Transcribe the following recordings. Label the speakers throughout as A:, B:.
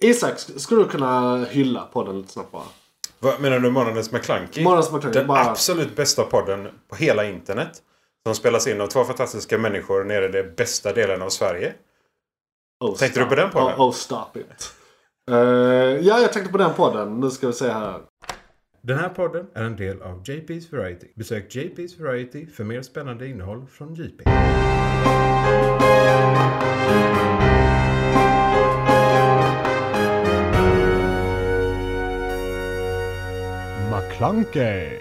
A: Isak, skulle du kunna hylla podden lite snabbt bara?
B: Vad menar du Månadens McKlunky?
A: Månadens McKlunky,
B: Den
A: bara-
B: absolut bästa podden på hela internet. Som spelas in av två fantastiska människor nere i den bästa delen av Sverige.
A: Oh,
B: Tänkte
A: stop-
B: du på den podden?
A: Oh, oh stop it. Eh, ja, jag tänkte på den podden. Nu ska vi se här.
C: Den här podden är en del av JP's Variety. Besök JP's Variety för mer spännande innehåll från JP.
D: McClunkey.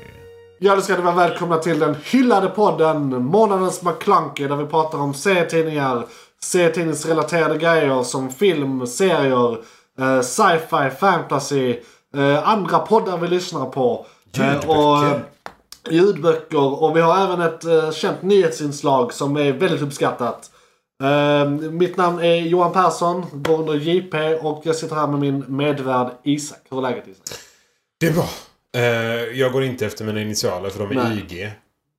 A: Ja, då ska ni vara välkomna till den hyllade podden Månadens McKlunky där vi pratar om serietidningar, serietidningsrelaterade grejer som film, serier, eh, sci-fi, fantasy, eh, andra poddar vi lyssnar på. Eh, och, eh, ljudböcker och vi har även ett eh, känt nyhetsinslag som är väldigt uppskattat. Eh, mitt namn är Johan Persson, går under JP och jag sitter här med min medvärd Isak. Hur är läget Isak?
B: Det är bra. Eh, jag går inte efter mina initialer för de är
A: Nej.
B: IG.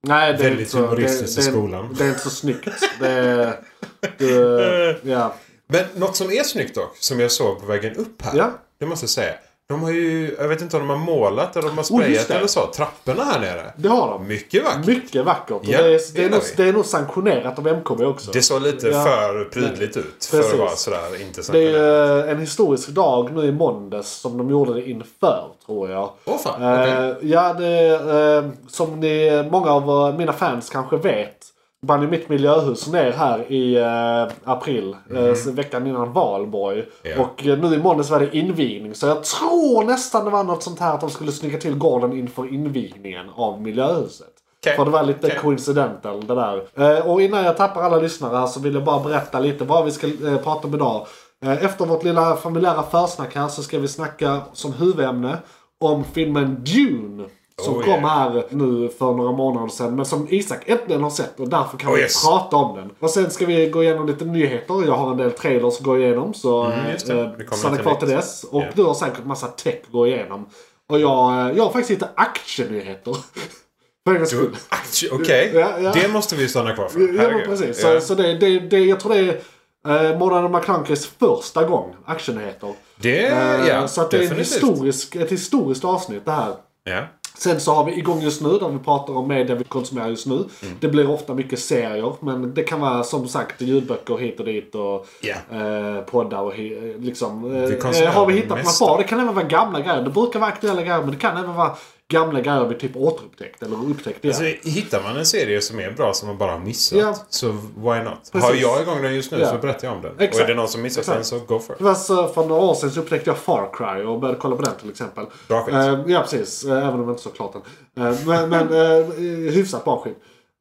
A: Nej, det är
B: Väldigt
A: inte så-
B: humoristiskt
A: det-
B: i
A: det-
B: skolan.
A: Det är inte så snyggt. Det är, det, ja.
B: Men något som är snyggt dock, som jag såg på vägen upp här.
A: Ja.
B: Det måste jag säga. De har ju, jag vet inte om de har målat eller om de har
A: Oh, just
B: sprayat
A: det.
B: eller så. Trapporna här nere.
A: det har de.
B: Mycket vackert.
A: Mycket vackert. Och
B: Ja,
A: det, är, det, är
B: gillar
A: nog,
B: vi.
A: det är nog sanktionerat av MKB också.
B: Det såg lite
A: Ja.
B: för prydligt ut. För
A: Precis.
B: att vara sådär
A: Det
B: inte
A: är
B: sanktionerat.
A: ju eh, en historisk dag nu i måndags som de gjorde det inför tror jag.
B: Åh fan,
A: Eh,
B: okej.
A: Ja, det, eh, som ni, många av eh, mina fans kanske vet brann ju mitt miljöhus ner här i eh, april. eh, så veckan innan valborg.
B: Mhm. Ja.
A: Och eh, nu i måndags var det invigning. Så jag tror nästan det var något sånt här att de skulle snygga till gården inför invigningen av miljöhuset.
B: Okej.
A: För det var lite
B: Okej.
A: coincidental det där. Eh, och innan jag tappar alla lyssnare här så vill jag bara berätta lite vad vi ska eh, prata om idag. Eh, efter vårt lilla familjära försnack här så ska vi snacka som huvudämne om filmen Dune. Som
B: Oh,
A: kom
B: yeah.
A: här nu för några månader sedan. Men som Isak äntligen har sett och därför kan
B: Oh,
A: vi
B: yes.
A: prata om den. Och sen ska vi gå igenom lite nyheter. Jag har en del trailers att gå igenom så
B: Mm, just det.
A: eh,
B: Det kommer
A: stanna
B: lite
A: kvar
B: nytt.
A: till dess. Och
B: Ja.
A: du har säkert massa tech att gå igenom. Och jag, eh, jag har faktiskt lite aktienyheter. För en gångs
B: Du-
A: skull.
B: Aktie- Okej,
A: Ja, ja.
B: det måste vi ju stanna kvar för.
A: Ja, men
B: Herregud.
A: precis.
B: Ja.
A: Så, så det, det, det, jag tror det är eh, Morgan McClunkys första gång actionnyheter.
B: Det,
A: Eh,
B: ja,
A: så att det är en
B: definitivt.
A: historisk, ett historiskt avsnitt det här.
B: Ja.
A: Sen så har vi igång just nu där vi pratar om media vi konsumerar just nu.
B: Mm.
A: Det blir ofta mycket serier men det kan vara som sagt ljudböcker hit och dit och
B: Ja.
A: eh, poddar och hi- liksom.
B: Vi
A: Eh,
B: konsumerar
A: eh, har vi
B: det
A: hittat några
B: mesta.
A: bra? Det kan även vara gamla grejer. Det brukar vara aktuella grejer men det kan även vara gamla grejer vi typ återupptäckt eller upptäckt igen.
B: Alltså, hittar man en serie som är bra som man bara har missat,
A: Ja.
B: så why not? Har jag igång den just nu
A: Ja.
B: så berättar jag om den. Och
A: Exakt.
B: är det någon som missat
A: Exakt.
B: den så go for it.
A: Det var så för några år sedan så upptäckte jag Far Cry och började kolla på den till exempel.
B: Bra skit.
A: Eh, ja precis, Eh, även om jag inte såg klart den. Eh, men men eh, hyfsat bra skit.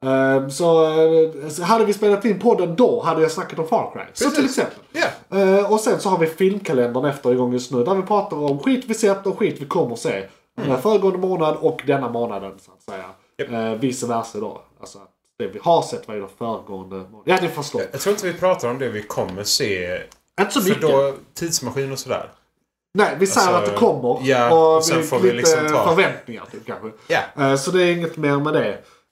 A: Eh, så, eh, så hade vi spelat in podden då hade jag snackat om Far Cry. Så till exempel.
B: Ja.
A: Eh, och sen så har vi filmkalendern efter igång just nu där vi pratar om skit vi sett och skit vi kommer se. Eh, Föregående månad och denna månaden så att säga.
B: Mm. Japp.
A: Eh, vice versa då. Alltså det vi har sett var ju då föregående månad. Ja ni förstår.
B: Jag tror inte vi pratar om det vi kommer se.
A: Inte så
B: För
A: mycket.
B: då, tidsmaskin och sådär.
A: Nej, vi säger
B: Alltså,
A: att det kommer.
B: ja,
A: och
B: och sen
A: vi-
B: får vi
A: lite
B: liksom ta-
A: förväntningar typ kanske.
B: Ja.
A: Eh, Så det är inget mer med det.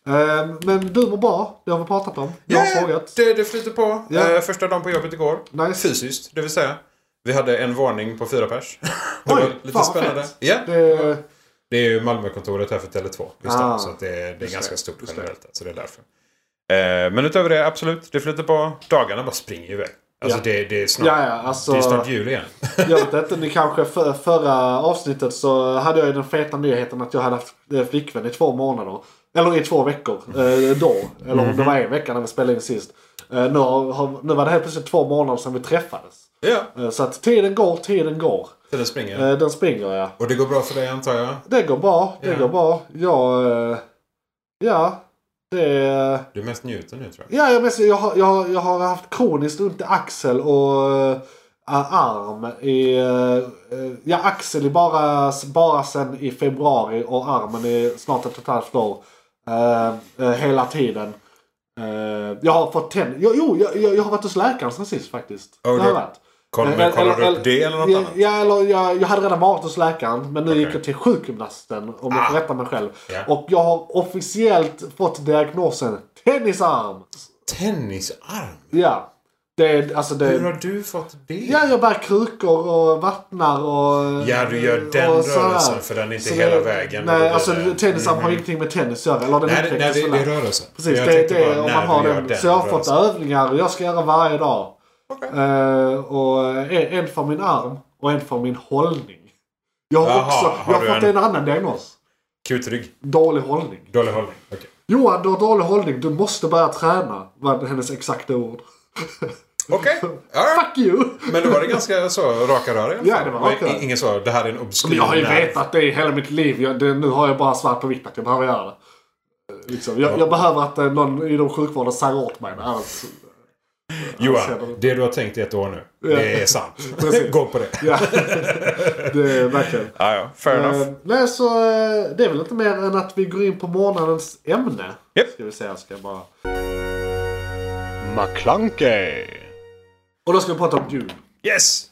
A: Eh, Men du mår bra, det har vi pratat om. Jag har frågat.
B: det, det flyter på.
A: Ja.
B: Eh, första dagen på jobbet igår.
A: Nice.
B: Fysiskt, det vill säga. Vi hade en varning på fyra pers. det
A: Oj,
B: var
A: fan
B: lite
A: vad
B: spännande.
A: fett.
B: Ja.
A: Det,
B: Det är ju Malmökontoret här för Tele2. Just
A: Ah,
B: det, så att det, det är
A: just
B: ganska
A: det,
B: stort
A: just det.
B: generellt. Så det är därför. Eh, men utöver det, absolut. Det flyter på. Dagarna bara springer iväg. Alltså
A: Ja.
B: det, det, är snart,
A: ja, ja, alltså,
B: det är snart jul igen.
A: jag vet inte, ni kanske för, förra avsnittet så hade jag ju den feta nyheten att jag hade haft eh, flickvän i två månader. Eller i två veckor eh, då. Eller
B: Mhm.
A: om det var en vecka när vi spelade in sist. Eh, Nu, har, nu var det helt plötsligt två månader sedan vi träffades.
B: ja,
A: Eh, Så att tiden går, tiden går.
B: tiden springer.
A: Eh, Den springer ja.
B: Och det går bra för dig antar jag?
A: Det går bra. Det
B: Ja.
A: går bra. Jag... eh, Ja. Det... eh,
B: Du mest njuter nu tror jag.
A: Ja, jag, mest, jag, har, jag, har- jag har haft kroniskt ont i axel och eh, arm. I, eh, eh, ja, axel är bara, bara sen i februari och armen är snart ett och ett halvt år. Eh, eh, hela tiden. Eh, jag har fått tenn... Jo, jo jag, jag, jag har varit hos läkaren sen sist faktiskt.
B: Oh,
A: det har jag
B: du-
A: varit.
B: Koll,
A: Eh,
B: men kollar du upp det eller något
A: ja,
B: annat?
A: Ja, eller jag, jag hade redan varit hos läkaren men nu gick
B: Okej.
A: jag till sjukgymnasten om jag får
B: Ah.
A: rätta mig själv.
B: Ja.
A: Och jag har officiellt fått diagnosen tennisarm.
B: Tennisarm?
A: Ja. Det är, alltså det
B: Hur
A: är,
B: har du fått det?
A: ja, jag bär krukor och vattnar och...
B: Ja, du gör den
A: och så här.
B: rörelsen, för den är inte
A: Så
B: hela
A: det-
B: vägen. Då
A: Nej,
B: blir
A: alltså
B: det- Mm.
A: tennisarm har ingenting med tennis att göra. Eller den
B: Nej, det, nej,
A: utvecklas
B: det,
A: väl
B: det
A: där.
B: är rörelsen.
A: Precis,
B: Jag
A: det,
B: tänkte
A: det
B: bara,
A: är om
B: när
A: man har
B: du gör
A: den. Så jag har fått
B: rörelsen.
A: övningar jag ska göra varje dag.
B: Okej.
A: Eh, och eh, en för min arm och en för min hållning. Jag har
B: Jaha,
A: också
B: har
A: jag har
B: du
A: fått en...
B: en-
A: annan diagnos.
B: Kutrygg.
A: Dålig hållning.
B: Dålig hållning. Okej.
A: Johan, du har dålig hållning. Du måste börja träna. Var hennes exakta ord.
B: Okej. Ja,
A: Fuck you!
B: men då var det ganska så raka rör i alla fall.
A: Ja, det var
B: Och
A: raka rör.
B: i- Ingen så, det här är en obskyr
A: Men jag har ju
B: nerv.
A: vetat det i hela mitt liv. Jag, det, nu har jag bara svart på vitt att jag behöver göra det. Eh, Liksom. Jag, jag behöver att eh, någon inom sjukvården säger åt mig det. Alltså. Annars,
B: Johan, det du har tänkt i ett år nu. Det är sant.
A: Precis.
B: Gå på det.
A: ja. det är verkligen.
B: Ja, ja. Fair
A: Eh, nej, så eh, det är väl inte mer än att vi går in på månadens ämne.
B: Japp.
A: Ska vi säga. Ska jag bara...
B: McClunkey.
A: Och då ska vi prata om Dune.
B: Yes!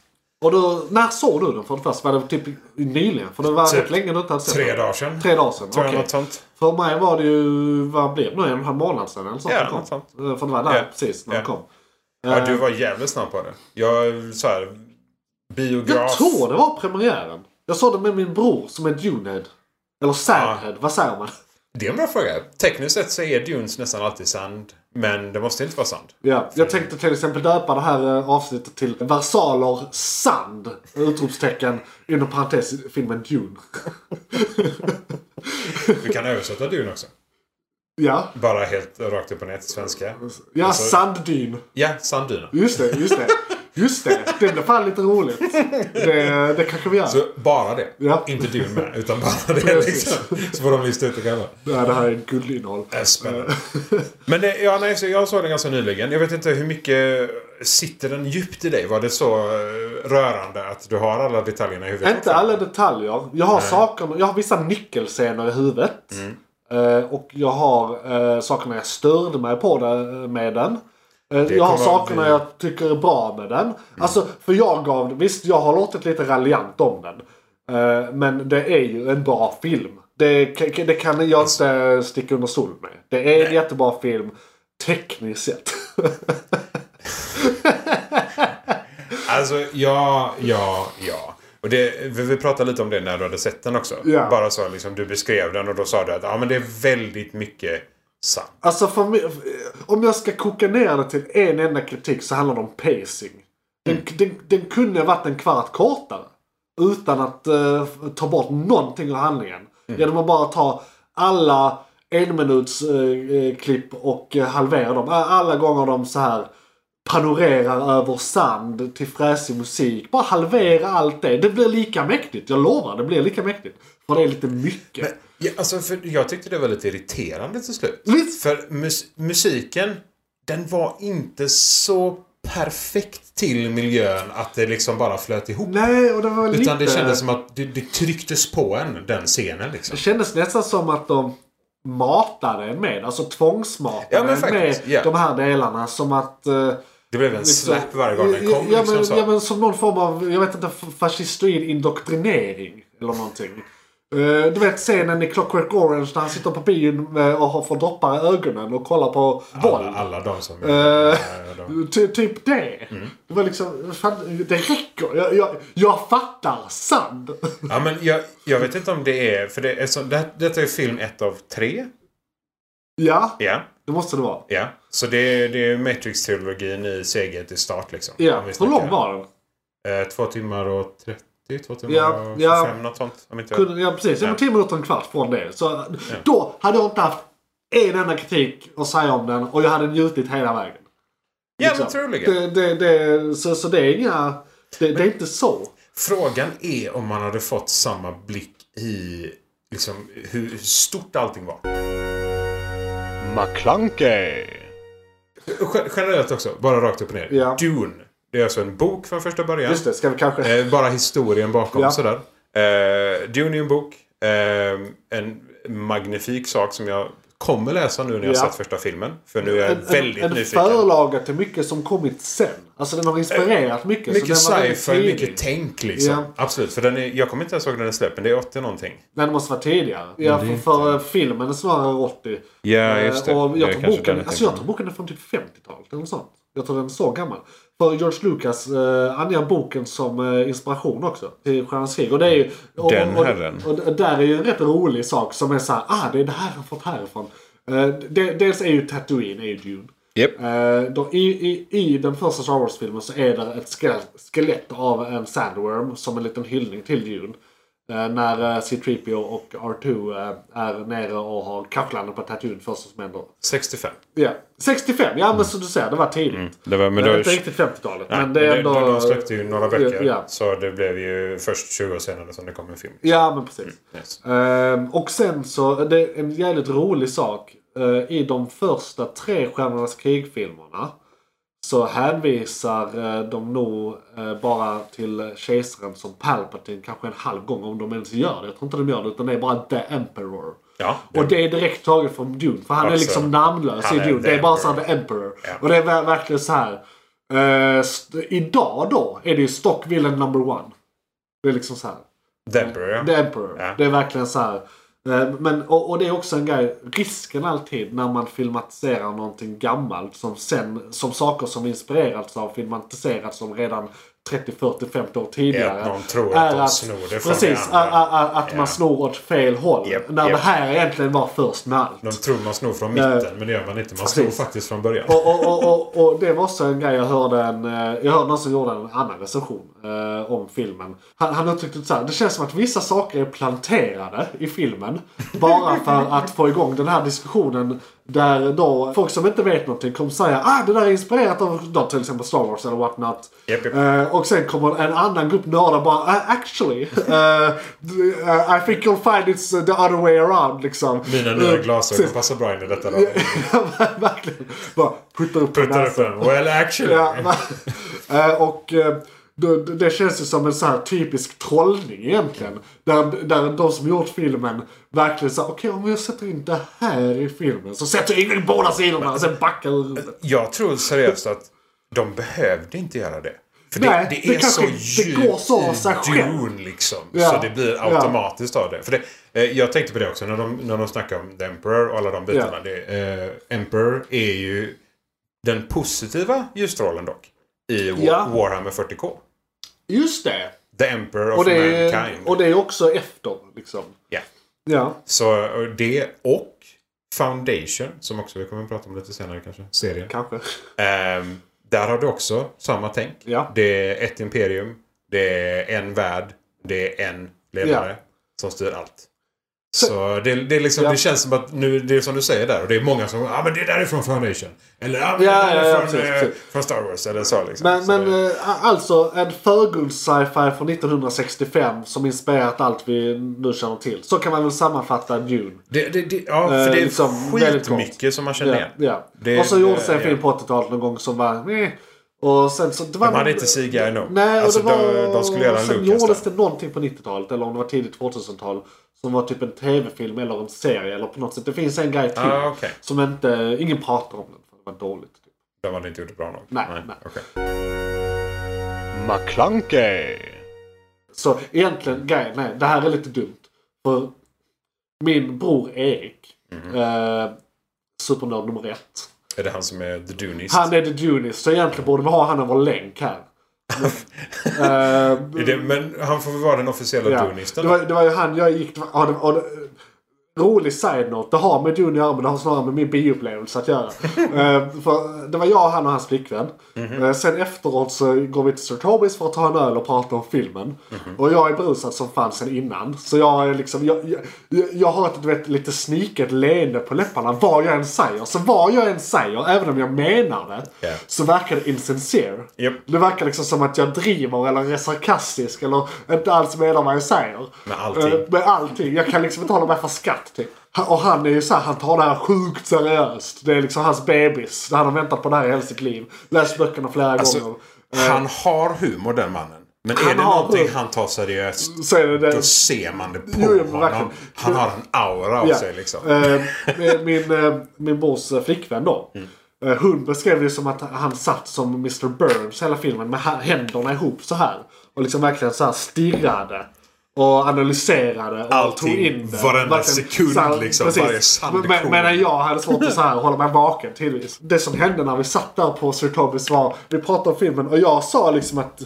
A: Och då, när såg du den för det första? Var det typ nyligen? För det var
B: Typ
A: rätt länge du inte hade sett
B: Tre
A: den.
B: dagar sedan.
A: Tre dagar sedan?
B: Tror jag
A: okej.
B: något sånt.
A: För mig var det ju, vad blev det nu? En och en halv månad sedan eller sånt
B: Ja,
A: den kom.
B: något sånt.
A: Eh, För det var där
B: Ja.
A: precis när den
B: Ja.
A: kom. Eh,
B: Ja, du var jävligt snabb på det. Jag så här, biograf.
A: Jag tror det var premiären. Jag såg den med min bror som är Dunehead. Eller Sandhead, vad säger man?
B: Det är en bra fråga. Tekniskt sett så är Dunes nästan alltid sand. Men det måste inte vara sand.
A: Ja, jag tänkte till exempel döpa det här eh, avsnittet till Versaler Sand! Utropstecken inom parentes filmen Dune.
B: Vi kan översätta Dune också.
A: ja,
B: Bara helt rakt upp och ner till svenska.
A: ja
B: Alltså-
A: sanddyn.
B: Ja, sanddyna.
A: Just det, just det. Just det, det blev fan lite roligt. Det, det kanske vi gör.
B: Så bara det.
A: Ja.
B: Inte Dune med, utan bara det.
A: Precis.
B: Liksom. Så får de lista ut det själva.
A: Ja, det här är guldinnehåll.
B: Äh, Spännande. Men det, ja, nej, så jag såg den ganska nyligen. Jag vet inte hur mycket sitter den djupt i dig? Var det så eh, rörande att du har alla detaljerna i huvudet?
A: Inte alla detaljer. Jag har, saker, jag har vissa nyckelscener i huvudet.
B: Mm.
A: Eh, och jag har eh, sakerna jag störde mig på det, med den. Eh, jag har
B: kommer
A: sakerna
B: bli- Mm.
A: jag tycker är bra med den. Alltså, för jag gav, visst, jag har låtit lite raljant om den. Eh, men det är ju en bra film. Det, kan- det kan jag inte sticka under stol med. Det är en jättebra film. Tekniskt sett.
B: Alltså, ja, ja, ja. Och det, vi, vi pratade lite om det när du hade sett den också.
A: Ja.
B: Bara så liksom, du beskrev den och då sa du att ja, men det är väldigt mycket sant.
A: Alltså för mig, om jag ska koka ner det till en enda kritik så handlar det om pacing. Den,
B: Mm.
A: den, den kunde ha varit en kvart kortare. Utan att eh, ta bort någonting ur handlingen.
B: Mm.
A: Genom att bara ta alla enminutsklipp eh, klipp och eh, halvera dem. Ä- Alla gånger de så här panorerar över sand till fräsig musik. Bara halvera allt det. Det blir lika mäktigt. Jag lovar, det blir lika mäktigt. För det är lite mycket.
B: Ja, alltså, för jag tyckte det var lite irriterande till slut.
A: Visst.
B: För mus- musiken, den var inte så perfekt till miljön att det liksom bara flöt ihop.
A: Nej, och det var Mm, lite...
B: Utan det kändes som att det, det trycktes på en, den scenen liksom.
A: Det kändes nästan som att de matade en med, alltså tvångsmatade
B: Ja, men
A: en
B: faktiskt,
A: med
B: ja.
A: de här delarna. Som att... eh,
B: Det blev en
A: liksom-
B: släpp varje gång den kom.
A: ja,
B: liksom,
A: men,
B: så.
A: ja men som någon form av, jag vet inte, fascistoid indoktrinering. Eller någonting. Eh, Du vet scenen i Clockwork Orange när han sitter på bion med- och har fått droppar i ögonen och kollar på våld.
B: alla, alla de som...
A: Eh,
B: Ja, de-
A: Ty, typ det.
B: Mm.
A: Det var liksom, fan, det räcker. Jag, jag, jag fattar sand.
B: Ja, men jag, jag vet inte om det är... För det, är så, det, detta är film ett av tre.
A: ja,
B: Ja.
A: det måste det vara.
B: ja. Så det, är- det är Matrix-trilogin i seget i start liksom.
A: Ja,
B: om vi
A: hur lång
B: snackar.
A: var den?
B: Eh, två timmar och 30, två timmar
A: Ja,
B: och 25
A: ja.
B: något sånt. Om inte
A: Kunde, ja precis, ja. men 10 minuter och en kvart från det. Så då hade jag inte haft en enda kritik att säga om den och jag hade njutit hela vägen.
B: ja, men
A: Liksom.
B: troligen.
A: det, det, det, så, så det är inga... Det, det är inte så.
B: Frågan är om man hade fått samma blick i liksom, hur hur stort allting var. McClunkey. Generellt också, bara rakt upp och ner.
A: Ja.
B: Dune. Det är alltså en bok från första början.
A: Just det, ska vi kanske...
B: Eh, bara historien bakom
A: Ja.
B: sådär. Eh, Dune är en bok. Eh, en magnifik sak som jag kommer läsa nu när jag
A: Ja.
B: sett första filmen. För nu är jag
A: en,
B: väldigt
A: en, en
B: nyfiken.
A: förlaga till mycket som kommit sen. Alltså den har inspirerat mycket.
B: Mycket
A: så den var väldigt
B: sci-fi,
A: tidig.
B: mycket tänk liksom.
A: Ja.
B: Absolut, för den är, jag kommer inte ens ihåg när den släppen. Det är 80 någonting.
A: Nej, den måste vara tidigare. Ja, för, för filmen är snarare 80.
B: Ja,
A: Eh,
B: just det.
A: Och
B: Det är
A: jag, tror
B: kanske
A: boken,
B: den jag
A: alltså jag
B: tänker
A: tror boken är från typ 50-talet eller något sånt. Jag tror den är så gammal. För George Lucas eh, anger boken som eh, inspiration också till Stjärnans krig. Och det är ju... Och,
B: Den
A: och- och-
B: herren.
A: Och, d- där är ju en rätt rolig sak som är så här, ah det är det här jag har fått härifrån. Eh, de, dels är ju Tatooine, är ju Dune.
B: Yep.
A: Eh, då, i, i, I den första Star Wars-filmen så är det ett skelett, skelett av en sandworm som en liten hyllning till Dune. Eh, när eh, C-3PO och R2 eh, är nere och har kanske landat på Tatooine första som händer.
B: 65.
A: Ja, 65, ja men som du säger, det var tidigt.
B: Det var, Mm. men
A: det
B: då-
A: är inte riktigt 50-talet.
B: Nej,
A: men det är ändå...
B: de, de släppte ju några böcker.
A: Ja.
B: Så det blev ju först 20 år senare som det kom en film.
A: Ja, men precis.
B: Mm, Yes.
A: Ehm, och sen så, det är en jävligt rolig sak. Eh, I de första tre Stjärnornas krig-filmerna så hänvisar eh, de nog eh, bara till kejsaren som Palpatine kanske en halv gång om de ens gör det. Jag tror inte de gör det utan det är bara The Emperor.
B: Ja,
A: Och det är direkt taget från Dune. För han är
B: Alltså,
A: liksom namnlös
B: han
A: i
B: är
A: Dune.
B: The
A: Det är bara så här The
B: Emperor.
A: Emperor.
B: Ja.
A: Och det är ver- verkligen så här. eh, st- idag då är det ju Stock Villain number one. Det är liksom så här.
B: Depper, ja.
A: The Emperor.
B: Ja.
A: Det är verkligen så här. eh, Men, och, och det är också en grej, risken alltid när man filmatiserar någonting gammalt som, sen, som saker som inspirerats av filmatiserats som redan 30, 40, 50 år tidigare.
B: Att någon tror att
A: är
B: de snor det från
A: Precis,
B: det andra.
A: a- a- a- att
B: Ja.
A: man snor åt fel håll.
B: Japp,
A: när
B: japp.
A: det här egentligen var först med allt.
B: De tror man snor från mitten,
A: Eh,
B: men det gör man inte. Man
A: precis.
B: snor faktiskt från början.
A: och, och, och, och, och det var också en grej jag hörde. En, eh, jag hörde någon som gjorde en annan recension eh, om filmen. Han, han uttryckte det så här. Det känns som att vissa saker är planterade i filmen. Bara för att få igång den här diskussionen. Där då folk som inte vet någonting kommer säga ah det där är inspirerat av då, till exempel Star Wars eller whatnot.
B: Japp, japp.
A: Eh, och sen kommer en annan grupp nördar och bara "Ah, actually. eh, I think you'll find it's the other way around liksom.
B: Mina nya
A: Eh,
B: glasögon passar bra in i detta. Då.
A: Ja, verkligen. Bara putta upp den
B: Puttar
A: här
B: upp den. Well actually.
A: Ja, va- Eh, och eh, då- det, det känns ju som en så här typisk trollning egentligen. Där, där de som gjort filmen verkligen sa okej om jag sätter in det här i filmen så sätter jag in båda sidorna och sen backar ur det.
B: Jag tror seriöst att de behövde inte göra det. För det,
A: Nej,
B: det
A: det
B: är
A: kanske-
B: så
A: det
B: djupt
A: går så av sig
B: i
A: själv.
B: Dune liksom.
A: Ja,
B: Så det blir
A: ja.
B: automatiskt av det. För det eh, jag tänkte på det också när de, när de snackade om The Emperor och alla de bitarna.
A: Ja.
B: Det, eh, Emperor är ju den positiva ljusstrålen dock. I Wa-
A: Ja.
B: Warhammer 40K.
A: Just det!
B: The Emperor of
A: Och det är,
B: Mankind.
A: och det är också efter liksom.
B: Ja.
A: Ja.
B: Så eh, det och Foundation, som också vi kommer att prata om lite senare kanske. Serien.
A: Kanske.
B: Ehm, där har du också samma tänk.
A: Ja.
B: Det är ett imperium. Det är en värld. Det är en ledare som styr allt. Så det, det, är liksom,
A: Ja.
B: det känns som att nu, det är som du säger där. Och det är många som ah, men det där är från Foundation. Eller ah, men
A: Ja,
B: det där
A: ja,
B: är
A: ja,
B: från,
A: precis,
B: eh,
A: precis.
B: från Star Wars. Eller så, liksom.
A: Men,
B: så
A: men
B: det,
A: eh, alltså en förgrunds-sci-fi från 1965 som inspirerat allt vi nu känner till. Så kan man väl sammanfatta Dune.
B: det, det, det, ja, för det är
A: eh, liksom, väldigt kort.
B: skitmycket som man känner igen.
A: Ja, ja.
B: Det-
A: och så gjordes det en
B: ja.
A: film på 80-talet någon gång som var eh. Och sen så... Det var
B: De hade inte CGI nog.
A: Nej, och
B: Alltså,
A: det var,
B: de, de skulle göra en
A: Sen
B: Lucas.
A: gjordes
B: där.
A: det någonting på 90-talet eller om det var tidigt 2000-tal. Som var typ en tv-film eller en serie eller på något sätt. Det finns en grej till.
B: Ah, okej.
A: Som inte, ingen pratar om den. För det var dåligt. Typ.
B: De hade inte gjort det bra nog.
A: Nej, nej.
B: okej.
A: McClunkey. Så egentligen, grejen är, det här är lite dumt. För min bror Erik,
B: Mhm.
A: eh, supernörd nummer ett.
B: Är det han som är the Dunist?
A: Han är the Dunist, så egentligen borde vi ha han över länk här. Eh,
B: Är det, men han får väl vara den officiella
A: ja.
B: Dunisten?
A: det, var, det var ju han jag gick... det var- Ja, det, ja, det, rolig side-note, det har med Dune att göra men det har snarare med min bioupplevelse att göra. Eh, för det var jag, han och hans flickvän. Eh, sen efteråt så går vi till Sir Tobis för att ta en öl och prata om filmen. Och jag är brusad som fan sen innan. Så jag är liksom, jag, jag, jag- jag har ett du vet, lite sniket leende på läpparna vad jag än säger. Så vad jag än säger, även om jag menar det,
B: Ja.
A: så verkar det insincere.
B: Japp.
A: Det verkar liksom som att jag driver eller är sarkastisk eller inte alls menar vad jag säger.
B: Med allting.
A: Eh, Med allting. Jag kan liksom inte hålla mig för skratt. Typ. Ha- Och han är ju så här, han tar det här sjukt seriöst. Det är liksom hans bebis. Han har väntat på det här hela sitt liv. Läst böckerna flera gånger.
B: Alltså, han har humor den mannen. Men
A: eh, Han
B: är det
A: har
B: någonting
A: humor.
B: han tar seriöst
A: Så är det det.
B: då ser man det på
A: Jo, jo, men
B: honom.
A: verkligen.
B: Han har en aura av
A: Ja.
B: sig liksom.
A: Eh, min- min, eh, min brors eh, flickvän då.
B: Mm.
A: eh, Hon beskrev det ju som att han satt som Mr Burns hela filmen med ha- händerna ihop så här. Och liksom verkligen så här stirrade. Och analyserade och
B: Allting,
A: tog in det.
B: varenda
A: Verkligen,
B: sekund,
A: så här,
B: liksom, varje sandkorn.
A: Men- men- Medan jag hade svårt att så här, hålla mig vaken tidvis. Det som hände när vi satt där på Sir Tobys var, vi pratade om filmen och jag sa liksom att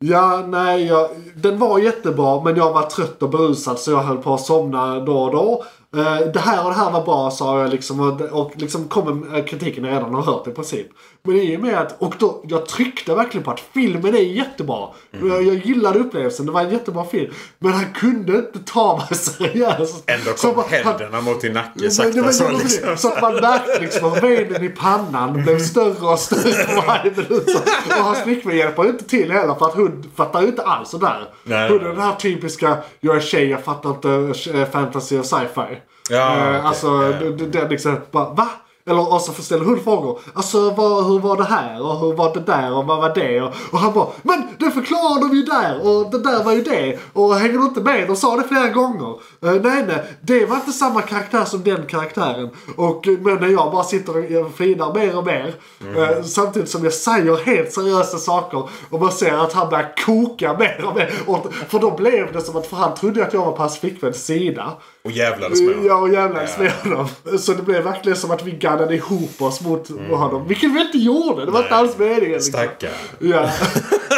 A: Ja, nej, jag, den var jättebra men jag var trött och berusad så jag höll på att somna då och då. Eh, det här och det här var bra sa jag liksom och, och liksom kom med, eh, kritiken jag redan har hört i princip. Men i och med att, och då, jag tryckte verkligen på att filmen är jättebra.
B: Mhm.
A: Jag, jag gillade upplevelsen, det var en jättebra film. Men han kunde inte ta mig seriöst.
B: Ändå
A: Så
B: kom
A: bara- han-
B: händerna mot din nacke
A: men det
B: sakta
A: var
B: så
A: jävla
B: liksom.
A: problem. så att man märkte liksom att venen i pannan blev större och större för varje minut. Så- Och hans flickvän hjälper ju inte till heller för att hon fattar ju inte alls det där.
B: Nej.
A: Hon är den här typiska, jag är tjej, jag fattar inte eh, fantasy och sci-fi.
B: Ja,
A: Eh,
B: okej.
A: Alltså,
B: Ja.
A: det- det- det liksom bara, va? Eller och så ställer hon frågor. Alltså vad, hur var det här? Och hur var det där? Och vad var det? Och, och han bara, men det förklarade de ju där! Och det där var ju det! Och hänger du inte med? De sa det flera gånger. Eh, nej, nej, det var inte samma karaktär som den karaktären. Och, eh, men när jag bara sitter och eh, flinar mer och mer.
B: Mm.
A: eh, samtidigt som jag säger helt seriösa saker. Och man ser att han börjar koka mer och mer. Och, för då blev det som att, för han trodde att jag var på hans flickväns sida.
B: Och jävlades med
A: Ja,
B: honom.
A: och jävlades med honom. Så det blev verkligen som att vi gaddade ihop oss mot
B: Mm.
A: honom. Vilket vi inte gjorde. Det var inte alls meningen. Liksom.
B: Stackare.
A: Ja.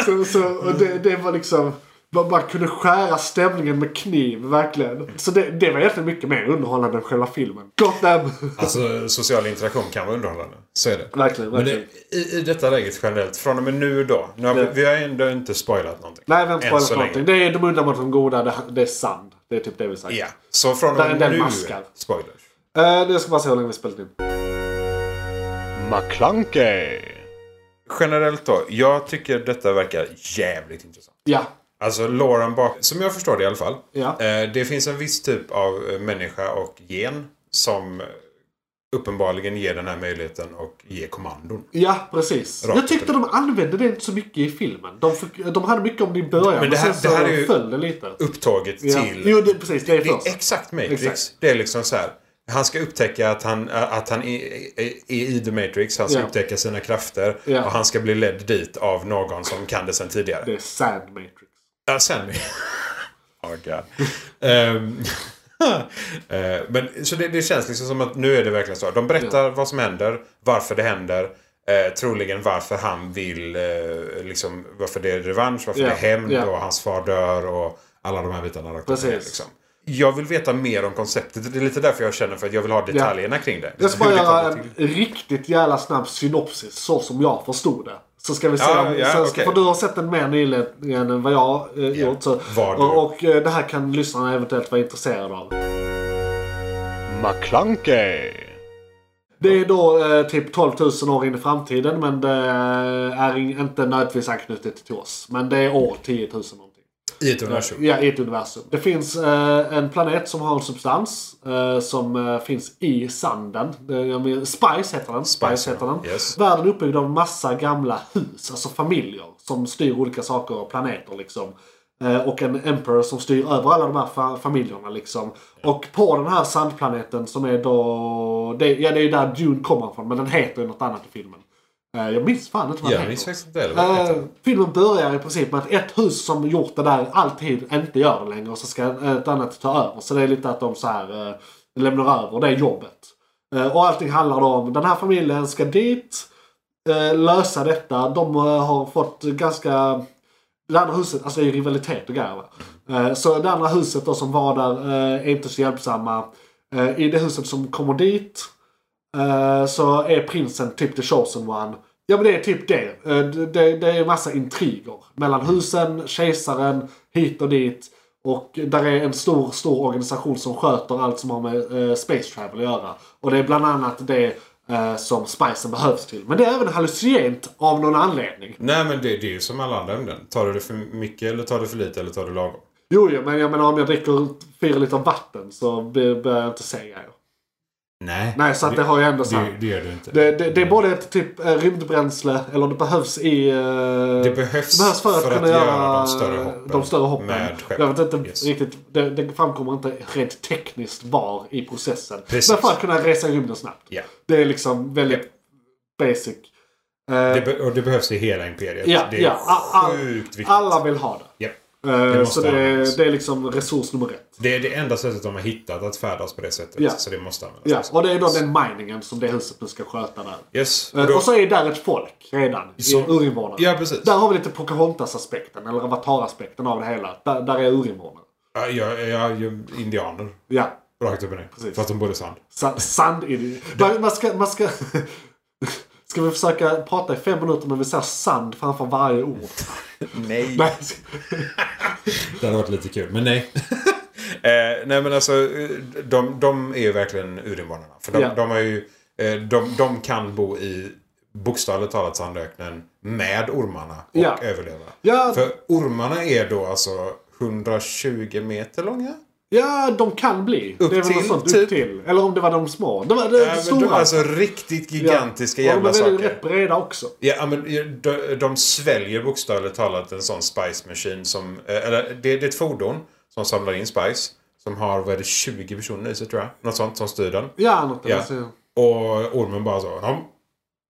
A: så, så, och det, det var liksom... Man, man kunde skära stämningen med kniv, verkligen. Så det, det var egentligen mycket mer underhållande än själva filmen. Gotham!
B: Alltså social interaktion kan vara underhållande. Så är det.
A: Verkligen,
B: Men
A: verkligen.
B: det, i, i detta läget generellt, från och med nu då. Nu har vi,
A: Ja.
B: vi har ändå inte spoilat någonting.
A: Nej, vem
B: Än
A: spoilar
B: så
A: för någonting?
B: länge.
A: Det är de onda mot de goda, det, det är sand. Det är typ det vi säger.
B: Ja, så från
A: Där är
B: och med
A: den
B: nu.
A: maskar.
B: Spoilers.
A: Eh, nu ska vi bara se hur länge vi spelat in.
B: McClunkey. Generellt då, jag tycker detta verkar jävligt intressant.
A: Ja.
B: Alltså Lauren bak, som jag förstår det i alla fall.
A: Ja.
B: Eh, det finns en viss typ av eh, människa och gen som eh, uppenbarligen ger den här möjligheten och ger kommandon.
A: Ja, precis.
B: Rakt
A: jag tyckte de använde det inte så mycket i filmen. De, fick, de hade mycket om det i början, men,
B: det här-
A: sen så
B: det här är ju-
A: föll det lite.
B: Upptaget
A: Ja.
B: till...
A: Jo, det, precis. Det är
B: det är
A: först.
B: exakt Matrix.
A: Exakt.
B: Det är liksom så här. Han ska upptäcka att han, eh, att han är, är, är i The Matrix. Han ska
A: Ja.
B: upptäcka sina krafter.
A: Ja.
B: Och han ska bli ledd dit av någon som kan det sedan tidigare.
A: Det är Sand Matrix.
B: Ja, Sammy. oh God. Ehm, eh, men, så det, det känns liksom som att nu är det verkligen så. De berättar vad som händer, varför det händer. Eh, troligen varför han vill, eh, liksom, varför det är revansch, varför
A: Ja,
B: det är hämnd
A: ja.
B: och hans far dör och alla de här bitarna. rakt upp och ner,
A: Precis.
B: Liksom. Jag vill veta mer om konceptet. Det är lite därför jag känner för att jag vill ha detaljerna kring det.
A: Jag ska bara
B: Hur det kommer
A: göra en
B: till.
A: riktigt jävla snabb synopsis, så som jag förstod det. Så ska vi se
B: Ja,
A: om,
B: ja,
A: sen ska,
B: okej.
A: För du har sett den mer nyligen än vad jag har eh, gjort. Så,
B: Vad du-
A: och, och eh, det här kan lyssnarna eventuellt vara intresserade av.
D: McClunkey.
A: Det är då eh, typ 12 000 år in i framtiden men det är in- inte nödvändigtvis anknutet till oss. Men det är år 10 000 någonting.
B: I ett universum.
A: Ja, i ett universum. Det finns eh, en planet som har en substans eh, som eh, finns i sanden. Det- jag menar, Spice heter den. Spice,
B: Spice,
A: heter
B: ja.
A: den.
B: Yes.
A: Världen är uppbyggd av en massa gamla hus, alltså familjer, som styr olika saker och planeter liksom. Eh, och en emperor som styr över alla de här fa- familjerna liksom. Och på den här sandplaneten som är då... Det, ja, det är ju där Dune kommer från, men den heter ju något annat i filmen. Eh, jag minns fan inte vad
B: Ja,
A: den
B: det är
A: heter.
B: faktiskt inte det. eller vad heter
A: Eh,
B: det?
A: filmen börjar i princip med att ett hus som gjort det där alltid inte gör det längre och så ska ett annat ta över. Så det är lite att de så här, eh, lämnar över det jobbet. Eh, och allting handlar då om den här familjen ska dit, eh, lösa detta. De eh, har fått ganska... Det andra huset, alltså det är rivalitet och grejer. va? Eh, så det andra huset då som var där eh, är inte så hjälpsamma. Eh, I det huset som kommer dit Eh, så är prinsen typ the chosen one. Ja men det är typ det. Eh, det- Det, det är massa intriger. Mellan husen, kejsaren, hit och dit. Och där är en stor, stor organisation som sköter allt som har med eh, space travel att göra. Och det är bland annat det eh, som spicen behövs till. Men det är även hallucinogent av någon anledning.
B: Nej, men det, det är ju som alla andra ämnen. Tar du det för mycket eller tar du för lite eller tar du lagom?
A: Jo, jo men jag menar om jag dricker fyra liter vatten så blir- börjar jag inte se grejer.
B: Nej.
A: Nej, så att det har ju ändå så här-
B: det, det gör du inte.
A: Det, det, det är både ett typ eh, rymdbränsle, eller det behövs i... eh,
B: Det behövs
A: för att
B: för
A: kunna
B: att
A: göra,
B: göra de större hoppen
A: de större hoppen.
B: med skepp.
A: Jag vet inte
B: Yes.
A: riktigt, det, det framkommer inte rent tekniskt var i processen.
B: Precis.
A: Men för att kunna resa i rymden snabbt.
B: Ja.
A: Det är liksom väldigt basic. Eh,
B: Det be- och det behövs i hela imperiet.
A: ja,
B: det är
A: ja, a- all-
B: sjukt viktigt.
A: alla vill ha det.
B: Ja.
A: Eh, så
B: måste
A: det är,
B: användas.
A: det är liksom resurs nummer ett.
B: Det är det enda sättet de har hittat att färdas på det sättet.
A: Ja.
B: Så det måste användas.
A: Ja, och det är då den miningen som det huset nu ska sköta där.
B: Yes.
A: Eh,
B: Och då,
A: Och så är där ett folk redan.
B: Så-
A: I urinvånare.
B: Ja, precis.
A: Där har vi lite Pocahontas-aspekten, eller Avatar-aspekten av det hela. Där, där är urinvånare.
B: ja, ja, ja, ju indianer.
A: Ja.
B: Rakt upp och ner.
A: Precis.
B: För att de bodde i sand.
A: Sa- Sand i det. Man, man ska... Man ska... Ska vi försöka prata i fem minuter men vi säger sand framför varje ord?
B: Nej.
A: Nej.
B: Det hade varit lite kul, men nej. eh, nej men alltså, eh, de, de är ju verkligen urinvånarna. För de,
A: Ja.
B: de, har ju, eh, de, de kan bo i bokstavligt talat sandöknen med ormarna och
A: Ja.
B: överleva.
A: Ja.
B: För ormarna är då alltså 120 meter långa.
A: Ja, de kan bli.
B: Upp
A: det är väl något
B: till,
A: sånt.
B: typ.
A: Upp till. Eller om det var de små. De var de,
B: Eh, men
A: stora.
B: de är alltså riktigt gigantiska
A: ja.
B: jävla
A: Och de är väl
B: saker.
A: rätt breda också.
B: Ja, men de, de sväljer bokstavligt talat en sån spice machine som... eh, Eller det, det är ett fordon som samlar in spice. Som har, vad är det, 20 personer i sig tror jag. Något sånt som styr den.
A: Ja, något
B: Ja.
A: ja. Alltså.
B: Och ormen bara så... Hom,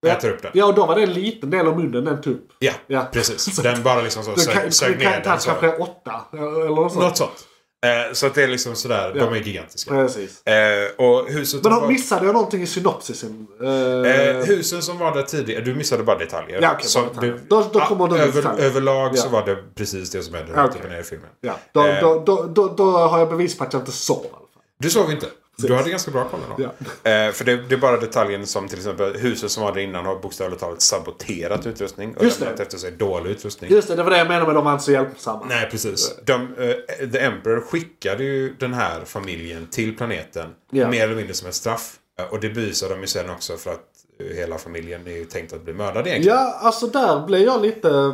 B: äter upp den.
A: ja, och då var det en liten del av munnen den tog upp.
B: Ja,
A: Ja.
B: precis. Den bara liksom så
A: Den kan,
B: sög, sög
A: den kan
B: ner
A: ta
B: den. Så.
A: kanske åtta. Eller något sånt.
B: Något sånt. Eh, Så att det är liksom sådär.
A: Ja.
B: De är gigantiska.
A: Precis.
B: Eh, Och huset...
A: Men
B: var-
A: de missade jag någonting i synopsisen? Eh,
B: Eh, husen som var där tidigare, du missade bara detaljer.
A: Ja, okej,
B: så
A: bara detaljer. Då- då kommer de
B: över,
A: detaljer.
B: överlag så
A: Ja.
B: var det precis det som hände runt
A: Okej.
B: upp och ner i filmen.
A: ja, då,
B: eh.
A: då, då, då, då har jag bevis på att jag inte sov i alla fall.
B: Du såg inte. Du hade ganska bra koll ändå. Eh, för det, det är bara detaljen som till exempel huset som var där innan har bokstavligt talat saboterat utrustning. Och
A: Just
B: lämnat
A: det.
B: efter sig dålig utrustning.
A: Just det, det var det jag menade med de var inte så hjälpsamma.
B: Nej, precis. De, eh, The Emperor skickade ju den här familjen till planeten.
A: Ja.
B: Mer eller mindre som ett straff. Eh, Och det bevisar de ju sen också för att eh, hela familjen är ju tänkt att bli mördad egentligen.
A: Ja, alltså där blev jag lite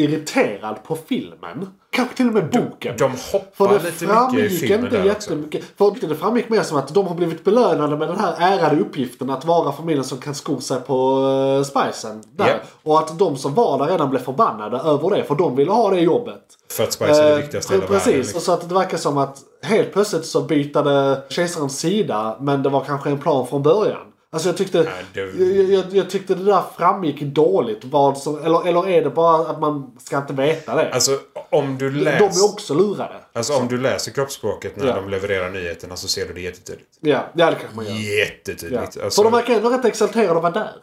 A: irriterad på filmen. Kanske till och med boken.
B: De
A: för
B: hoppar
A: det
B: lite mycket i
A: framgick
B: filmen
A: inte
B: där också.
A: jättemycket. För det framgick mer som att de har blivit belönade med den här ärade uppgiften att vara familjen som kan sko sig på uh, spicen. Där.
B: Ja.
A: Och att de som var där redan blev förbannade över det för de ville ha det jobbet.
B: För att Spice är det
A: Eh,
B: viktigaste i hela
A: Precis,
B: världen. liksom.
A: och så att det verkar som att helt plötsligt så bytade kejsaren sida men det var kanske en plan från början. Alltså jag tyckte,
B: det-
A: jag, jag, jag tyckte det där framgick dåligt. Vad som, eller, eller är det bara att man ska inte veta det?
B: Alltså om du
A: De
B: läser...
A: är också lurade.
B: Alltså om du läser kroppsspråket när
A: Ja.
B: de levererar nyheterna så ser du det jättetydligt.
A: Ja, ja det kanske man gör. Ja.
B: Jättetydligt. Alltså,
A: För de verkar ändå rätt exalterade att vara där.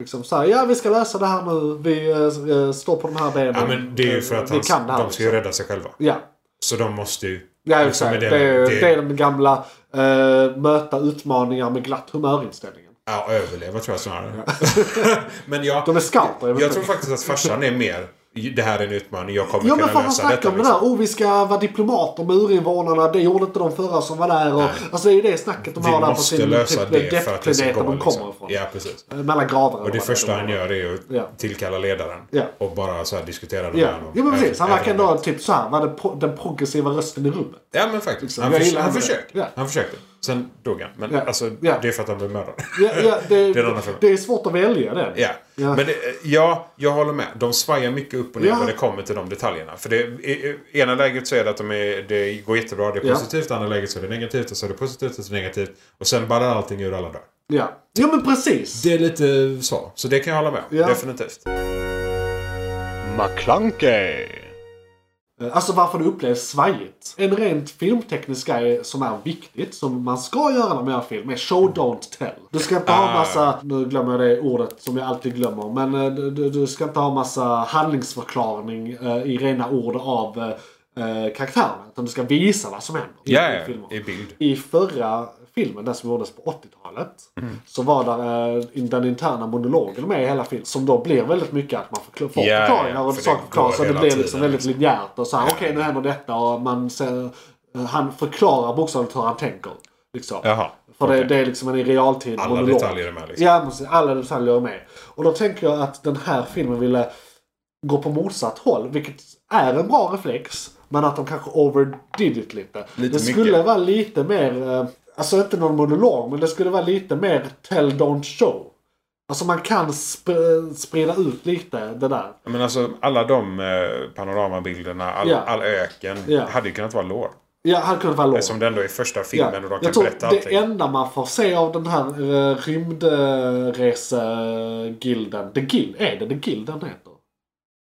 A: Liksom såhär, ja vi ska lösa det här nu. Vi eh, står på de här benen.
B: ja, men det är ju för att
A: Vi
B: hans,
A: kan det här, liksom.
B: de ska ju rädda sig själva.
A: Ja.
B: Så de måste ju...
A: Ja,
B: liksom,
A: exakt.
B: med
A: det, är,
B: det-
A: det är den gamla eh, möta utmaningar med glatt humör-inställningen.
B: Ja, överleva tror jag snarare. men ja,
A: De är scouter.
B: jag,
A: eventuellt.
B: tror faktiskt att farsan är mer... Det här är en utmaning, jag kommer
A: Ja men
B: kunna
A: fan han
B: lösa detta.
A: snackar om det där.
B: liksom.
A: Oh vi ska vara diplomater med urinvånarna. Det gjorde inte de förra som var där. Och, alltså det är ju det snacket de har
B: Vi
A: där på
B: måste
A: sin
B: lösa
A: typ,
B: det för att det ska
A: depplaneten
B: gå.
A: de kommer
B: Liksom.
A: ifrån.
B: Ja, precis.
A: Eh, Mellan graderna.
B: Och det första han gör är att
A: Ja.
B: tillkalla ledaren.
A: Ja.
B: Och bara så här diskutera det
A: Ja.
B: med honom.
A: ja men precis. Han verkar
B: Även-
A: ändå typ så här vara den pro- den progressiva rösten i rummet.
B: Ja men faktiskt.
A: Liksom,
B: Han,
A: Jag
B: förs-
A: gillar
B: han
A: det.
B: försökte.
A: Ja.
B: Han försökte. Sen dog han. Men
A: Ja.
B: alltså
A: Ja.
B: det är för att han blev mördad.
A: Ja, ja, det,
B: Det är en annan fråga.
A: det är svårt att välja den.
B: Ja.
A: Ja.
B: Men det, ja, jag håller med. De svajar mycket upp och ner
A: Ja.
B: när det kommer till de detaljerna. För det, i, i ena läget så är det att de är, det går jättebra, det är
A: Ja.
B: positivt. I andra läget så är det negativt och så är det positivt och så är det negativt. Och sen ballar allting ur alla dagar.
A: Ja. ja men precis.
B: Det är lite så. Så det kan jag hålla med om.
A: Ja.
B: Definitivt.
A: McClunkey. Alltså varför det upplevs svajigt. En rent filmteknisk grej som är viktigt, som man ska göra när man gör film, är show don't tell. Du ska inte
B: Ah.
A: ha massa, nu glömmer jag det ordet som jag alltid glömmer, men eh, du, du- du ska inte ha massa handlingsförklaring eh, i rena ord av eh, eh, karaktärerna. Utan du ska visa vad som händer i-
B: Ja,
A: i
B: ja,
A: filmer.
B: i bild.
A: I förra filmen, den som gjordes på 80-talet, så var där eh, in- den interna monologen med i hela filmen. Som då blir väldigt mycket att man förklar- får
B: Ja, ja,
A: förklaringar och
B: för det
A: saker förklaras. Så
B: går
A: det
B: hela
A: blir liksom
B: tiden,
A: väldigt linjärt och så här, okej nu händer detta och man ser, eh, han förklarar bokstavligt hur han tänker. Liksom.
B: Jaha.
A: För det,
B: okej.
A: det är liksom en i realtid
B: Alla
A: monolog.
B: detaljer är med liksom.
A: Ja, precis. alla detaljer är med. Och då tänker jag att den här filmen ville gå på motsatt håll, vilket är en bra reflex. Men att de kanske overdid it lite. det
B: mycket.
A: skulle vara lite mer, eh, alltså inte någon monolog, men det skulle vara lite mer tell don't show. Alltså man kan sp sprida ut lite det där.
B: Ja, Men alltså alla de eh, panoramabilderna, all,
A: Ja.
B: all öken,
A: Ja.
B: hade ju kunnat vara lår.
A: Ja, hade kunnat vara lång.
B: Eftersom det ändå är första filmen och de kan
A: Jag tror
B: berätta
A: det
B: allting.
A: enda man får se av den här eh, rymdresegilden, The Guild, är det The Guild den heter?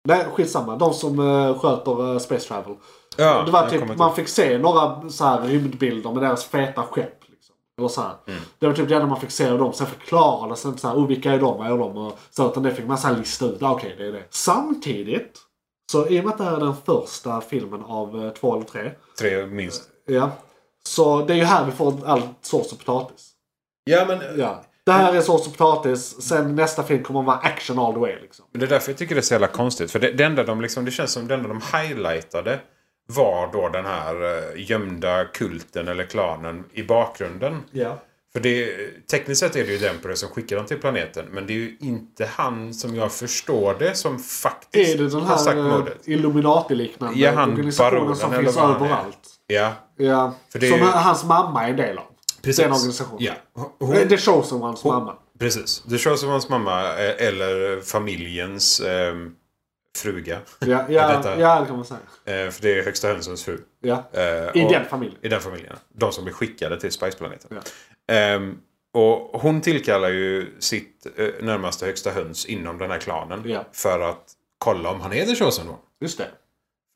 A: Nej, skitsamma. De som eh, sköter eh, space travel.
B: Ja,
A: det var
B: jag kommer
A: typ,
B: inte
A: man
B: ihåg.
A: fick se några så här, rymdbilder med deras feta skepp. Liksom. Eller så här.
B: Mm.
A: Det var typ det enda man fick se av dem. Sen förklarades inte så här, oh, vilka är de, vad gör de? Och så, utan det fick man så här lista ut. Ah, Okej, det är det. Samtidigt, så i och med att det här är den första filmen av eh, två eller tre.
B: Tre minst.
A: Ja. Så det är ju här vi får all sås och potatis.
B: Ja, men
A: Ja. Det här är sås och potatis. Sen nästa film kommer vara action all the way. Liksom.
B: Men Det är därför jag tycker det är så jävla konstigt. För det, det, enda de liksom, det känns som det enda de highlightade var då den här eh, gömda kulten eller klanen i bakgrunden.
A: Ja.
B: För det, tekniskt sett är det ju Demperer som skickar dem till planeten. Men det är ju inte han som jag förstår det som faktiskt
A: Är det den
B: har
A: här
B: sagt
A: eh,
B: mordet.
A: Illuminati-liknande
B: Ja, han
A: organisationen
B: baronen
A: som
B: eller
A: finns
B: vad han är.
A: överallt?
B: Ja,
A: Ja.
B: För det är
A: Som
B: ju-
A: hans mamma är en del av.
B: precis.
A: Den organisationen.
B: Ja. Hon,
A: Det The Chosen Ones
B: hon,
A: mamma.
B: Precis. Det känns som hans mamma eh, eller familjens eh, fruga.
A: Ja, ja,
B: Detta.
A: ja, det kan man säga.
B: Eh, för det är högsta hönsens fru.
A: Ja.
B: Eh,
A: I
B: och-
A: den familjen.
B: I den familjen. De som blir skickade till Spiceplaneten.
A: Ja.
B: Ehm, och hon tillkallar ju sitt eh, närmaste högsta höns inom den här klanen.
A: Ja.
B: För att kolla om han är The Chosen One.
A: Just det.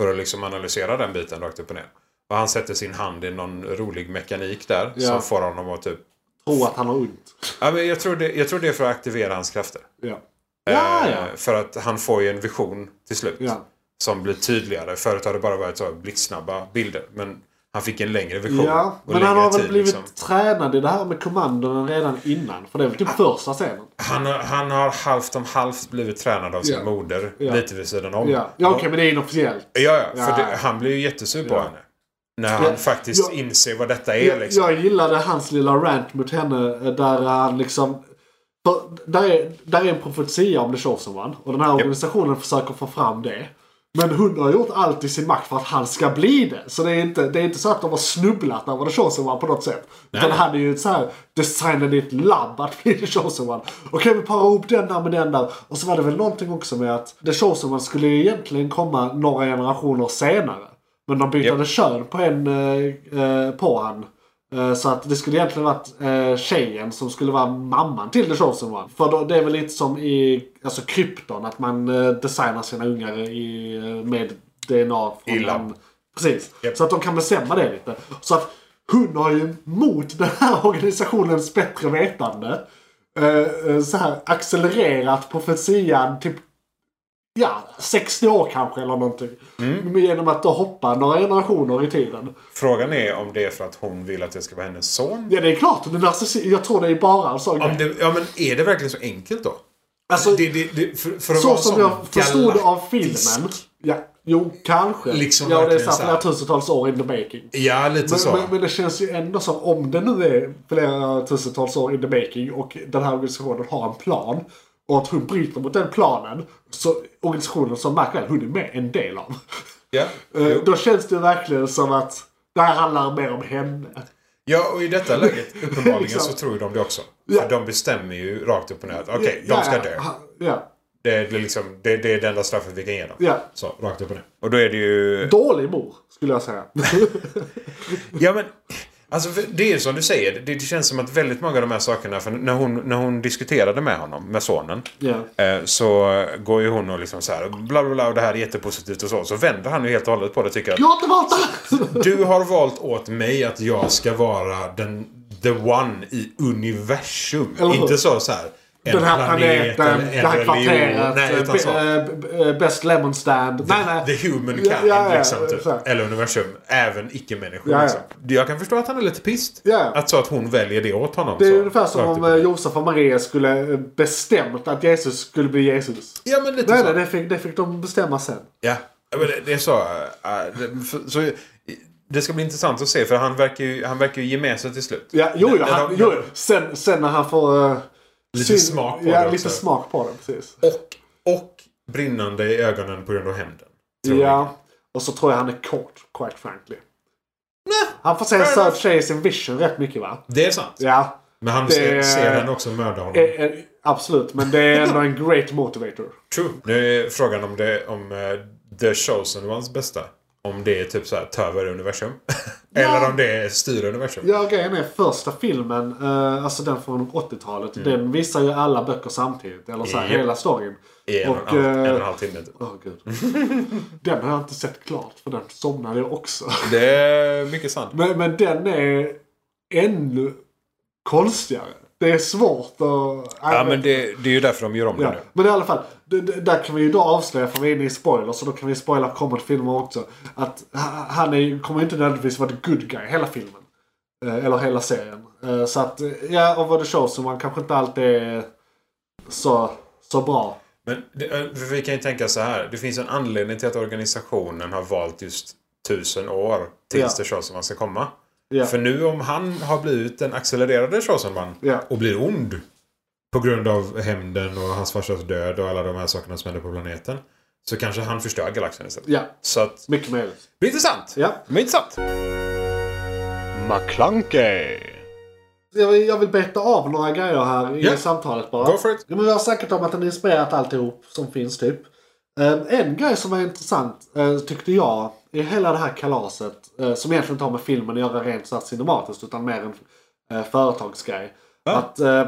B: För att liksom analysera den biten rakt upp och ner. Och han sätter sin hand i någon rolig mekanik där.
A: Ja.
B: Som får honom att typ...
A: Tror att han har ont.
B: Ja, men jag, tror det, jag tror det är för att aktivera hans krafter.
A: Ja. Ja, ja.
B: Eh, För att han får ju en vision till slut.
A: Ja.
B: Som blir tydligare. Förut har det bara varit så här blixtsnabba bilder. Men han fick en längre vision.
A: Ja,
B: och
A: men han
B: längre
A: har väl
B: tid,
A: blivit
B: liksom. Ah.
A: tränad i det här med kommandon redan innan. För det är väl typ första scenen.
B: Han, har- han har halvt om halvt blivit tränad av sin
A: Ja.
B: moder.
A: Ja.
B: Lite vid sidan om.
A: Ja, ja okej
B: Och-
A: men det är inofficiellt.
B: ja, ja, för
A: Ja.
B: det, han blir ju jättesur på
A: Ja.
B: henne. När han faktiskt
A: Ja.
B: inser vad detta är.
A: Jag,
B: liksom.
A: jag gillade hans lilla rant mot henne eh, där han liksom... för Där är, där är en profetia om The Chosen One och den här organisationen försöker få fram det. Men hon har gjort allt i sin makt för att han ska bli det. Så det är inte, det är inte så att de har snubblat över The Chosen One på något sätt. Utan han är ju så här designade i ett labb att bli The Chosen One. Och kan vi para ihop den där med den där. Och så var det väl någonting också med att The Chosen One skulle ju egentligen komma några generationer senare. Men de bytte kön på, en, eh, eh, på han. Eh, Så att det skulle egentligen varit eh, tjejen som skulle vara mamman till The Chosen One. För då, det är väl lite som i alltså krypton, att man eh, designar sina ungar i, eh, med DNA från
B: I labb.
A: en- Precis.
B: Japp.
A: Så att de kan bestämma det lite. Så att hon har ju mot den här organisationens bättre vetande eh, eh, så här accelererat profetian typ ja, 60 år kanske eller någonting.
B: Mm.
A: Men Genom att då hoppa några generationer i tiden.
B: Frågan är om det är för att hon vill att det ska vara hennes son.
A: Ja, det är klart. Det är narcissi- jag tror det är bara en sån grej.
B: Om det, ja, men är det verkligen så enkelt då?
A: Alltså,
B: det, det, det, för, för att
A: Så
B: vara
A: som
B: sån
A: jag förstod det av
B: galaktisk-
A: filmen. Ja, jo, kanske.
B: Liksom
A: ja, det är så
B: verkligen
A: här
B: så här.
A: flera tusentals år in the making.
B: Ja, lite så.
A: Men, men, men det känns ju ändå som om det nu är flera tusentals år in the making och den här organisationen har en plan och att hon bryter mot den planen så organisationen som märker väl, hon är med en del av.
B: ja.
A: Eh, Då känns det verkligen som att det här handlar mer om henne.
B: ja, och i detta läget uppenbarligen
A: Liksom.
B: så tror ju de det också.
A: Ja.
B: För de bestämmer ju rakt upp och ner att okej, de ska
A: ja,
B: dö.
A: ha- Ja.
B: Det är, det är liksom, det, det är det enda straffet vi kan ge dem.
A: Ja.
B: Så, rakt upp och ner. Och då är det ju...
A: Dålig mor, skulle jag säga.
B: Ja, men... Alltså, för det är ju som du säger. Det, det känns som att väldigt många av de här sakerna, för när hon, när hon diskuterade med honom, med sonen,
A: ja.
B: eh, så går ju hon och liksom så här, bla bla bla, och det här är jättepositivt och så. Så vänder han ju helt och hållet på det och tycker att
A: Jag har inte valt det!
B: du har valt åt mig att jag ska vara den, the one i universum.
A: Eller hur?
B: Inte så så här, en
A: den här planeten,
B: eller en
A: det här
B: religion.
A: kvarteret,
B: Nej,
A: eh,
B: utan
A: b-
B: så.
A: eh, b- eh, Best Lemon Stand. nej, nej.
B: The human kind,
A: Ja, ja, ja,
B: liksom, typ.
A: exakt.
B: eller universum. Även icke-människor.
A: Ja, ja.
B: Liksom. Jag kan förstå att han är lite pissed.
A: Ja.
B: Att, så att hon väljer det åt honom.
A: Det är
B: så. typ.
A: ungefär som
B: Rakt
A: om
B: upp.
A: eh, Josef och Maria skulle eh, bestämt att Jesus skulle bli Jesus.
B: Ja, men lite
A: Nej,
B: så.
A: nej, det fick, det fick de bestämma sen.
B: Ja. Ja, men det, det är så. eh, det, för, så. Det ska bli intressant att se, för han verkar ju, han verkar ju ge med sig till slut.
A: Ja, jo,
B: Men-
A: jo,
B: men
A: han,
B: de-
A: jo, jo. Sen, sen när han får... eh,
B: Lite smak på
A: ja,
B: det
A: lite
B: också.
A: smak på det, precis.
B: Och, och brinnande i ögonen på grund av hämnden. tror jag.
A: Ja. Och så tror jag han är kort, quite frankly. Han får se en
B: fair
A: söt
B: enough.
A: tjej i sin vision rätt mycket, va?
B: Det är sant.
A: Ja.
B: Men han
A: Det-
B: ser, ser henne också mörda honom.
A: Eh, eh, Absolut, men det är ändå en great motivator.
B: True. Nu är frågan om det om eh, The Chosen Ones bästa. Om det är typ så här, ta över universum. Eller om det är styr universum.
A: Ja, grejen är första filmen, eh, alltså den från 80-talet, den visar ju alla böcker samtidigt. Eller så här,
B: Mm. Japp.
A: hela storyn.
B: I en och,
A: Och,
B: en, halv- en och en
A: eh,
B: halv timme. Typ.
A: Åh gud. den har jag inte sett klart för den somnade jag också.
B: Det är mycket sant.
A: Men, men den är ännu konstigare. Det är svårt att...
B: Ja, men det, det är ju därför de gör om det
A: Ja,
B: nu.
A: men i alla fall, d- d- där kan vi ju då avslöja, för vi är inne i spoilers, så då kan vi spoila kommande filmer också. Att ha- han är, ju- kommer ju inte nödvändigtvis vara the good guy hela filmen. Eh, Eller hela serien. Eh, Så att, eh, ja, och vad det shows som man kanske inte alltid är så, så bra.
B: Men det, eh, för vi kan ju tänka så här. Det finns en anledning till att organisationen har valt just tusen år tills
A: Ja.
B: det Shawsman ska komma.
A: Ja.
B: För nu om han har blivit den accelererade Shawsman
A: Ja.
B: och blir ond på grund av hämnden och hans farsas död och alla de här sakerna som händer på planeten. Så kanske han förstör galaxen istället.
A: Ja,
B: Så att, det
A: mycket möjligt.
B: blir intressant.
A: Ja.
B: Det blir intressant. McClunkey.
A: Jag, jag vill beta av några grejer här i
B: Ja.
A: samtalet bara.
B: Go for it.
A: Ja, men vi har snackat om att den inspirerat alltihop som finns typ. Eh, En grej som var intressant eh, tyckte jag i hela det här kalaset, eh, som egentligen inte har med filmen att göra rent så här cinematiskt utan mer en eh, företagsgrej. Att eh,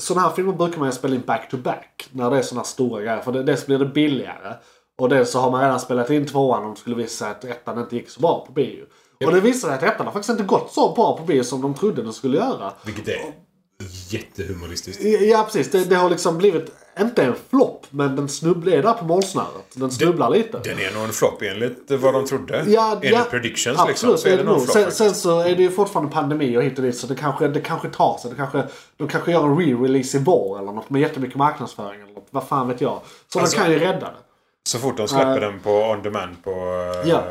A: sådana här filmer brukar man ju spela in back-to-back när det är sådana stora grejer. För det, dels blir det billigare och dels så har man redan spelat in tvåan om det skulle visa sig att ettan inte gick så bra på bio. Och det visade sig att ettan har faktiskt inte gått så bra på bio som de trodde den skulle göra.
B: Vilket är jättehumoristiskt.
A: Ja precis, det, det har liksom blivit, inte en flopp, men den snubblar är där på målsnöret. Den snubblar lite.
B: Den är nog en flopp enligt vad de trodde.
A: ja,
B: enligt
A: ja,
B: predictions
A: absolut,
B: liksom. Så är det nog en flopp.
A: sen,
B: faktiskt.
A: sen så är det ju fortfarande pandemi och hit och dit så det kanske, det kanske tar sig. Det kanske, de kanske gör en re-release i vår eller något med jättemycket marknadsföring eller något. Vad fan vet jag. Så
B: Alltså-
A: de kan ju rädda det.
B: Så fort de släpper den på on demand på eh,
A: Ja.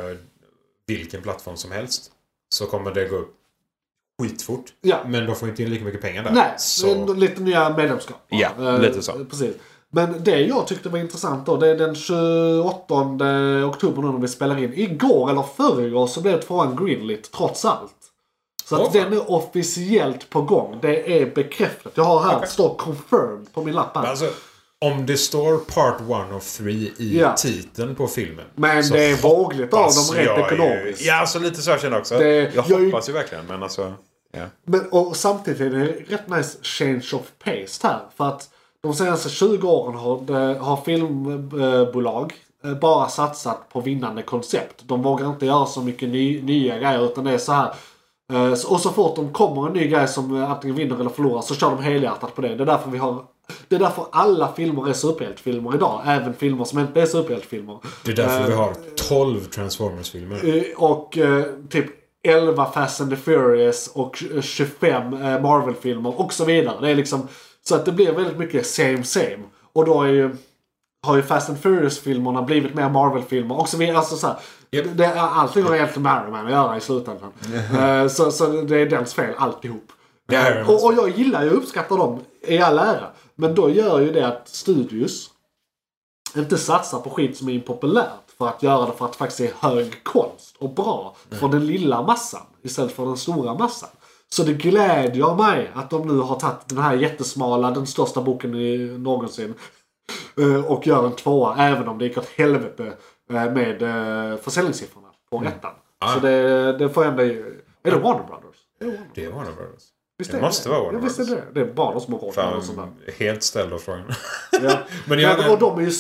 B: vilken plattform som helst. Så kommer det gå upp skitfort.
A: Ja.
B: Men de får inte in lika mycket pengar där.
A: Nej,
B: så...
A: men lite nya medlemskap.
B: Ja,
A: Eh,
B: lite så.
A: Precis. Men det jag tyckte var intressant då, det är den 28 oktober nu när vi spelar in. Igår eller förrgår så blev tvåan greenlit trots allt. Så att
B: Åh, fan.
A: den är officiellt på gång. Det är bekräftat. Jag har här, står confirmed på min lapp här.
B: Alltså, om det står Part 1 of 3 i
A: Ja.
B: titeln på filmen.
A: Men
B: så
A: det är vågligt av
B: hoppas
A: dem rent
B: alltså, jag ju-
A: ekonomiskt.
B: Ja, alltså lite så jag känner också.
A: Det-
B: jag
A: jag är ju-
B: hoppas ju verkligen, men alltså... Ja.
A: Men, och samtidigt är det rätt nice change of pace här. För att de senaste 20 åren har, det- har filmbolag eh, bara satsat på vinnande koncept. De vågar inte göra så mycket ny, nya grejer utan det är så här. eh, så- Och så fort de kommer en ny grej som eh, antingen vinner eller förlorar så kör de helhjärtat på det. Det är därför vi har det är därför alla filmer är superhjältefilmer idag. Även filmer som inte är superhjältefilmer.
B: Det är därför vi har 12 Transformers-filmer.
A: Eh, Och eh, typ 11 Fast and the Furious och eh, 25 eh, Marvel-filmer och så vidare. Det är liksom, så att det blir väldigt mycket same same. Och då är ju, har ju Fast and Furious-filmerna blivit mer Marvel-filmer och så vidare. Alltså, så här,
B: Japp.
A: det, det, allting har egentligen med Iron Man att göra i slutändan. Eh, så, så det är dens fel alltihop.
B: Det är Iron
A: Eh,
B: Man.
A: och, och jag gillar ju och uppskattar dem i all ära. Men då gör ju det att studios inte satsa på skit som är impopulärt för att göra det för att faktiskt är hög konst och bra för den lilla massan istället för den stora massan. Så det glädjer mig att de nu har tagit den här jättesmala, den största boken i, någonsin eh, och gör en tvåa även om det gick åt helvete eh, med eh, försäljningssiffrorna på ettan. Så det, det får ändå... Är det Warner Brothers?
B: Det är Warner Brothers.
A: Visst
B: Det
A: är
B: måste vara Warner
A: ja, visst är det. Det är Brothers som har råd med
B: Fan,
A: något sånt där.
B: helt ställd av frågan.
A: Ja.
B: Men
A: Men
B: jag-
A: och de är ju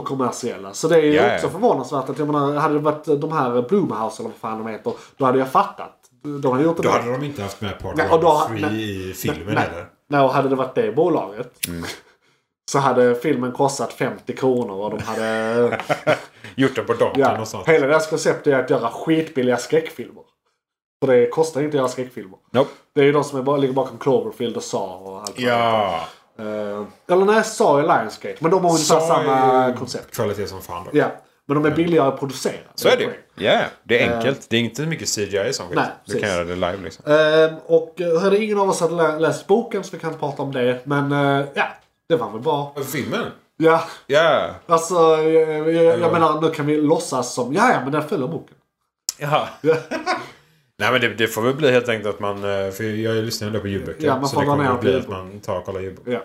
A: superkommersiella. Så det är ju
B: Ja, ja.
A: också förvånansvärt att jag menar, hade det varit de här Blumhouse eller vad fan de heter. Då hade jag fattat. De har gjort det
B: Då
A: där.
B: hade de inte haft med Part
A: Nej,
B: 1
A: och då-
B: of 3
A: nej,
B: i filmen Mm.
A: nej,
B: heller.
A: nej, och hade det varit det bolaget. Så hade filmen kostat 50 kronor och de hade...
B: Gjort den på Donken
A: ja,
B: någonstans.
A: hela deras koncept är att göra skitbilliga skräckfilmer. För det kostar inte att göra skräckfilmer.
B: Nope.
A: Det är ju de som är, bara- ligger bakom Cloverfield och Saw och allt vad
B: Ja.
A: det heter. Eh, Eller nej, Saw är Lionsgate. Men de har ungefär
B: Så
A: samma
B: är ju
A: koncept.
B: Kvalitet som fan då.
A: Ja, men de är billigare att producera.
B: Så är det ju.
A: poäng.
B: Ja, det är enkelt. Det är inte mycket CGI som skit.
A: Eh. Nej,
B: Du kan
A: precis.
B: göra det live liksom.
A: Ehm, och eh, hade ingen av oss hade lä- läst boken så vi kan inte prata om det. Men eh, ja, det var väl bra.
B: Filmen?
A: Ja,
B: Ja.
A: alltså jag, jag, jag menar nu kan vi låtsas som, ja ja men den följer boken.
B: Jaha. Nej men det, det får väl bli helt enkelt att man... eh, För jag lyssnar ändå på ljudböcker.
A: Ja, man
B: så
A: får
B: det
A: dra ner
B: kommer att
A: på
B: bli att
A: ljudbok.
B: man tar och kollar ljudbok.
A: Ja.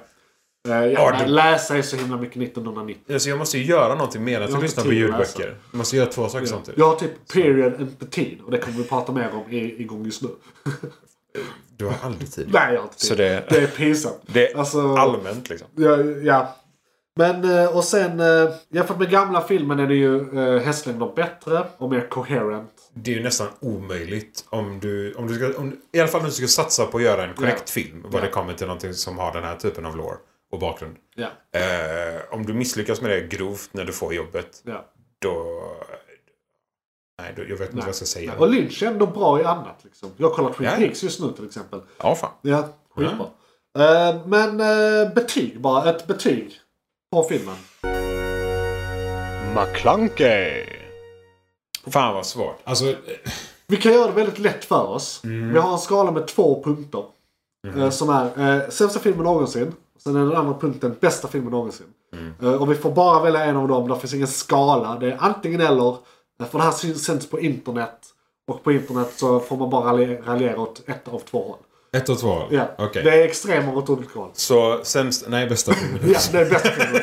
A: Eh, ja,
B: Ard-
A: men läsa är så himla mycket 1990.
B: Alltså jag måste ju göra någonting mer än
A: har
B: att
A: inte
B: lyssna på
A: tid att
B: ljudböcker.
A: läsa.
B: Jag måste göra två saker samtidigt.
A: Jag har typ period and tid och det kommer vi prata mer om i, igång just nu.
B: Du har aldrig tid.
A: Nej, jag har inte tid.
B: Så det-
A: det är pinsamt.
B: Det är
A: Alltså-
B: allmänt liksom.
A: Ja, ja. Men eh, och sen eh, jämfört med gamla filmen är det ju eh, hästlängder bättre och mer coherent.
B: Det är ju nästan omöjligt om du... Om du ska, om, I alla fall om du ska satsa på att göra en korrekt
A: Ja.
B: film. Vad det kommer till någonting som har den här typen av lore och bakgrund.
A: Ja,
B: Eh, om du misslyckas med det grovt när du får jobbet.
A: ja.
B: Då... Nej, då, jag vet inte vad jag ska säga.
A: Och Lynch är ändå bra i annat. Liksom. Jag kollar Twin
B: Ja, ja.
A: Peaks just nu till exempel.
B: Ja, fan.
A: Ja, skitbra. Eh, men eh, betyg bara. Ett betyg på filmen.
B: McClunkey. Fan vad svårt. Alltså, eh,
A: Vi kan göra det väldigt lätt för oss.
B: Mm.
A: Vi har en skala med två punkter. Eh, som är eh, sämsta filmen någonsin. Sen är den andra punkten bästa filmen någonsin.
B: Mm.
A: Eh, och vi får bara välja en av dem. Där finns ingen skala. Det är antingen eller. Eh, För det här syns- sänds på internet. Och på internet så får man bara ralje- raljera åt ett av två håll.
B: ett och två.
A: Ja.
B: Okej.
A: Det är extremer åt olika håll.
B: Så sämst... Nej, bästa filmen.
A: Ja, det är bästa filmen.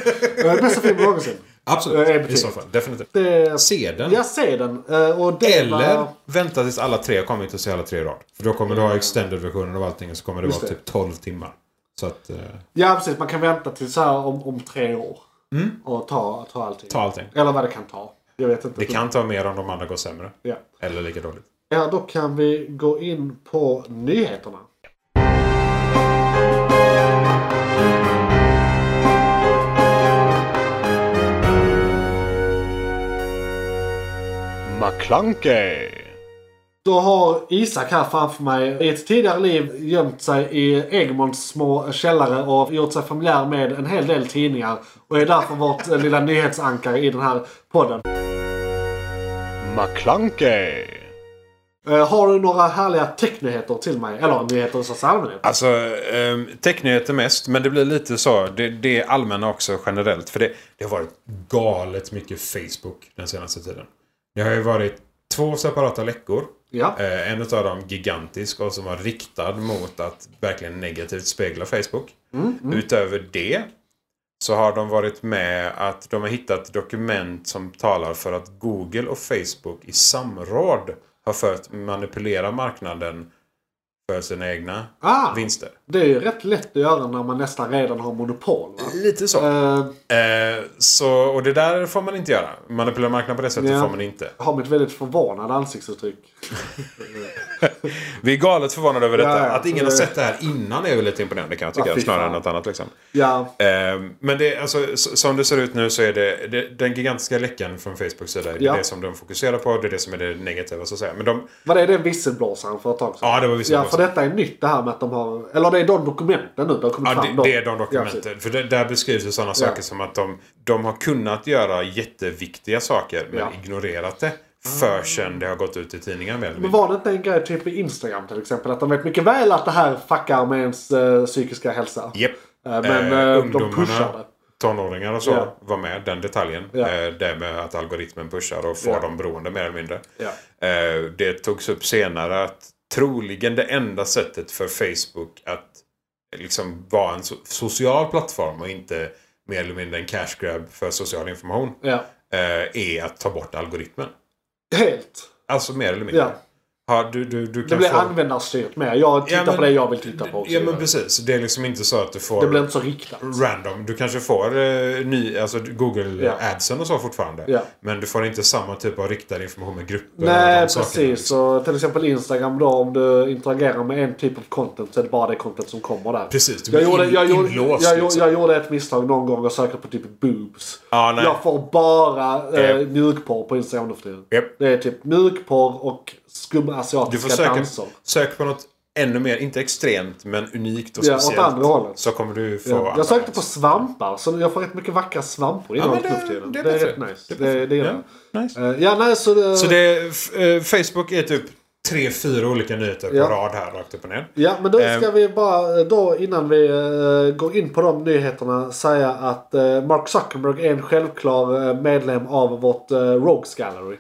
A: Eh, bästa filmen någonsin. Eh, är
B: Absolut. I
A: betyget.
B: så fall. Definitivt.
A: Det är...
B: Se den.
A: Jag ser den. Eh, och det
B: Eller
A: var-
B: vänta tills alla tre har kommit och se alla tre i rad. För då kommer du ha extended-versionen av allting och så kommer Mm. det
A: Just
B: vara
A: det.
B: typ 12 timmar. Så att... Eh,
A: Ja precis, man kan vänta till så här om, om tre år. Och ta, ta allting.
B: Mm. ta allting.
A: Eller vad det kan ta. Jag vet inte.
B: Det kan ta mer om de andra går sämre.
A: Ja.
B: Eller lika dåligt.
A: ja, då kan vi gå in på nyheterna.
B: McClunkey.
A: Då har Isak här framför mig i ett tidigare liv gömt sig i Egmonts små källare och gjort sig familjär med en hel del tidningar. Och är därför vårt eh, lilla nyhetsankare i den här podden.
B: McClunkey.
A: Eh, har du några härliga technyheter till mig? Eller nyheter i största allmänhet?
B: Alltså, eh, technyheter mest. Men det blir lite så. Det, det är allmänna också generellt. För det, det har varit galet mycket Facebook den senaste tiden. Det har ju varit två separata läckor.
A: Ja.
B: Eh, en av dem gigantisk och som var riktad mot att verkligen negativt spegla Facebook. Utöver det så har de varit med att de har hittat dokument som talar för att Google och Facebook i samråd har fört manipulera marknaden för sina egna
A: Ah,
B: vinster.
A: det är ju rätt lätt att göra när man nästan redan har monopol. Va?
B: Lite så.
A: Eh,
B: Eh, så. Och det där får man inte göra. Manipulera marknaden på det sättet
A: Ja.
B: får man inte.
A: har med ett väldigt förvånande ansiktsuttryck.
B: Vi är galet förvånade över detta.
A: Ja, ja.
B: Att ingen har
A: Eh.
B: sett det här innan är väl lite imponerande kan jag tycka.
A: Ja, fy
B: snarare
A: fan.
B: än något annat liksom.
A: Ja,
B: Ehm, Men det, alltså, s- som det ser ut nu så är det, det den gigantiska läckan från Facebooks sida. Det är
A: Ja.
B: det som de fokuserar på. Det är det som är det negativa så att säga. Men de,
A: var det den visselblåsaren för ett tag sedan?
B: Ja, det var
A: Ja, för
B: visselblåsaren.
A: detta är nytt det här med att de har... Eller det är de dokumenten nu. Det har kommit
B: ja,
A: fram
B: det,
A: då.
B: det är de
A: Ja,
B: dokumenten.
A: precis.
B: För det, där beskrivs ju sådana saker som att de, de har kunnat göra jätteviktiga saker men
A: Ja.
B: ignorerat det. Förrän det har gått ut i tidningen. Väl.
A: men var det inte en grej typ i Instagram till exempel? Att de vet mycket väl att det här fuckar med ens eh, psykiska hälsa.
B: Japp.
A: Eh, men eh, de pushar det.
B: tonåringar och så
A: Ja.
B: var med. Den detaljen.
A: Ja.
B: Eh, det med att algoritmen pushar och får
A: Ja.
B: dem beroende mer eller mindre.
A: Ja.
B: Eh, det togs upp senare att troligen det enda sättet för Facebook att liksom vara en so social plattform och inte mer eller mindre en cash grab för social information.
A: Ja.
B: Eh, är att ta bort algoritmen.
A: Helt.
B: Alltså mer eller mindre.
A: Ja.
B: Ja, du, du, du kan
A: Det blir
B: få...
A: användarstyrt mer. Jag tittar
B: Ja, men-
A: på det jag vill titta på. också.
B: Ja men precis. Det är liksom inte så att du får...
A: det blir inte så riktat.
B: random. Du kanske får eh, ny, alltså Google
A: Ja.
B: adsen och så fortfarande.
A: Ja.
B: Men du får inte samma typ av riktad information med grupper. och
A: Nej
B: de sakerna,
A: precis.
B: liksom.
A: Så till exempel Instagram då om du interagerar med en typ av content så är det bara det content som kommer där.
B: Precis, du
A: jag,
B: blir
A: gjorde,
B: in-
A: jag, gjorde,
B: inlåst,
A: jag,
B: liksom.
A: jag gjorde ett misstag någon gång och sökte på typ boobs.
B: Ja, nej.
A: jag får bara eh,
B: Eh.
A: mjukporr på Instagram nu för tiden.
B: Japp.
A: Det är typ mjukporr och
B: Du får
A: skumasiatiska
B: söka,
A: danser.
B: sök på något ännu mer, inte extremt, men unikt och
A: Ja, åt
B: speciellt.
A: andra hållet.
B: Så kommer du få...
A: Ja.
B: andra
A: Jag sökte på
B: chans.
A: svampar så jag får rätt mycket vackra svampor
B: men
A: inom
B: det-
A: ja, nu för tiden.
B: det
A: Det
B: är
A: är,
B: bättre.
A: rätt nice.
B: Det är
A: Det, det gillar
B: Ja,
A: jag.
B: nice.
A: Eh, Ja, nej, så det...
B: Så det är, f- eh, Facebook är typ tre, fyra olika nyheter
A: Ja.
B: på rad här, rakt upp och ner.
A: Ja, men då ska
B: Ehm.
A: vi bara då innan vi eh, går in på de nyheterna säga att eh, Mark Zuckerberg är en självklar eh, medlem av vårt eh, Rogues Gallery.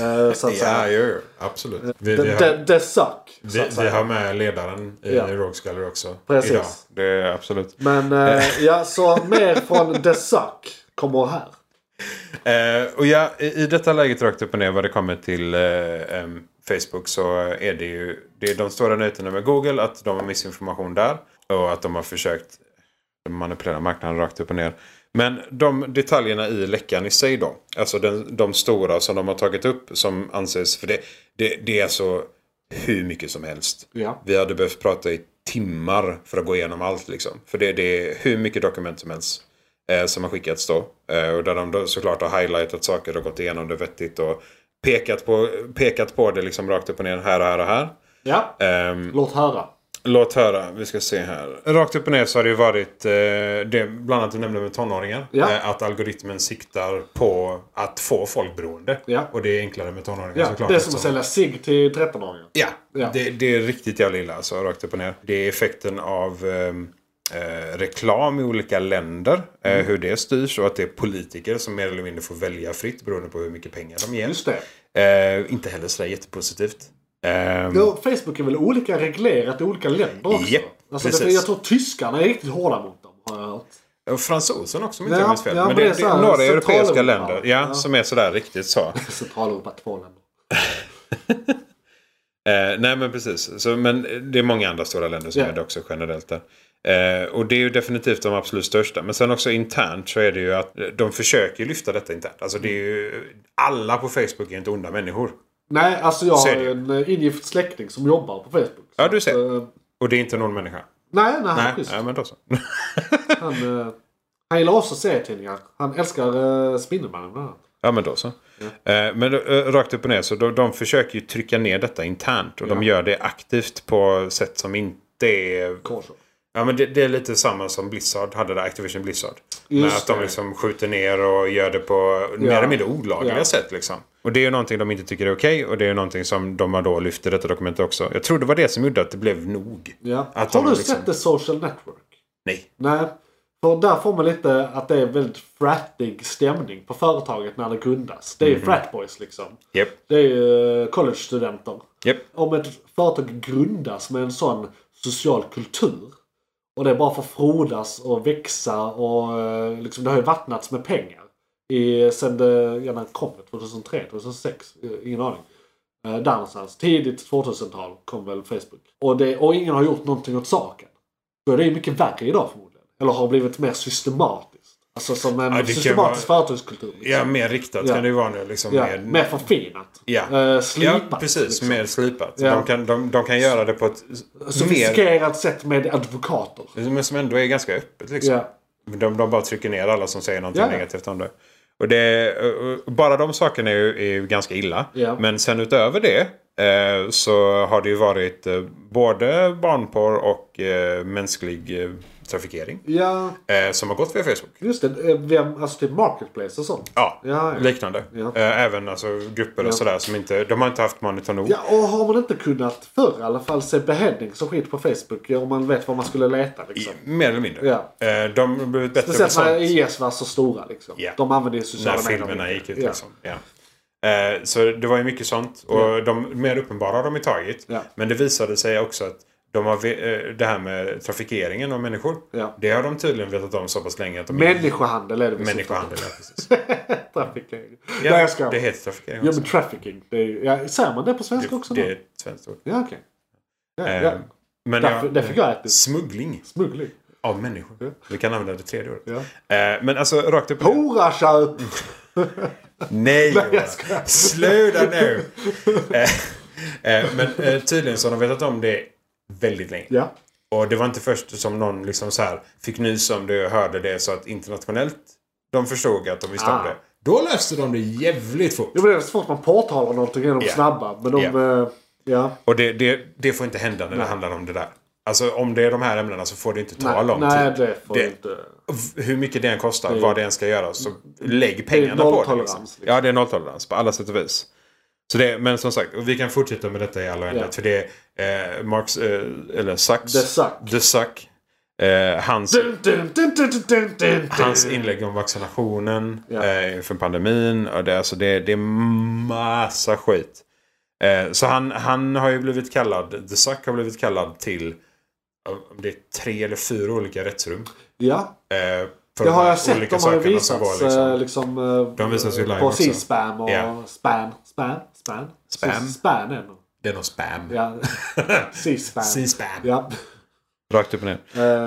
A: Eh, så att
B: Ja,
A: säga.
B: jo, jo, absolut. Vi, vi,
A: Det, det,
B: har,
A: det suck. så
B: vi,
A: att
B: vi
A: säga.
B: har med ledaren i,
A: Ja.
B: i Rogue Scholar också.
A: Precis.
B: Idag. Det är absolut.
A: Men eh, ja, så mer från The Suck kommer här.
B: Eh, och ja, i, i detta läget rakt upp och ner vad det kommer till eh, em, Facebook så är det ju det är de stora nyheterna med Google att de har missinformation där. Och att de har försökt manipulera marknaden rakt upp och ner. Men de detaljerna i läckan i sig då. Alltså den, de stora som de har tagit upp som anses... För det, det, det är alltså hur mycket som helst.
A: Ja.
B: Vi hade behövt prata i timmar för att gå igenom allt. Liksom. För det, det är hur mycket dokument som helst eh, som har skickats då. Eh, och där de då såklart har highlightat saker och gått igenom det vettigt och pekat på, pekat på det liksom rakt upp och ner här och här och här.
A: Ja,
B: Ehm,
A: låt höra.
B: Låt höra, vi ska se här. Rakt upp och ner så har det ju varit eh, det bland annat du nämnde med tonåringar.
A: Ja.
B: Eh, att algoritmen siktar på att få folk beroende.
A: Ja.
B: Och det är enklare med tonåringar
A: Ja,
B: såklart.
A: det är som att
B: eftersom-
A: sälja cigg till 13-åringar.
B: Ja,
A: Ja.
B: Det, det är riktigt jävla illa alltså, rakt upp och ner. Det är effekten av ehm, eh, reklam i olika länder, eh,
A: Mm.
B: hur det styrs och att det är politiker som mer eller mindre får välja fritt beroende på hur mycket pengar de ger.
A: Just det.
B: Eh, inte heller sådär jättepositivt. Ehm,
A: Jo, Facebook är väl olika reglerat i olika länder också?
B: Japp,
A: alltså, det,
B: precis.
A: jag tror tyskarna är riktigt hårda mot dem har jag hört.
B: Och fransosen också om inte
A: Ja,
B: jag minns fel.
A: ja, men
B: men det,
A: det är
B: det
A: så
B: är
A: här
B: några europeiska
A: central-
B: länder ja,
A: ja.
B: som är sådär riktigt så. eh,
A: Centraleuropa, två länder.
B: Eh, nej men precis. Så, men det är många andra stora länder som
A: Ja.
B: är det också generellt där. Eh, och det är ju definitivt de absolut största. Men sen också internt så är det ju att de försöker lyfta detta internt. Alltså det är ju, alla på Facebook är inte onda människor.
A: Nej, alltså jag
B: Ser
A: har
B: du?
A: en eh, ingift släkting som jobbar på Facebook.
B: Ja,
A: Så
B: du
A: att,
B: ser.
A: eh,
B: Och det är inte någon människa.
A: Nej, nej, han är
B: Nej,
A: schysst.
B: nej men då så.
A: Han, eh, han gillar också serietidningar. Han älskar uh, Spindelmannen bland annat.
B: Ja men då så. Eh, Men eh, rakt upp och ner så de, de försöker ju trycka ner detta internt. Och de gör det aktivt på sätt som inte är
A: Korsor.
B: Ja men det, det är lite samma som Blizzard hade där, Activision Blizzard. Med
A: Just
B: att de
A: det.
B: liksom skjuter ner och gör det på mer eller mindre olagliga
A: Ja.
B: sätt liksom. Och det är ju någonting de inte tycker är okej och det är ju någonting som de har då lyft i detta dokument också. Jag tror det var det som gjorde att det blev nog.
A: Ja.
B: Att
A: har
B: de
A: du
B: liksom-
A: sett The Social Network?
B: Nej.
A: Nej. För där får man lite att det är väldigt frattig stämning på företaget när det grundas. Det är ju
B: Mhm.
A: fratboys liksom.
B: Japp.
A: Det är ju eh, college-studenter.
B: Japp.
A: Om ett företag grundas med en sån social kultur och det bara får frodas och växa och eh, liksom, det har ju vattnats med pengar. I, sen det gärna kom, 2003, 2006, eh, ingen aning. Eh, Där någonstans, tidigt 2000-tal kom väl Facebook. Och, det, och ingen har gjort någonting åt saken. Då är det ju mycket värre idag förmodligen. Eller har blivit mer systematiskt. Alltså som en
B: det kan
A: systematisk företagskultur. liksom.
B: Ja, mer riktat
A: Ja.
B: kan det ju vara nu liksom.
A: Ja,
B: med-
A: mer förfinat.
B: Ja,
A: Eh, slipat.
B: ja precis.
A: liksom.
B: Mer slipat.
A: Ja.
B: De, kan, de, de kan göra det på ett mer,
A: Sofistikerat sätt med advokater.
B: men som ändå är ganska öppet. Liksom.
A: Ja.
B: De, de bara trycker ner alla som säger någonting
A: Ja.
B: negativt om det. Och det och- och bara de sakerna är ju, är ju ganska illa.
A: Ja.
B: Men sen utöver det eh, så har det ju varit eh, både barnporr och eh, mänsklig eh, trafikering.
A: ja,
B: Eh, som har gått via Facebook.
A: just det. Eh, Vem, alltså typ marketplace och sånt.
B: Ja,
A: Ja, ja.
B: liknande.
A: Ja.
B: Eh, även alltså, grupper och sådär som inte... De har inte haft monitor nog.
A: Ja, och har man inte kunnat förr i alla fall se beheadning som skit på Facebook ja, om man vet vad man skulle leta liksom.
B: Mer eller mindre.
A: Ja.
B: Eh, de har blivit bättre
A: Speciellt när
B: sånt.
A: IS var så stora liksom.
B: Ja.
A: De använde ju sociala
B: när
A: medier
B: filmerna
A: mycket.
B: gick ut.
A: Ja.
B: Liksom. Ja. Eh, så det var ju mycket sånt. Och de mer uppenbara har de ju tagit.
A: Ja.
B: Men det visade sig också att de har, ve- eh, det här med trafikeringen av människor.
A: Ja.
B: Det har de tydligen vetat om så pass länge att de
A: Människohandel är det vi
B: Människohandel, ja, precis.
A: syftar på. Trafficking. Ja,
B: Ja,
A: jag ska.
B: det heter trafikering
A: Ja
B: också.
A: men trafficking. Det är, ju- ja, säger man det på svenska också?
B: det är
A: då?
B: ett svenskt ord.
A: Ja okej. Ja,
B: Eh,
A: ja.
B: Men
A: Därför,
B: jag,
A: det fick jag äta.
B: smuggling
A: Smuggling.
B: av människor. Vi kan använda det tredje ordet.
A: Ja.
B: Eh, men alltså rakt upp och ner.
A: Horaköp!
B: Mm. Nej!
A: jag skojar.
B: Sluta nu! Eh, eh, men eh, tydligen så har de vetat om det väldigt länge.
A: Ja.
B: Och det var inte först som någon liksom så här fick nys om det och hörde det så att internationellt de förstod att de visste om
A: Ah.
B: det. Då löste de det jävligt fort.
A: Jo men det är så fort man påtalar någonting är de
B: Ja.
A: snabba. Men de...
B: Ja.
A: eh, ja.
B: Och det, det, det får inte hända när det handlar om det där. Alltså om det är de här ämnena så får det inte ta
A: Nej,
B: lång
A: nej,
B: tid.
A: det får
B: Det-
A: inte...
B: V- Hur mycket det än kostar, vad det än ska göra, så lägg pengarna på det.
A: nolltolerans, liksom.
B: Ja, det är nolltolerans på alla sätt och vis. Så det, men som sagt, och vi kan fortsätta med detta i all oändlighet.
A: Ja.
B: För det är eh, Marx, eh, eller Sachs.
A: The Suck.
B: The Suck. Eh, hans,
A: Dun, dun, dun, dun, dun, dun, dun.
B: hans inlägg om vaccinationen
A: Ja.
B: eh, inför pandemin. Och det, alltså det, det är massa skit. Eh, så han, han har ju blivit kallad, The Suck har blivit kallad till eh, om det är tre eller fyra olika rättsrum.
A: Ja,
B: Eh, för
A: det har
B: de här
A: jag sett. De har ju
B: sakerna som
A: visats
B: var liksom-
A: eh, liksom, eh,
B: De visas ju live
A: på
B: också.
A: C-spam och
B: Ja.
A: span. Span? Span?
B: Spam.
A: Span är det nog.
B: Det är någon spam.
A: Ja. C-spam.
B: C-spam.
A: Ja.
B: Rakt upp och ner.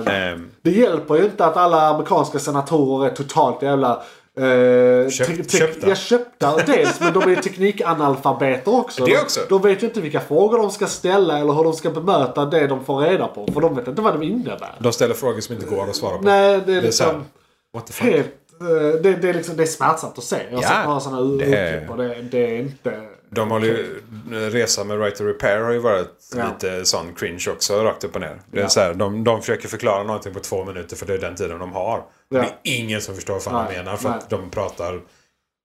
A: Eh,
B: Ehm,
A: Det hjälper ju inte att alla amerikanska senatorer är totalt jävla... Eh,
B: Köpt-
A: te- te-
B: köpta.
A: Ja, köpta dels. Men de är ju teknikanalfabeter också.
B: Det också.
A: De, de vet ju inte vilka frågor de ska ställa eller hur de ska bemöta det de får reda på. För de vet inte vad de innebär.
B: de ställer frågor som inte går att svara på.
A: Nej, det är
B: det är så här,
A: liksom...
B: What the fuck?
A: Helt, eh, det, det, är liksom, det är smärtsamt att se. Jag har
B: Ja,
A: sett några sådana
B: det är-
A: urklipp och det, det är inte...
B: De håller ju, Resa med Right to Repair har ju varit
A: Ja.
B: lite sån cringe också, rakt upp och ner. Det är så här, de, de försöker förklara någonting på två minuter för det är den tiden de har.
A: Ja.
B: Det är ingen som förstår vad fan de
A: Nej,
B: menar för att de pratar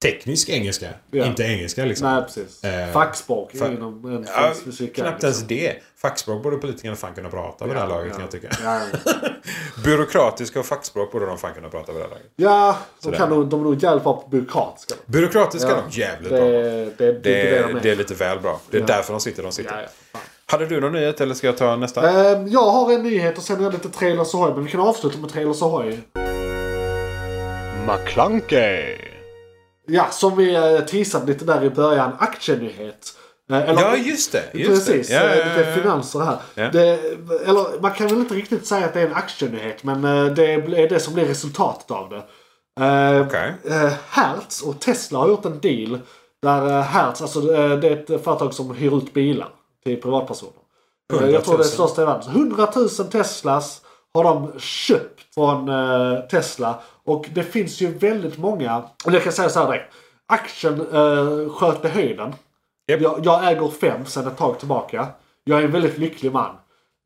B: teknisk engelska.
A: Ja.
B: Inte engelska liksom.
A: Nej, precis.
B: Eh,
A: Fackspråk
B: fa-
A: inom en
B: Ja,
A: specifik...
B: knappt ens det. Fackspråk borde politikerna fan kunna prata vid det här laget kan jag tycka.
A: liksom. Ja, ja.
B: Byråkratiska och fackspråk borde de fan kunna prata vid det här laget.
A: Ja, de,
B: Sådär.
A: kan nog, de är nog jävligt bra på byråkratiska.
B: Byråkratiska
A: Ja.
B: är de jävligt
A: Det,
B: bra.
A: det, det,
B: Det
A: är
B: är,
A: det
B: det
A: de
B: är lite väl bra. Det är därför de sitter de sitter.
A: Ja, ja, fan.
B: Hade du någon nyhet eller ska jag ta nästa?
A: Ehm, Jag har en nyhet och sen är det lite trailers ahoy. Men vi kan avsluta med trailers ahoy.
B: McClunkey.
A: Ja, som vi eh, teasade lite där i början. Aktienyhet. Eh, Eller,
B: Ja, just det. Just
A: Precis,
B: det. Ja,
A: eh,
B: ja, ja,
A: lite
B: ja.
A: finanser här.
B: Ja.
A: Det, eller man kan väl inte riktigt säga att det är en aktienyhet men eh, det är det som blir resultatet av det. Eh,
B: Okej.
A: eh, Hertz och Tesla har gjort en deal där eh, Hertz, alltså eh, det är ett företag som hyr ut bilar till privatpersoner. Eh,
B: 100 000.
A: Jag tror det är största i världen. 100 000 Teslas har de köpt från eh, Tesla. Och det finns ju väldigt många, och jag kan säga så här direkt. Aktien eh, sköt i höjden.
B: Japp.
A: Jag, jag äger fem sedan ett tag tillbaka. Jag är en väldigt lycklig man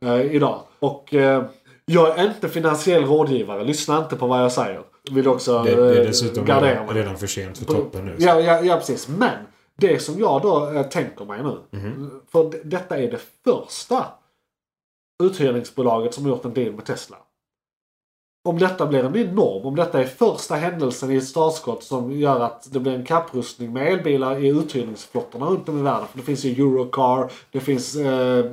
A: eh, idag. Och eh, jag är inte finansiell rådgivare. Lyssna inte på vad jag säger. Vill också
B: Det, det är
A: eh,
B: dessutom
A: gardera
B: redan,
A: mig.
B: redan för sent för toppen nu.
A: Ja, ja, ja, precis. Men det som jag då eh, tänker mig nu.
B: Mhm.
A: För d- detta är det första uthyrningsbolaget som har gjort en deal med Tesla. Om detta blir en ny norm, om detta är första händelsen i ett startskott som gör att det blir en kapprustning med elbilar i uthyrningsflottorna runt om i världen. För det finns ju Eurocar, det finns eh,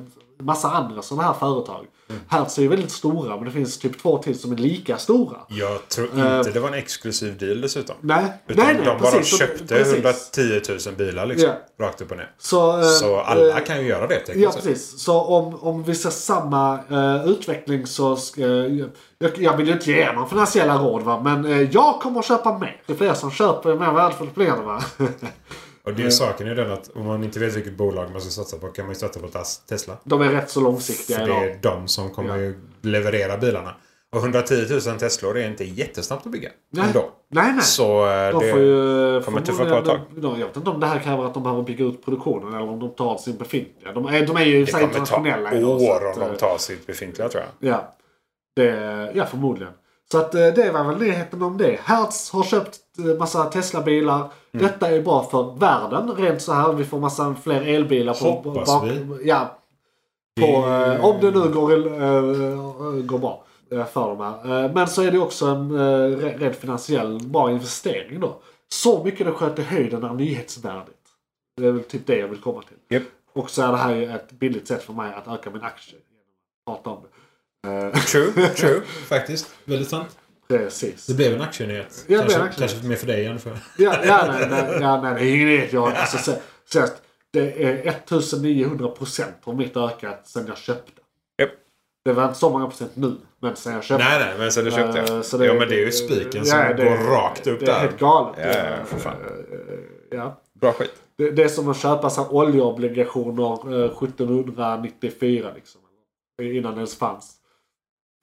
A: massa andra sådana här företag.
B: Mm.
A: Hertz är ju väldigt stora men det finns typ två till som är lika stora.
B: Jag tror inte det var en exklusiv deal dessutom.
A: Eh. Nej,
B: Utan
A: nej, nej,
B: de bara
A: precis.
B: köpte
A: Precis.
B: 110 000 bilar liksom. Rakt upp och ner.
A: Så, eh,
B: Så alla
A: eh,
B: kan ju göra det
A: Ja
B: tekniskt sett.
A: precis. Så om, om vi ser samma eh, utveckling så ska, jag, jag vill ju inte ge er någon finansiella råd va. Men eh, jag kommer att köpa mer. Det är fler som köper mer värdefullt prylar va.
B: Och
A: Mm.
B: det är saken är den att om man inte vet vilket bolag man ska satsa på kan man ju satsa på Tas- Tesla.
A: de är rätt så
B: För
A: långsiktiga
B: det
A: idag.
B: är de som kommer ju leverera bilarna. Och 110 000 Teslor är inte jättesnabbt att bygga.
A: Nej,
B: Ändå.
A: nej. nej.
B: Så eh,
A: De
B: det...
A: får ju
B: kommer tuffa
A: förmodligen-
B: på ett
A: de- Jag vet inte om det här kräver att de behöver bygga ut produktionen eller om de tar sin befintliga. De är, de är ju
B: Det
A: så här
B: kommer ta
A: internationella. idag, så
B: år
A: att,
B: om
A: eh,
B: de tar sitt befintliga tror jag.
A: Ja. Det, ja, förmodligen. Så att eh, det var väl nyheten om det. Hertz har köpt eh, massa Tesla-bilar.
B: Mm.
A: Detta är bra för världen rent så här. Vi får massa fler elbilar. På,
B: Hoppas vi.
A: Ja. På, eh, om det nu går, eh, går bra eh, för dem här. Eh, men så är det också en eh, re- rent finansiell bra investering då. Så mycket det sköt i höjden är nyhetsvärdigt. Det är väl typ det jag vill komma till.
B: Japp.
A: Och så är det här ju ett billigt sätt för mig att öka min aktie. Genom att prata om det. Eh,
B: True, true. Faktiskt. Väldigt sant.
A: Precis.
B: Det blev en aktienyhet.
A: Ja, det blev en
B: kanske,
A: aktienyhet.
B: kanske mer för dig än för...
A: Ja, ja, nej, nej, ja, nej, det är ingen nyhet. Jag, alltså, se- seriöst, det är 1900 procent har mitt ökat sen jag köpte.
B: Japp.
A: Det var inte så många procent nu, men sen jag köpte.
B: Nej, nej, men så det köpte jag.
A: Eh, så
B: ja, men det är ju spiken
A: ja,
B: som
A: det-
B: går rakt upp
A: Det är
B: där.
A: helt galet.
B: Ja, ja, för fan.
A: Eh, Ja.
B: Bra skit.
A: Det, det är som att köpa så här oljeobligationer eh, 1794 liksom. Innan det ens fanns.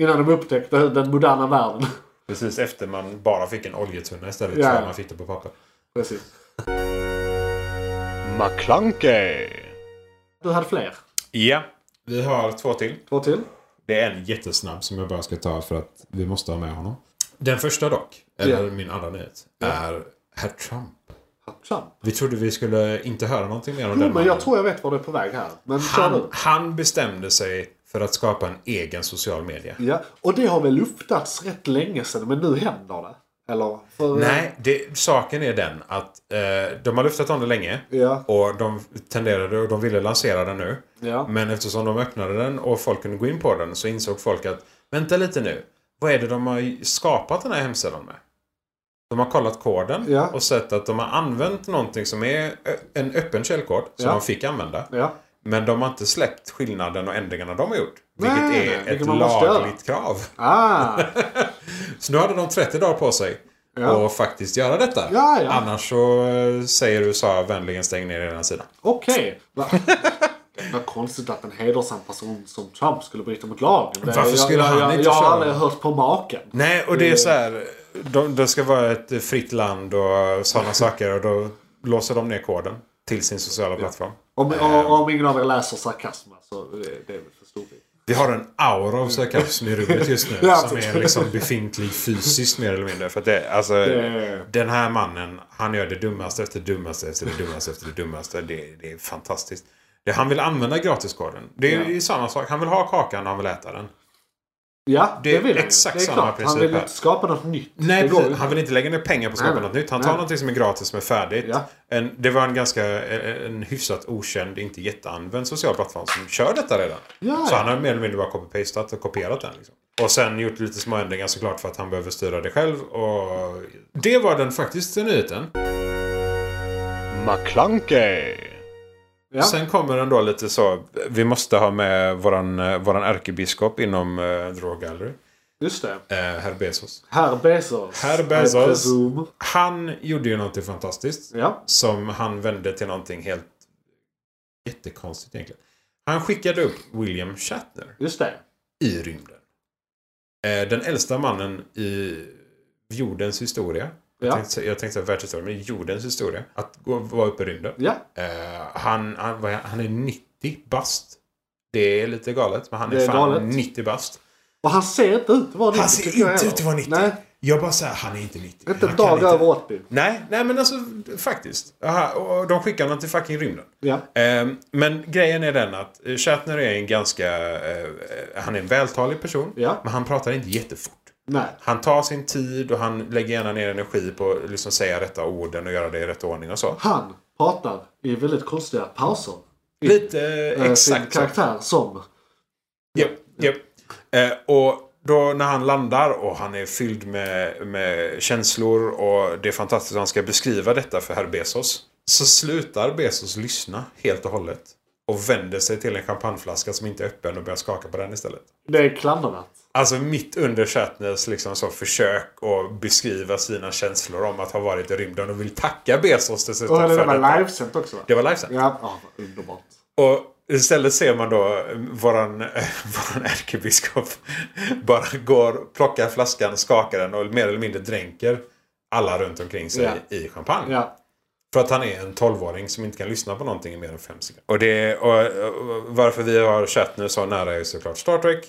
A: Innan de upptäckte den moderna världen.
B: Precis efter man bara fick en oljetunna istället
A: Ja.
B: för att man fick det på papper.
A: Precis.
B: McClunkey.
A: Du hade fler?
B: Ja. Vi har två till.
A: Två till?
B: Det är en jättesnabb som jag bara ska ta för att vi måste ha med honom. Den första dock, eller
A: Ja.
B: min andra nyhet, är herr Trump.
A: Sam.
B: Vi trodde vi skulle inte höra någonting mer om
A: Jo,
B: den
A: men
B: mannen.
A: jag tror jag vet var du är på väg här. Men kör
B: han,
A: du.
B: han bestämde sig för att skapa en egen social media.
A: Ja, och det har väl luftats rätt länge sedan, men nu händer det. Eller? För,
B: Nej, det, saken är den att eh, de har luftat om det länge.
A: Ja.
B: Och de tenderade och de ville lansera den nu.
A: Ja.
B: Men eftersom de öppnade den och folk kunde gå in på den så insåg folk att vänta lite nu. Vad är det de har skapat den här hemsidan med? De har kollat koden
A: Ja.
B: och sett att de har använt någonting som är ö- en öppen källkod som
A: Ja.
B: de fick använda.
A: Ja.
B: Men de har inte släppt skillnaden och ändringarna de har gjort.
A: Nej,
B: Vilket
A: nej,
B: är
A: nej, vilket
B: ett
A: man måste göra.
B: lagligt krav.
A: Ah,
B: Så nu hade de 30 dagar på sig.
A: Ja.
B: Och faktiskt göra detta.
A: Ja, ja.
B: Annars så eh, säger USA vänligen stäng ner er sida.
A: okej. Va- Vad konstigt att en hedersam person som Trump skulle bryta mot lagen. Det-
B: Varför skulle
A: jag,
B: han
A: jag,
B: inte
A: Jag har
B: köra?
A: aldrig hört på maken.
B: Nej, och det är så här. De, det ska vara ett fritt land och sådana saker. Och då låser de ner koden till sin sociala plattform.
A: Om, om, om ingen av er läser sarkasm så eh, det, det är väl för stor bit.
B: Vi har en aura av sarkasm i rummet just nu.
A: Ja,
B: som är liksom befintlig fysiskt mer eller mindre. För att det, alltså,
A: Det-
B: Den här mannen, han gör det dummaste efter det dummaste efter det dummaste efter det dummaste. Det, det är fantastiskt. Det, han vill använda gratiskoden. Det är ju samma sak. Han vill ha kakan, han vill äta den.
A: Ja, det,
B: Det är
A: vill han ju.
B: exakt
A: det är
B: samma
A: klart. Han
B: princip
A: vill
B: här.
A: inte skapa något nytt.
B: Nej,
A: det går ju
B: precis. Han vill inte lägga ner pengar på att skapa
A: Typ Nej, nej.
B: något nytt. Han
A: Nej.
B: tar någonting som är gratis, som är färdigt.
A: Ja.
B: En, det var en ganska eh, en hyfsat okänd, inte jätteanvänd social plattform som kör detta redan.
A: Ja,
B: så
A: ja.
B: han har mer eller mindre bara copy-pastat och kopierat den. Liksom. Och sen gjort lite små ändringar såklart för att han behöver styra det själv. Och det var den faktiska nyheten.
A: McClunkey. Ja.
B: Sen kommer den då lite så. Vi måste ha med våran, eh, våran ärkebiskop inom eh, The Raw Gallery.
A: Just det.
B: Eh, Herr Bezos.
A: Herr Bezos.
B: Herr Bezos.
A: I presume.
B: Han gjorde ju någonting fantastiskt.
A: Ja.
B: Som han vände till någonting helt jättekonstigt egentligen. Han skickade upp William Shatner
A: Just det.
B: i rymden. Eh, Den äldsta mannen i jordens historia.
A: Ja.
B: Jag tänkte, sä- jag tänkte säga världshistoria, men jordens historia. Att gå, vara uppe i rymden.
A: Ja.
B: Eh, han, han, vad är- han är 90 bast. Det är lite galet, men han är,
A: Det är
B: fan
A: galet.
B: 90 bast.
A: Och han ser inte ut att vara 90.
B: Han ser
A: tycker jag
B: inte
A: heller.
B: ut att vara 90.
A: Nej.
B: Jag bara säger han är inte 90.
A: Inte
B: Han
A: en
B: kan
A: dag
B: inte-
A: över 80.
B: Nej, nej men alltså faktiskt. Aha, och de skickar honom till fucking rymden.
A: Ja.
B: Ehm, men grejen är den att eh, Shatner är en ganska... eh, han är en vältalig person.
A: Ja.
B: Men han pratar inte jättefort.
A: Nej.
B: Han tar sin tid och han lägger gärna ner energi på att liksom säga rätta orden och göra det i rätt ordning och så.
A: Han pratar i väldigt konstiga pauser. I,
B: Lite
A: eh,
B: eh,
A: Sin
B: exakt så.
A: karaktär som.
B: Japp, japp. Eh, och då när han landar och han är fylld med, med känslor och det är fantastiskt att han ska beskriva detta för herr Bezos. Så slutar Bezos lyssna helt och hållet. Och vänder sig till en champagneflaska som inte är öppen och börjar skaka på den istället.
A: Det är klandervärt.
B: Alltså mitt under Shatners liksom så försök att beskriva sina känslor om att ha varit i rymden och vill tacka Bezos dessutom
A: Och det
B: för detta.
A: var livesänt också va?
B: Det var livesänt.
A: Ja. ja vad underbart.
B: Och istället ser man då eh, våran, eh, våran ärkebiskop bara går, plockar flaskan, skakar den och mer eller mindre dränker alla runt omkring sig
A: Ja.
B: i champagne.
A: Ja.
B: För att han är en tolvåring som inte kan lyssna på någonting i mer än fem sekunder. Och, det, och, och varför vi har Shatner så nära är ju såklart Star Trek.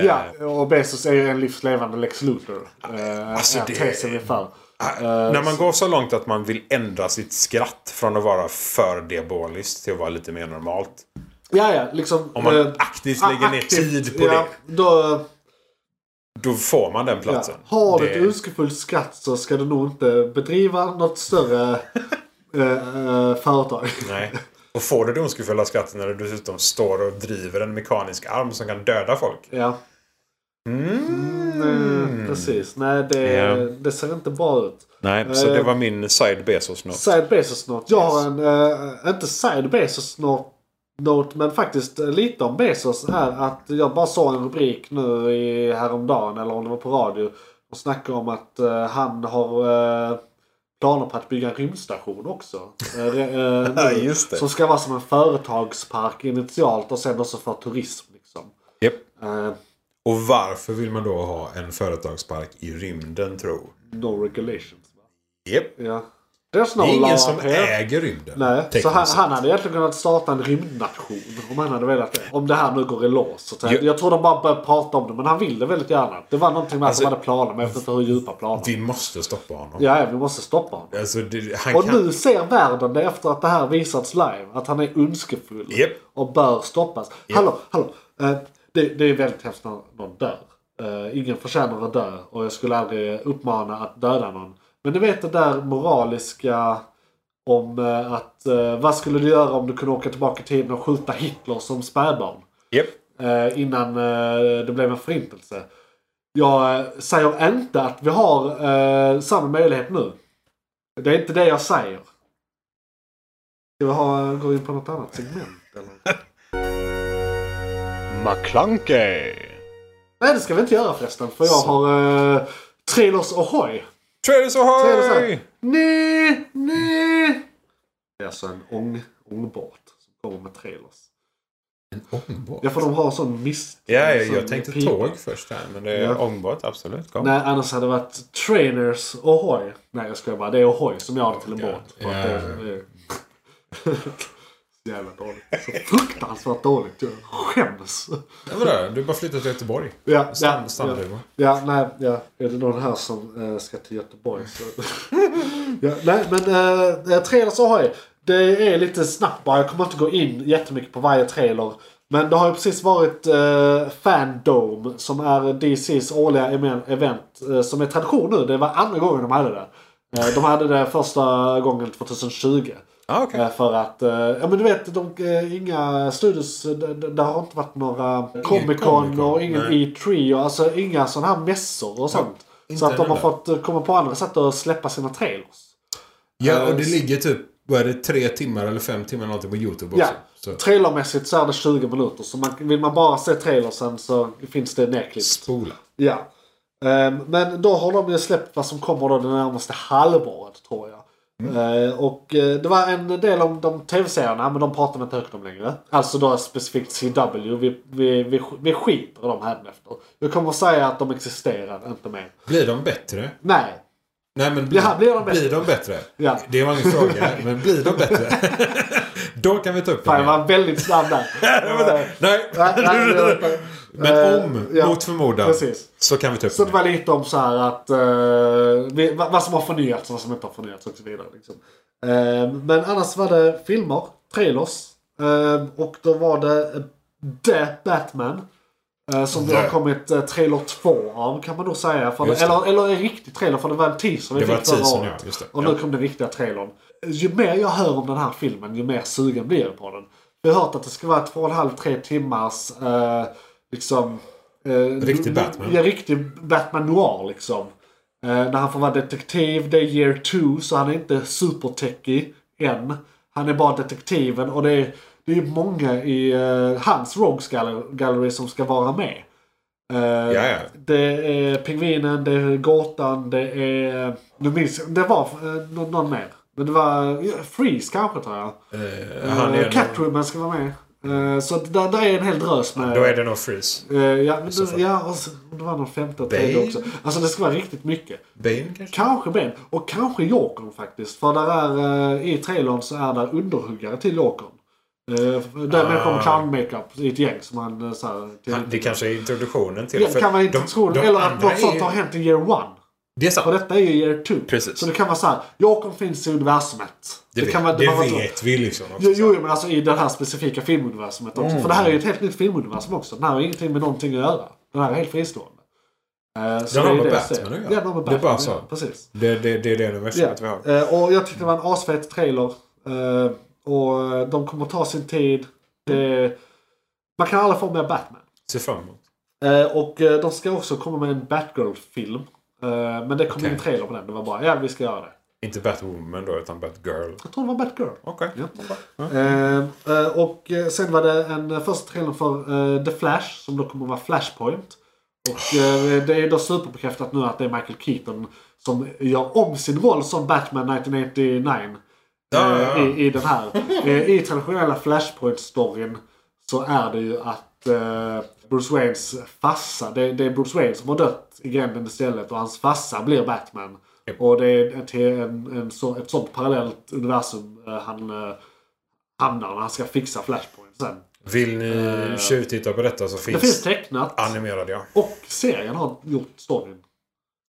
B: Eh.
A: ja. Och Bezos är ju en livslevande Lex Luthor. Eh,
B: Alltså,
A: en
B: det-
A: tes ungefär.
B: Ah,
A: Eh,
B: När man går så långt att man vill ändra sitt skratt från att vara för diaboliskt till att vara lite mer normalt.
A: Ja, ja. Liksom,
B: Om man
A: eh,
B: aktivt lägger ner tid på
A: ja, Då,
B: Då får man den
A: ja.
B: platsen.
A: Har du ett
B: Det-
A: ondskefullt skatt så ska du nog inte bedriva något större eh, eh, företag.
B: Nej. Och får du det ondskefulla skrattet när du dessutom står och driver en mekanisk arm som kan döda folk.
A: Ja. Mm, precis. Nej, det,
B: Ja.
A: det ser inte bra ut.
B: Nej, så
A: Eh.
B: det var min side Bezos note.
A: Side Bezos Note. Jag har en, eh, inte Side Bezos Note, note men faktiskt eh, lite om Bezos är att jag bara såg en rubrik nu i, häromdagen, eller om det var på radio, och snackade om att eh, han har eh, planer på att bygga en rymdstation också. Eh, re- eh,
B: Ja,
A: nu,
B: just det.
A: Som ska vara som en företagspark initialt och sen också för turism. Liksom.
B: Japp.
A: Eh,
B: Och varför vill man då ha en företagspark i rymden tro?
A: no regulations. va?
B: Japp.
A: Ja. There's no
B: Det är
A: law
B: ingen som
A: up here.
B: äger rymden.
A: Nej, så
B: tekniskt
A: han,
B: sett.
A: han hade egentligen kunnat starta en rymdnation om han hade velat det. Om det här nu går i lås. Så jag,
B: Jo.
A: jag tror de bara började prata om det, men han ville väldigt gärna. Det var någonting med
B: Alltså-
A: att de hade planer, men jag vet inte hur djupa planer.
B: Vi måste stoppa honom.
A: Ja, ja, vi måste stoppa honom.
B: Alltså, det, han
A: Och
B: kan...
A: nu ser världen det efter att det här visats live. Att han är ondskefull.
B: Japp.
A: Och bör stoppas. Hallå, hallå. Eh, det, det är väldigt hemskt när någon dör. Eh, ingen förtjänar att dö. Och jag skulle aldrig uppmana att döda någon. Men du vet det där moraliska om eh, att eh, vad skulle du göra om du kunde åka tillbaka i tiden och skjuta Hitler som spädbarn?
B: Japp.
A: eh, innan eh, det blev en förintelse. Jag eh, säger inte att vi har eh, samma möjlighet nu. Det är inte det jag säger. Ska vi ha, gå in på något annat segment eller?
B: McClunkey.
A: Nej det ska vi inte göra förresten för jag
B: Så.
A: har eh, Trailers Ahoy.
B: Trailers
A: Trailers Ahoy.
B: Ahoy!
A: Nej, nej. Det är alltså en ång, ångbåt som kommer med trailers. Ja för de har sån mist.
B: Ja, jag,
A: sån
B: jag tänkte
A: pipa.
B: tåg först här, men det är
A: Ja.
B: ångbart. Absolut. Kom.
A: Nej, annars hade det varit Trainers Ahoy. Nej, jag skojar bara. Det är Ahoy som jag har till en
B: Ja,
A: båt. För att
B: ja.
A: det är- Så jävla dåligt. Så fruktansvärt dåligt. Jag skäms.
B: Ja, vadå? Du bara flyttat till Göteborg.
A: Ja,
B: Stam-
A: ja,
B: Stamduvor.
A: ja, nej, ja. Är det någon här som eh, ska till Göteborg så... ja, nej, men eh, trailers Ahoy. Det är lite snabbt bara. Jag kommer inte gå in jättemycket på varje trailer. Men det har ju precis varit eh, Fandome som är DCs årliga emen- event eh, som är tradition nu. Det var andra gången de hade det. Eh, de hade det första gången 2020.
B: Ah, okej.
A: Eh, För att, eh, ja men du vet, de, eh, inga studios, eh, d- d- det har inte varit några Comic Con
B: Comic-Con,
A: och ingen
B: nej.
A: E3 och alltså inga sådana här mässor och sånt.
B: inte
A: så att de har
B: heller.
A: fått eh, komma på andra sätt att släppa sina trailers. Eh,
B: Ja, och det ligger typ, vad är det, tre timmar eller fem timmar någonting på YouTube också.
A: Ja,
B: Så
A: trailermässigt så är det 20 minuter. Så man, vill man bara se trailersen så finns det nedklippt.
B: spola.
A: Ja. Ehm, men då har de ju släppt vad som kommer då det närmaste halvåret tror jag. Eh, och eh, det var en del om de tv-serierna men de pratar vi inte högt om längre. Alltså då specifikt CW. Vi, vi, vi, vi skiter i dem hädanefter. Jag kommer säga att de existerar, inte mer.
B: Blir de bättre?
A: Nej.
B: Nej, men blir,
A: Ja, blir de bättre?
B: Blir de bättre?
A: Ja.
B: Det var ingen fråga, men blir de bättre? Då kan vi ta upp
A: Fan,
B: det.
A: jag var väldigt snabb där. Eh,
B: Nej.
A: nej, nej, det var inte-
B: Men
A: Eh,
B: om,
A: ja.
B: mot förmodan,
A: Precis.
B: så kan vi ta upp
A: Så det
B: det.
A: var lite om så här att eh, vi, vad, vad som har förnyats och vad som inte har förnyats och så vidare. Liksom. Eh, men annars var det filmer, trailers eh, och då var det The Batman. eh, som det har
B: The.
A: kommit eh, trailer 2 av kan man nog säga. För
B: Just det.
A: eller, eller en riktig trailer för det var en teaser vi
B: Det var
A: fick förra
B: teasern,
A: året.
B: ja, just det.
A: Och nu
B: Ja.
A: kom den riktiga trailern. Ju mer jag hör om den här filmen ju mer sugen blir jag på den. Jag har hört att det ska vara två och en halv, tre timmars eh, liksom eh,
B: Riktig Batman.
A: Ja, riktig Batman Noir liksom. Eh, när han får vara detektiv, det är year two, så han är inte supertechig än. Han är bara detektiven och det är, det är många i eh, hans Rogues Gall- Gallery som ska vara med. Eh,
B: Ja, ja.
A: Det är Pingvinen, det är Gåtan, det är... Nu minns jag, det var eh, någon, någon mer. Men det var ja, Freeze kanske tror jag.
B: Eh, han
A: Eh,
B: är nog,
A: Catwoman ska vara med. Eh, så att där, där är en hel drös med...
B: då är det nog Freeze.
A: Eh, ja, men
B: så
A: det,
B: fall.
A: ja, och så, om det var någon femte och tredje
B: Bane?
A: också. Alltså det ska vara riktigt mycket.
B: Bane kanske?
A: Kanske Ben och kanske Jokern faktiskt. För där är, eh, i trailern så är där underhuggare till Jokern. Uh, där
B: Ah.
A: människor med clown-makeup i ett gäng som han eh, så här, till,
B: Han, det kanske är introduktionen till.
A: Ja,
B: för
A: det kan vara
B: de-
A: introduktion.
B: de
A: Eller att
B: andra
A: något sånt
B: är-
A: har hänt i year one.
B: Det är sant.
A: För detta är ju year two.
B: Precis.
A: Så det kan vara så här. Jokern finns i universumet.
B: Det, vet-
A: kan vara-
B: det
A: man-
B: vet vi liksom. också.
A: Jo, jo, men alltså i det här specifika filmuniversumet
B: Mm.
A: också. För det här är ju ett helt nytt filmuniversum också. Den här har ingenting med någonting att göra. Den här är helt fristående. Eh, så
B: Den har
A: är
B: med
A: jag ser.
B: Batman att
A: Ja,
B: göra.
A: den har med
B: Det är
A: Batman
B: bara
A: att
B: så.
A: göra, Precis.
B: Det, det, det är det universumet vi
A: Ja.
B: har.
A: Eh, och jag tyckte det var en asfet trailer. Eh, och eh, de kommer ta sin tid. Det, man kan aldrig få med Batman.
B: Se fram emot.
A: Eh, och eh, de ska också komma med en Batgirl-film. Eh, men det kom
B: Okej.
A: ingen trailer på den. Det var bara, ja vi ska göra det.
B: Inte Batwoman då, utan Batgirl.
A: Jag tror det var Batgirl.
B: Okej.
A: Ja. Eh, eh, och eh, sen var det en eh, första trailern för eh, The Flash som då kommer att vara Flashpoint. Och eh, det är då superbekräftat nu att det är Michael Keaton som gör om sin roll som Batman 1989.
B: Ja,
A: eh,
B: ja, ja.
A: I, I den här. Eh, I traditionella Flashpoint-storyn så är det ju att eh, Bruce Waynes fassa, det, det är Bruce Wayne som har dött i gränden istället och hans fassa blir Batman. Och det är till en, en så, ett sånt parallellt universum eh, han eh, hamnar när han ska fixa Flashpoint sen.
B: Vill ni tjuvtitta på detta så
A: Det
B: finns,
A: finns tecknat.
B: animerad ja.
A: Och serien har gjort storyn.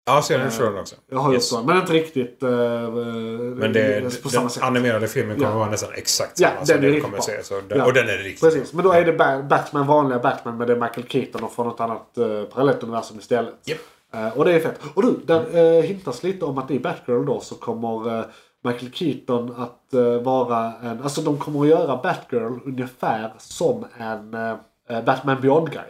B: Ja, serien kör den också.
A: Jag har
B: Yes.
A: gjort storyn, men inte riktigt eh,
B: Men det,
A: på
B: den
A: samma sätt.
B: animerade filmen kommer
A: Ja.
B: vara nästan exakt
A: Ja,
B: samma som
A: den är
B: den
A: riktigt
B: kommer att
A: bra.
B: se. Så den,
A: Ja.
B: Och den är riktigt
A: Precis, men då är det Ba- Batman, vanliga Batman, men det är Michael Keaton och från något annat eh, parallellt universum istället.
B: Japp.
A: Eh, och det är fett. Och du, där eh, hintas lite om att i Batgirl då så kommer eh, Michael Keaton att eh, vara en, alltså de kommer att göra Batgirl ungefär som en eh, Batman Beyond Guy.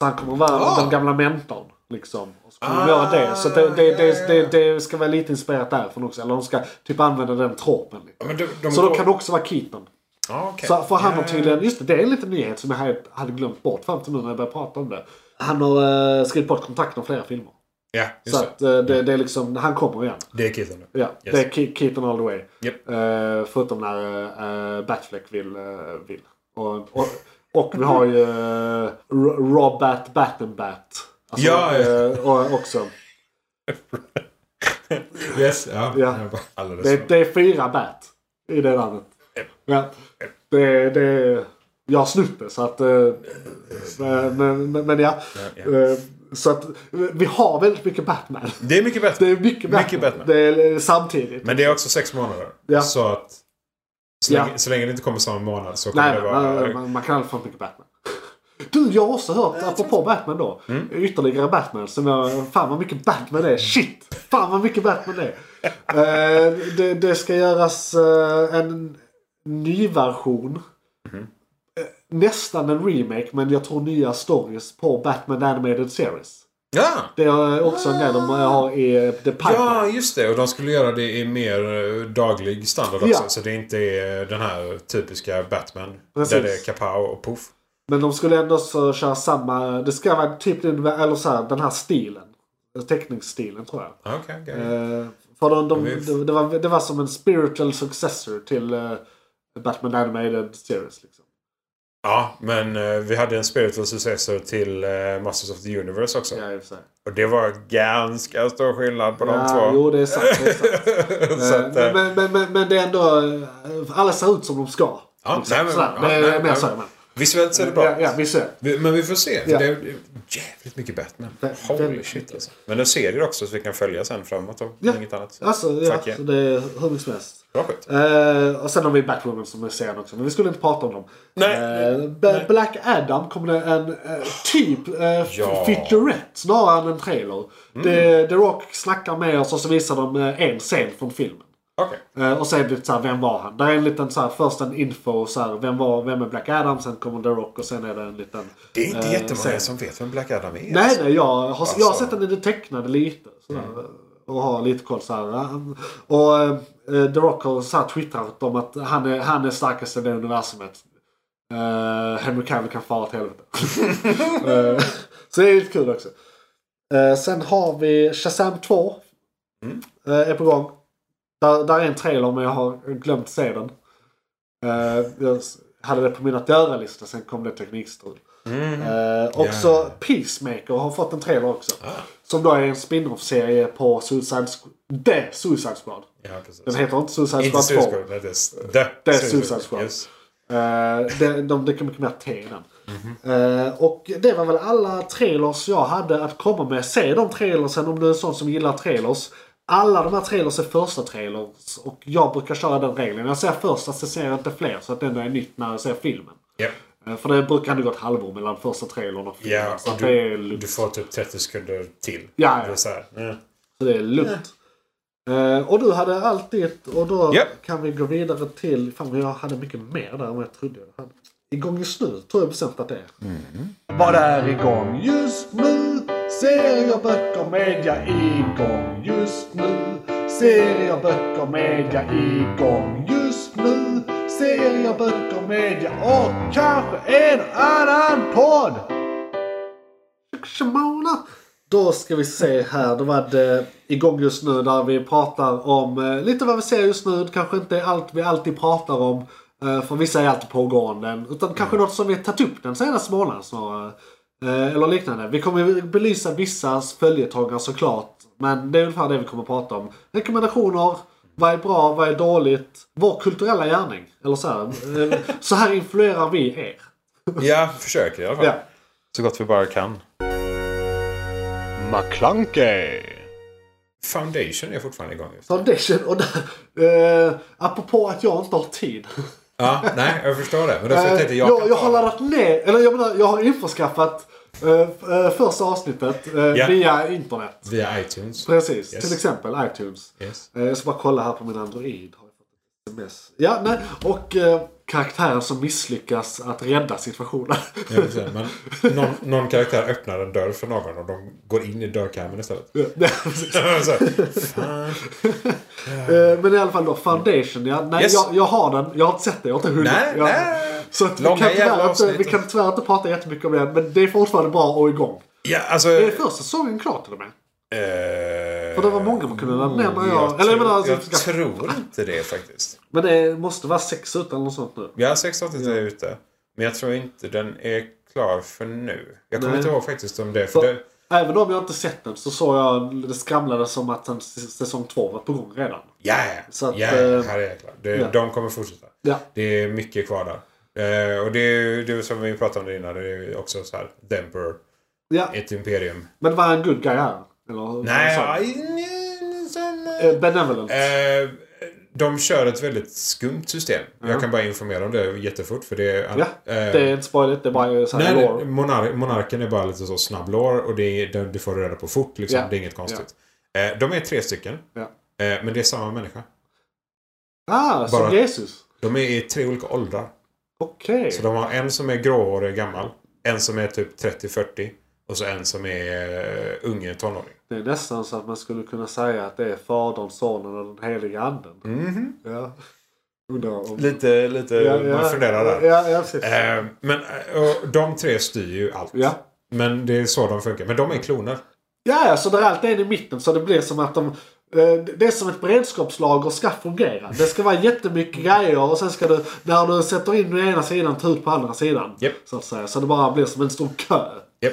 A: Så han kommer att vara
B: Ah.
A: den gamla mentorn. Liksom. Och så kommer de
B: Ah,
A: göra det. Så det, det,
B: ja,
A: det,
B: ja,
A: det, det ska vara lite inspirerat därifrån också. Eller de ska typ använda den tropen.
B: Ja,
A: Liksom.
B: men de, de
A: Så
B: går-
A: då kan det också vara Keaton.
B: Ja, okej. Eh.
A: Så för han har
B: Ja,
A: tydligen, just det, det är en liten nyhet som jag hade- hade glömt bort fram till nu när jag började prata om det. Han har eh, skrivit bort kontakten om flera filmer.
B: Ja,
A: så
B: just
A: att,
B: det.
A: eh, det, det är liksom, han kommer igen.
B: Det är Keaton.
A: Ja,
B: Yes.
A: Det är Ke- Keaton all the way.
B: Japp.
A: Eh, förutom när eh, Batfleck vill. eh, vill. Och, och, och vi har ju eh, Ro- Robbat Battenbat. Alltså,
B: Ja, ja.
A: eh, och också.
B: Yes, ja.
A: Ja.
B: Alldeles
A: Det, det är fyra bat i det namnet. Ja. Det, det, jag har snott det så att... eh, Men, men, men ja.
B: Ja,
A: Eh, Så att vi har väldigt mycket Batman.
B: Det är mycket bättre.
A: Det är mycket Batman.
B: Mycket Batman.
A: Det är samtidigt.
B: Men det är också sex månader.
A: Ja.
B: Så att... Så länge,
A: Ja.
B: så länge det inte kommer samma månad så kommer
A: Nej,
B: det
A: nej,
B: vara...
A: man, man, man kan aldrig få mycket Batman. Du, jag har också hört, apropå Batman då.
B: Mm.
A: Ytterligare Batman. Som jag, fan vad mycket Batman det är. Shit! Fan vad mycket Batman det är. Eh, det, det ska göras eh, en ny version.
B: Mhm.
A: Eh, Nästan en remake men jag tror nya stories på Batman Animated Series.
B: Ja!
A: Det är också en grej de har i eh, The Pipeline.
B: Ja, just det. Och de skulle göra det i mer eh, daglig standard också.
A: Ja.
B: Så det inte är den här typiska Batman.
A: Precis.
B: Där det är kapow och poff.
A: Men de skulle ändå så köra samma, det ska vara typ den, eller så här, den här stilen. Teckningsstilen tror jag.
B: Ah, Okej, okej.
A: Eh, för de, de,
B: Ja,
A: de,
B: visst.
A: det, var, det var som en spiritual successor till eh, Batman Animated Series. Liksom.
B: Ja, men eh, vi hade en spiritual successor till eh, Masters of the Universe också.
A: Ja, i och för sig.
B: Och det var ganska stor skillnad på de
A: Ja,
B: två.
A: jo, det är sant. Det är sant.
B: så att, eh,
A: Eh, men, men, men, men det är ändå, eh, alla ser ut som de ska.
B: Ja, nej, men-
A: Sådär.
B: ja,
A: det är
B: nej,
A: mer
B: nej.
A: så jag menar.
B: Visuellt ser det bra
A: Ja,
B: ut.
A: ja, vi ser.
B: Vi- Men vi får se. För
A: Ja.
B: Det är det är jävligt mycket Batman.
A: Vä-
B: Holy
A: väldigt
B: shit
A: mycket.
B: alltså. Men en serie också så vi kan följa sen framåt och
A: Ja.
B: inget annat.
A: Alltså, ja,
B: Tack, ja.
A: så det är hur mycket som helst.
B: Bra skit.
A: Eh, och sen har vi Batwoman som är sen också, men vi skulle inte prata om dem.
B: Nej.
A: Eh, B- Black Adam kom det en eh, typ uh,
B: Ja. Mm.
A: featurette snarare än en trailer. The, The Rock snackar med oss och så visar de eh, en scen från filmen.
B: Okej.
A: Eh, och sen lite såhär, vem var han? Där är en liten såhär, först en info, såhär, vem, var, vem är Black Adam? Sen kommer The Rock och sen är det en liten...
B: Det är inte
A: eh,
B: jättemånga
A: scen.
B: som vet vem Black Adam är.
A: Nej, nej, jag har, jag har
B: Alltså. Mm.
A: sett den i det tecknade lite. Sådär, Och har lite koll såhär. Och eh, The Rock har så här twittrat om att han är, han är starkast i det universumet. Uh, Henry Cavill kan fara åt helvete. Eh, så det är lite kul också. Eh, sen har vi Shazam 2. Eh, är på gång. Där, där är en trailer men jag har glömt se den. Eh, jag s- hade det på min att göra-lista sen kom det teknikstrul. Eh, också
B: Mm. Ja. Ah.
A: Peacemaker har fått en trailer också. Som då är en spin-off-serie på Suicide Squad. The Suicide Squad.
B: Ja, precis.
A: Den heter inte Suicide
B: Inte
A: Squad 2.
B: Suicide Squad. nej, Det är The,
A: Det är Suicide Squad.
B: Yes.
A: Eh, det, de, det kan mycket mer te i den. Eh, och det var väl alla trailers jag hade att komma med. Se de trailersen om du är sån som gillar trailers. Alla de här trailers är första trailers och jag brukar köra den regeln. Jag ser första så ser jag inte fler så att det ändå är nytt när jag ser filmen.
B: Ja.
A: Eh, För det brukar ändå gå ett halvår mellan första trailern och filmen.
B: Ja,
A: så
B: och
A: att det är
B: du,
A: lugnt.
B: du får typ 30 sekunder till.
A: Ja, ja.
B: Det är så här. mm.
A: Så det är lugnt. Eh, och du hade allt ditt och då
B: Japp.
A: kan vi gå vidare till... Fan, jag hade mycket mer där än vad jag trodde jag hade. Igång just nu tror jag bestämt att det är. Vad är igång just nu? Serier, böcker, media igång just nu. Serier, böcker, media igång just nu. Serier, böcker, media och kanske en annan podd. Shimona. Då ska vi se här. Då var det igång just nu där vi pratar om eh, lite vad vi ser just nu. Det kanske inte är allt vi alltid pratar om. eh, För vissa är alltid pågående. Utan kanske något som vi tagit upp den senaste månaden snarare. Eh, eller liknande. Vi kommer ju belysa vissa följetongar såklart. Men det är ungefär det vi kommer prata om. Rekommendationer. Vad är bra? Vad är dåligt? Vår kulturella gärning. Eller så här. eh, så här influerar vi er.
B: Ja, försöker i alla fall.
A: Ja.
B: Så gott vi bara kan.
A: McClunkey.
B: Foundation är fortfarande igång. Just.
A: Foundation. Och där, eh, apropå att jag inte har tid.
B: Ja, nej, jag förstår det. Men därför
A: Eh,
B: tänkte jag...
A: jag, jag har laddat ner, eller jag menar jag har införskaffat eh, f- eh, första avsnittet eh,
B: Ja.
A: via internet.
B: Via iTunes.
A: Precis,
B: Yes.
A: till exempel iTunes.
B: Yes.
A: Eh, Jag ska bara kolla här på min Android. Har jag fått ett sms? Ja, nej. Och eh, karaktären som misslyckas att rädda situationen.
B: Jag vill säga, men någon, någon karaktär öppnar en dörr för någon och de går in i dörrkarmen istället.
A: Nej,
B: Så här, Fan.
A: eh, Men i alla fall då, Foundation. Ja, nej,
B: Yes.
A: jag, jag har den. Jag har inte sett den. Jag har inte hunnit.
B: Nej,
A: jag,
B: nej.
A: Så att vi, kan
B: Långa jävla
A: tyvärr inte, vi
B: avsnitt.
A: kan tyvärr inte prata jättemycket om den. Men det är fortfarande bra och igång.
B: Ja, alltså...
A: Är första säsongen klar till och med?
B: För
A: För det var många man kunde ladda ner. men Jag,
B: Jag,
A: eller jag
B: tror,
A: menar, alltså,
B: jag tror inte det faktiskt.
A: Men det måste vara sex utan eller något sånt nu.
B: Ja, 16 är ute. Men jag tror inte den är klar för nu. Jag kommer
A: Nej.
B: inte ihåg faktiskt om det. För
A: För,
B: det
A: Även om jag inte sett den så såg jag det skramlade som att en s- säsong två var på gång redan.
B: ja,
A: Så
B: ja,
A: att,
B: ja,
A: eh,
B: här är jag klar. Det,
A: ja.
B: De kommer fortsätta.
A: Ja.
B: Det är mycket kvar där. Eh, och det är ju det är som vi pratade om det innan. Det är ju också så här. The Emperor.
A: ja.
B: Ett imperium.
A: Men var han en good guy här? Eller,
B: Nej,
A: så-
B: aj, nej, nej.
A: Eh, Benevolent.
B: Eh, de kör ett väldigt skumt system. Jag kan bara informera om det jättefort. För det är,
A: ja.
B: eh,
A: det är inte spoiligt, det är bara så här
B: Nej,
A: lore.
B: monar- monarken är bara lite så snabb lore och det, är, det, det får du reda på fort. Liksom.
A: Ja.
B: Det är inget konstigt. Eh, de är tre stycken.
A: Ja.
B: Eh, men det är samma människa.
A: Ah,
B: Bara-
A: som Jesus.
B: De är i tre olika åldrar.
A: Okej.
B: Så de har en som är gråhårig och gammal. En som är typ 30-40. Och så en som är eh, unge tonåring.
A: Det är nästan så att man skulle kunna säga att det är Fadern, Sonen och den helige Anden. Ja. Undrar om...
B: Mhm. Lite, lite Eh, man funderar där.
A: Ja, ja, precis.
B: Eh, men eh, och de tre styr ju allt.
A: Ja.
B: Men det är så de funkar. Men de är kloner.
A: Ja, ja, så där är alltid en i mitten så det blir som att de... eh, Det är som ett beredskapslager ska fungera. Det ska vara jättemycket grejer och sen ska du, när du sätter in den ena sidan, ta ut på andra sidan.
B: Japp.
A: Så att säga. Så det bara blir som en stor kö.
B: Japp.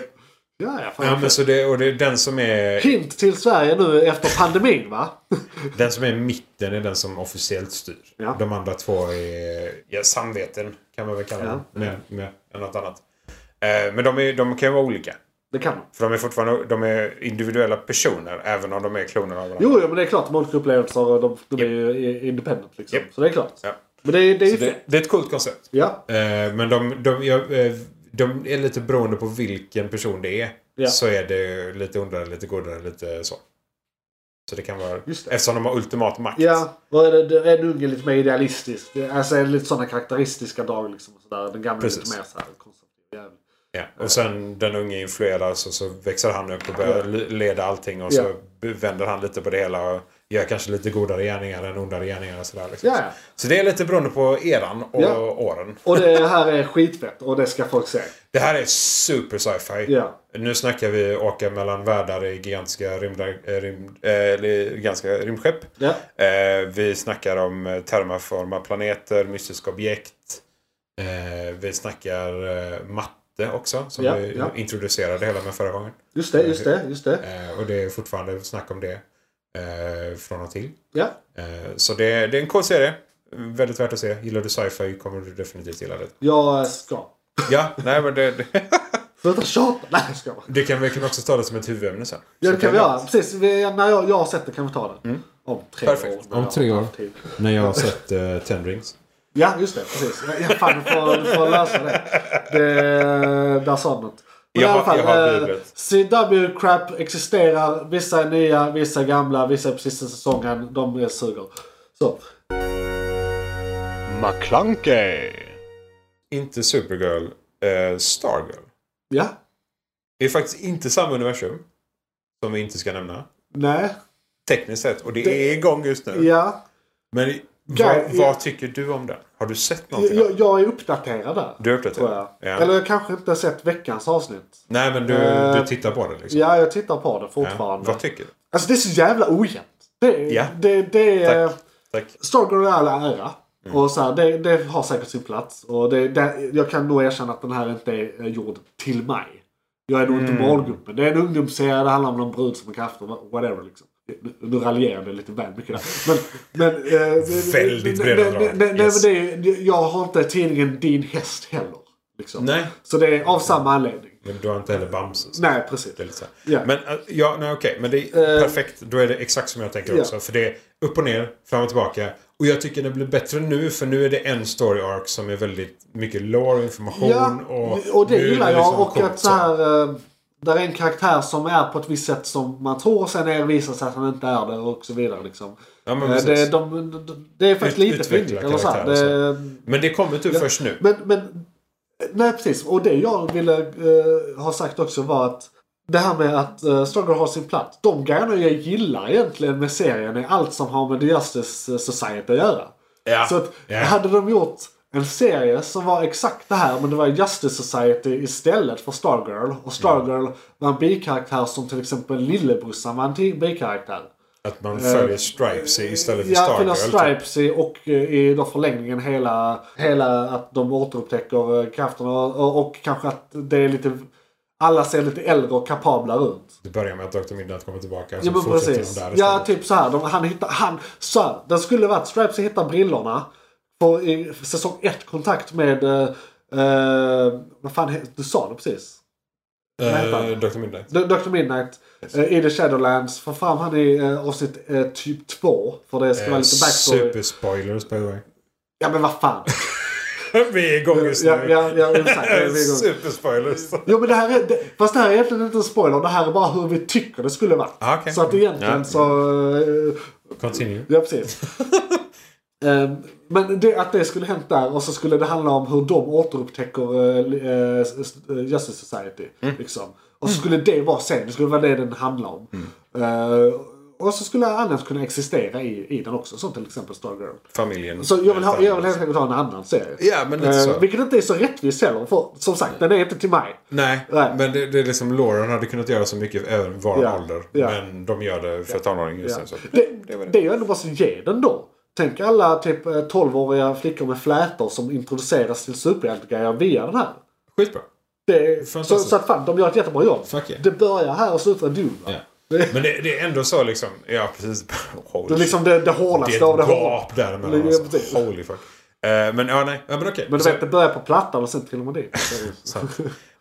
A: Ja, ja, fan.
B: Ja, men så det, och det är den som är
A: Hint till Sverige nu efter pandemin va?
B: Den som är i mitten är den som officiellt styr.
A: Ja.
B: De andra två är ja, samveten kan man väl kalla dem. Med, med något annat. Eh, Men de, är, de kan ju vara olika.
A: Det kan man.
B: För de är fortfarande de är individuella personer även om de är kloner av varandra.
A: Jo, jo, men det är klart. De har olika upplevelser och de, de är ju independent liksom.
B: Japp.
A: Så det är klart.
B: Ja.
A: Men det, är- det är ju...
B: Så det, det är ett coolt koncept.
A: Ja.
B: Eh, Men de, de, jag, eh, de är lite beroende på vilken person det är.
A: Ja.
B: Så är det lite ondare, lite godare, lite så. Så det kan vara...
A: Just det.
B: Eftersom de har ultimat makt.
A: Ja, och är det, det är en unge lite mer idealistisk. Det- Alltså är det lite sådana karaktäristiska drag liksom. Och sådär. Den gamla är
B: Precis.
A: lite mer såhär konservativ. jävel.
B: Ja, och sen den unge influeras och så växer han upp och börjar le- leda allting och
A: Ja.
B: så vänder han lite på det hela och gör kanske lite godare gärningar än ondare gärningar och sådär. Liksom.
A: Ja, ja.
B: Så det är lite beroende på eran och
A: Ja.
B: åren.
A: Och det här är skitfett och det ska folk se.
B: Det här är super sci-fi.
A: Ja.
B: Nu snackar vi åka mellan världar i gigantiska, rymdar, eh, rymd, eh, eller gigantiska rymdskepp.
A: Ja.
B: Eh, vi snackar om eh, terraforma planeter, mystiska objekt. Eh, vi snackar eh, matte också som
A: Ja,
B: vi
A: ja.
B: introducerade hela med förra gången.
A: Just det, just det, just det.
B: Eh, och det är fortfarande snack om det. Eh, från och till.
A: Ja.
B: Eh, så det, det är en cool serie. Väldigt värt att se. Gillar du sci-fi kommer du definitivt gilla det.
A: Jag ska.
B: Ja, nej men det, det,
A: Sluta tjata! Nej, jag ska bara.
B: det kan vi kan också ta det som ett huvudämne sen.
A: Ja,
B: Så
A: det kan vi göra. Precis, vi, när jag, jag har sett det kan vi ta det. Om tre
B: Perfekt.
A: år.
B: Mm. Om
A: Jag
B: tre
A: har
B: år.
A: haft tid.
B: När jag har sett eh, Ten Rings.
A: Ja, just det. Precis. Ja, fan, du får, du får lösa det. det där sa du något. Men
B: Jag
A: i
B: har-
A: alla fall,
B: jag har
A: eh,
B: biblet.
A: CW crap existerar. Vissa är nya, vissa är gamla, vissa är på sista säsongen. De är suger. Så. McClunkey.
B: Inte Supergirl. Eh, Stargirl.
A: Ja.
B: Det är faktiskt inte samma universum. Som vi inte ska nämna.
A: Nej.
B: Tekniskt sett. Och det,
A: Det-
B: är igång just nu.
A: Ja.
B: Men
A: Ja,
B: vad,
A: ja.
B: vad tycker du om den? Har du sett någonting? av
A: Jag,
B: den?
A: jag är uppdaterad där.
B: Du har uppdaterat?
A: Tror jag.
B: Ja.
A: Eller jag kanske inte har sett veckans avsnitt.
B: Nej men du,
A: Eh,
B: du tittar på den liksom.
A: Ja, jag tittar på det
B: Ja.
A: fortfarande.
B: Vad tycker du?
A: Alltså det är så jävla ojämnt. Det,
B: Ja.
A: det, det är...
B: Tack. Tack.
A: Stargirl är all ära.
B: Mm.
A: Och så här, det, det har säkert sin plats. Och det, det, jag kan nog erkänna att den här inte är eh, gjord till mig. Jag är nog
B: Mm.
A: inte målgruppen. Det är en ungdomsserie, det handlar om någon brud som är krafter, whatever liksom. Nu- Nu raljerar jag lite väl mycket där. Men, men, eh,
B: Väldigt breda
A: nej,
B: drag.
A: nej, nej,
B: Yes.
A: men det är, Jag har inte tidningen Din Häst heller. Liksom.
B: Nej.
A: Så det är av samma anledning.
B: Men du har inte heller Bamse. så
A: Nej, precis.
B: det är lite så här.
A: Ja. Eh,
B: Men eh, ja, nej, okej. Men det är perfekt. Då är det exakt som jag tänker
A: Ja.
B: också. För det är upp och ner, fram och tillbaka. Och jag tycker det blir bättre nu för nu är det en story arc som är väldigt mycket lore och information.
A: Ja,
B: och,
A: och, det
B: nu är
A: gillar jag.
B: liksom
A: och
B: kort
A: att så här, eh, där är en karaktär som är på ett visst sätt som man tror och sen är det visar sig att han inte är det och så vidare. Liksom.
B: Ja, men
A: Eh,
B: precis.
A: det, de, de, det är faktiskt
B: Ut-
A: lite
B: utveckla
A: fyndigt. eller så här.
B: karaktärer
A: Det-
B: Men det kommer typ först nu.
A: Men, men, nej precis. Och det jag ville eh, ha sagt också var att det här med att eh, Stargirl har sin plats. De grejerna jag gillar egentligen med serien är allt som har med The Justice eh, Society att göra.
B: Ja.
A: Så att,
B: Ja.
A: hade de gjort en serie som var exakt det här men det var Justice Society istället för Stargirl. Och Stargirl var en bikaraktär som till exempel Lillebrorsan var en ti- bikaraktär.
B: Att man följer Stripes istället för
A: Ja,
B: Stargirl.
A: Fina
B: typ.
A: Stripes i, och eh, i då förlängningen hela, hela att de återupptäcker eh, krafterna och, och, och kanske att det är lite... Alla ser lite äldre och kapabla ut.
B: Det börjar med att Dr. Midnight kommer tillbaka.
A: Ja
B: så
A: men
B: fortsätter de
A: precis.
B: där
A: Ja
B: istället.
A: typ så här. De, han hittar... Han, så här, det skulle varit Stripes hittar brillorna. Får i säsong ett kontakt med... eh, eh, vad fan he- Du sa det precis.
B: Eh, Dr. Midnight.
A: D- Dr. Midnight. eh, I The Shadowlands. Får fram han i eh, avsnitt eh, typ två. För det ska vara
B: Eh,
A: lite backstory.
B: Superspoilers by the way.
A: Ja men vad fan.
B: Vi är igång just nu.
A: Ja, ja, ja, exakt. Vi är igång.
B: Superspoilers.
A: Jo men det här är, det, fast det här är egentligen inte en spoiler. Det här är bara hur vi tycker det skulle vara.
B: Ah, okej.
A: Så att egentligen
B: Mm. Ja.
A: så... eh,
B: Continue.
A: Ja precis. Ehm, men det, att det skulle hänt där och så skulle det handla om hur de återupptäcker uh, eh, Justice Society.
B: Mm.
A: Liksom. Och så skulle det vara sen. Det skulle vara det den handlar om.
B: Mm.
A: Eh, och så skulle annat kunna existera i, i den också. Som till exempel Stargirl.
B: Familjen.
A: Så jag vill, ha, jag vill helt enkelt ha en annan serie.
B: Ja, men lite så.
A: Eh, vilket inte är så rättvist heller. För, som sagt, den är inte till mig.
B: Nej,
A: Nej.
B: men det, det är liksom Lauren hade kunnat göra så mycket även var
A: Ja,
B: ålder.
A: ja.
B: Men de gör det för tonåringar just nu. Så.
A: Det,
B: det var det.
A: det är ju ändå bara så ge den då. Tänk alla typ eh, 12-åriga flickor med flätor som introduceras till superhjältegrejer via den här.
B: Skitbra.
A: Det är, så,
B: Fantastiskt.
A: så att fan, de gör ett jättebra jobb.
B: Fuck yeah.
A: Det börjar här och slutar i Doom. va?
B: Ja. Men det, det är ändå så liksom. Ja, precis. Holy
A: Det är liksom det, det hårdaste av
B: Det
A: det
B: är ett
A: hårda.
B: gap där
A: Ja,
B: mellan oss.
A: precis.
B: Holy fuck. Eh, men ja, nej. Ja, men okej.
A: Men du
B: Så-
A: vet, det börjar på plattan och sen trillar man dit.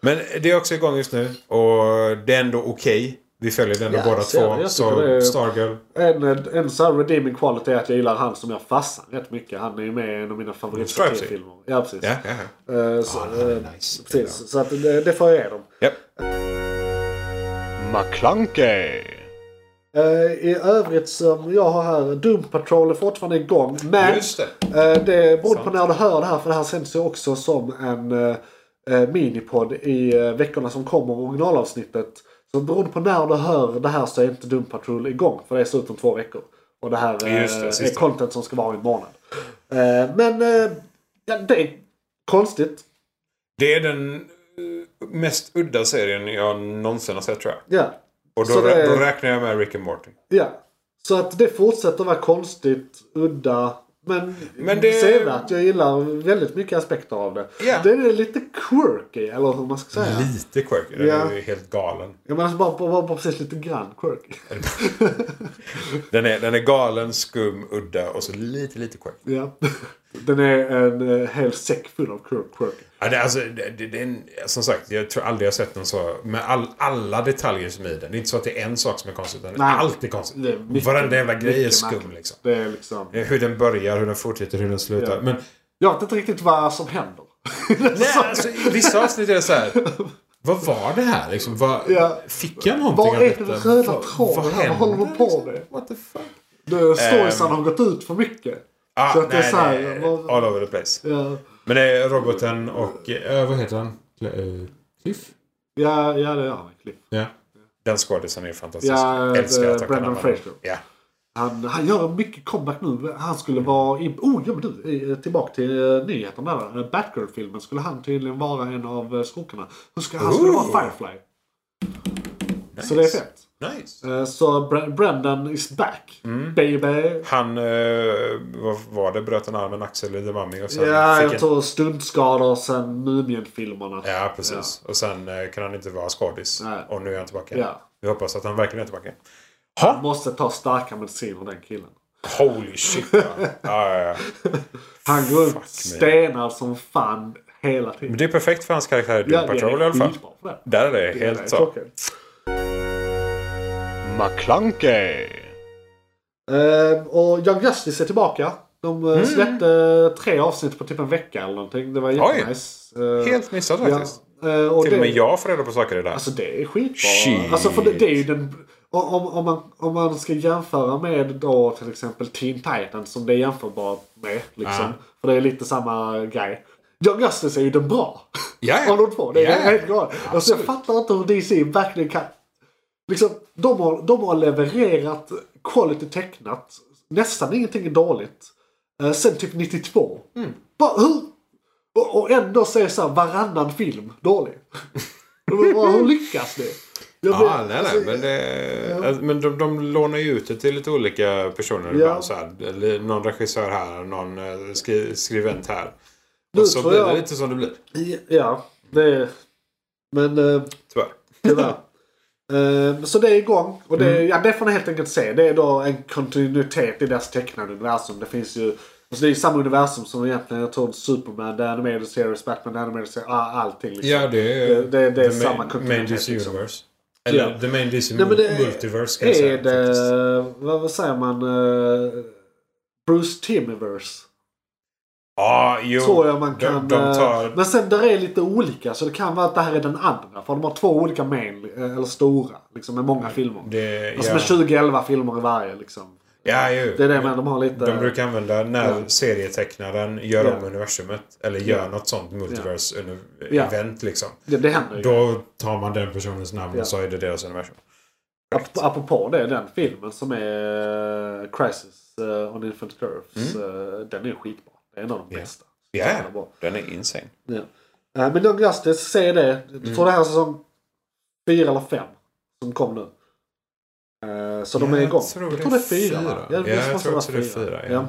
B: Men det är också igång just nu. Och det är ändå okej. Vi följer den ändå
A: Ja,
B: båda
A: så jag- jag
B: två.
A: tycker
B: Så
A: det är-
B: Stargirl.
A: en, en sån här redeeming quality är att jag gillar han som jag fastnar rätt mycket. Han är ju med i en av mina
B: Stripes, ja.
A: favoritfilmer. Ja, precis.
B: Ja, ja, ja.
A: Eh, så,
B: Ah, nej,
A: eh,
B: nice.
A: precis. Så att, det, det får jag ge dem.
B: Japp.
A: McClunkey. Eh, I övrigt som jag har här, Doom Patrol är fortfarande igång. Men
B: Just det.
A: eh, det beror på när du hör det här för det här sänds ju också som en eh, eh, minipodd i eh, veckorna som kommer, originalavsnittet. Så beroende på när du hör det här så är inte Doom Patrol igång för det är slut om två veckor. Och det här eh,
B: Just det, sista.
A: är content som ska vara i en månad. Eh, men eh, ja, det är konstigt.
B: Det är den eh, mest udda serien jag någonsin har sett tror jag.
A: Ja.
B: Och
A: Så
B: då,
A: det-
B: då räknar jag med Rick and Morty.
A: Ja. Så att det fortsätter vara konstigt, udda, men,
B: Men det-
A: sevärt. Jag gillar väldigt mycket aspekter av det.
B: Ja.
A: Det är lite quirky, eller hur man ska säga.
B: Lite quirky. Den
A: Ja.
B: är ju helt galen.
A: Jag menar bara, bara, bara precis lite grann quirky.
B: Den är, den är galen, skum, udda och så lite, lite quirky.
A: ja. Den är en eh, hel säck full av quirk, quirky.
B: Ja, det, är alltså, det, det, det är en, som sagt, jag tror aldrig jag har sett någon så med all, alla detaljer som är i den. Det är inte så att det är en sak som är konstig, utan
A: Nej.
B: allt är konstigt.
A: Det är mycket-
B: Varenda jävla grej är
A: mycket
B: skum
A: märkligt.
B: liksom.
A: Det är liksom...
B: Eh, Hur den börjar, hur den fortsätter, hur den slutar.
A: Ja.
B: Men
A: Jag vet inte riktigt vad som händer.
B: nej, alltså, i vissa avsnitt är det så här. Vad var det här liksom? Vad,
A: Ja.
B: Fick jag någonting
A: Var
B: av
A: är
B: detta?
A: den röda
B: Vad-
A: tråden? här? Vad håller
B: hände? liksom?
A: de på med?
B: What the fuck? Ehm.
A: Det- Storiesen har gått ut för mycket.
B: Ah,
A: så att
B: nej,
A: det är så här,
B: nej.
A: vad-
B: All over the place.
A: Ja,
B: Men det är roboten och... eh, vad heter han? Cl- eh, Cliff?
A: ja, ja det har han. Klipp.
B: Ja. Den skådisen är fantastisk.
A: Ja,
B: Älskar
A: eh,
B: att han
A: Brendan
B: kan använda-
A: Fraser.
B: Ja.
A: Han, han gör mycket comeback nu. Han skulle vara i... Oh, ja, men du, eh, tillbaka till uh, nyheten där. Eh, Batgirl-filmen skulle han tydligen eh, vara en av uh, skurkarna. Han skulle, han skulle
B: Ooh.
A: vara Firefly. Så det är fett.
B: Nice.
A: Eh, Så Bre- Brendan is back.
B: Mm.
A: Baby.
B: Han, eh, vad var det, bröt en arm, en axel eller dumami och sen
A: Ja,
B: fick
A: jag
B: en...
A: tror stuntskador sen Mumien-filmerna.
B: Ja, precis. Och sen eh, kan han inte vara skådis.
A: Nej.
B: Och nu är han tillbaka.
A: Ja.
B: Vi hoppas att han verkligen är tillbaka.
A: Han Måste ta starka mediciner den killen.
B: Holy shit ja. ja, ja, ja.
A: Han går runt
B: me.
A: stenad som fan hela tiden.
B: Men det är perfekt för hans karaktär i Doom
A: Ja, det är
B: Patrol i alla fall.
A: skitbra för det.
B: Där är det helt
A: det är
B: så.
A: klockrent.
B: McClunkey.
A: Eh, och Young Justice är tillbaka. De
B: Mm.
A: eh, släppte tre avsnitt på typ en vecka eller någonting. Det var jättenice. Eh,
B: Helt missat
A: ja.
B: faktiskt.
A: Eh, och
B: Till och
A: det-
B: med jag får reda på saker i det där.
A: Alltså det är skitbra.
B: Shit.
A: Alltså för det, det är ju den... Om, om- om, man, om man ska jämföra med då till exempel Teen Titans som det är jämförbart med. Liksom.
B: Ja.
A: För det är lite samma grej. Young Justice är ju den bra.
B: Ja, ja.
A: Av de två. Det är
B: Ja, ja.
A: helt galet. Alltså jag
B: Absolut.
A: fattar inte hur DC verkligen kan... Liksom, de, har, de har levererat quality tecknat. Nästan ingenting är dåligt. Eh, sen typ 92.
B: Mm.
A: Bara, hur? Och, och ändå säger så här varannan film dålig. Det var bara, hur lyckas det? Jag
B: Ja,
A: vet-
B: nej,
A: alltså,
B: nej, men, det, alltså, men de, de lånar ju ut det till lite olika personer
A: Ja.
B: ibland. Så här, eller någon regissör här, någon eh, skri, skrivent här.
A: Nu
B: Och så
A: tror
B: blir
A: jag-
B: det lite som det blir.
A: Ja, det är... Men eh,
B: Tyvärr.
A: tyvärr. Eh, så det är igång. Och det,
B: Mm.
A: ja, det får ni helt enkelt se. Det är då en kontinuitet i deras tecknade universum. Det finns ju... Alltså det är ju samma universum som egentligen jag tror Superman, The Animated Series, Batman, The Animated Series, all- allting. Liksom.
B: Ja, det är,
A: Det- det- det är
B: the
A: samma
B: main, main
A: kontinuitet,
B: DC
A: liksom.
B: Universe. Eller
A: Ja.
B: The Main DC
A: Nej, men det
B: Multiverse kan
A: är
B: jag säga.
A: det,
B: faktiskt.
A: vad, vad säger man, eh, Bruce Timmiverse.
B: Ja, jo.
A: Tror jag man kan.
B: De, de tar...
A: eh, Men sen där är lite olika så det kan vara att det här är den andra. För de har två olika main, eh, eller stora. Liksom med
B: Mm.
A: många filmer.
B: det,
A: alltså
B: ja.
A: med 20-11 filmer i varje liksom.
B: ja, ju.
A: Det är det men de har lite...
B: De brukar använda när
A: Ja.
B: serietecknaren gör
A: Ja.
B: om universumet. Eller gör något sånt
A: Ja.
B: multiverse-event liksom.
A: det, det händer ju.
B: Då tar man den personens namn
A: Ja.
B: och så är det deras universum.
A: Ap- Apropå det, den filmen som är eh, Crisis eh, on Infant Curves. eh, Den är skitbra. Det är en av de
B: Mm. Ja.
A: bästa.
B: Ja,
A: Så bra.
B: den är insane.
A: Ja. Eh, Men Young Justice, se det.
B: Mm.
A: Jag tror det här är säsong fyra eller fem som kom nu. Eh, Så de
B: Ja,
A: är
B: jag
A: igång.
B: tror
A: jag
B: det
A: tror det är
B: är
A: fyra.
B: fyra.
A: va?
B: Ja,
A: måste
B: jag tror
A: vara
B: också det är fyra, ja.
A: Ja.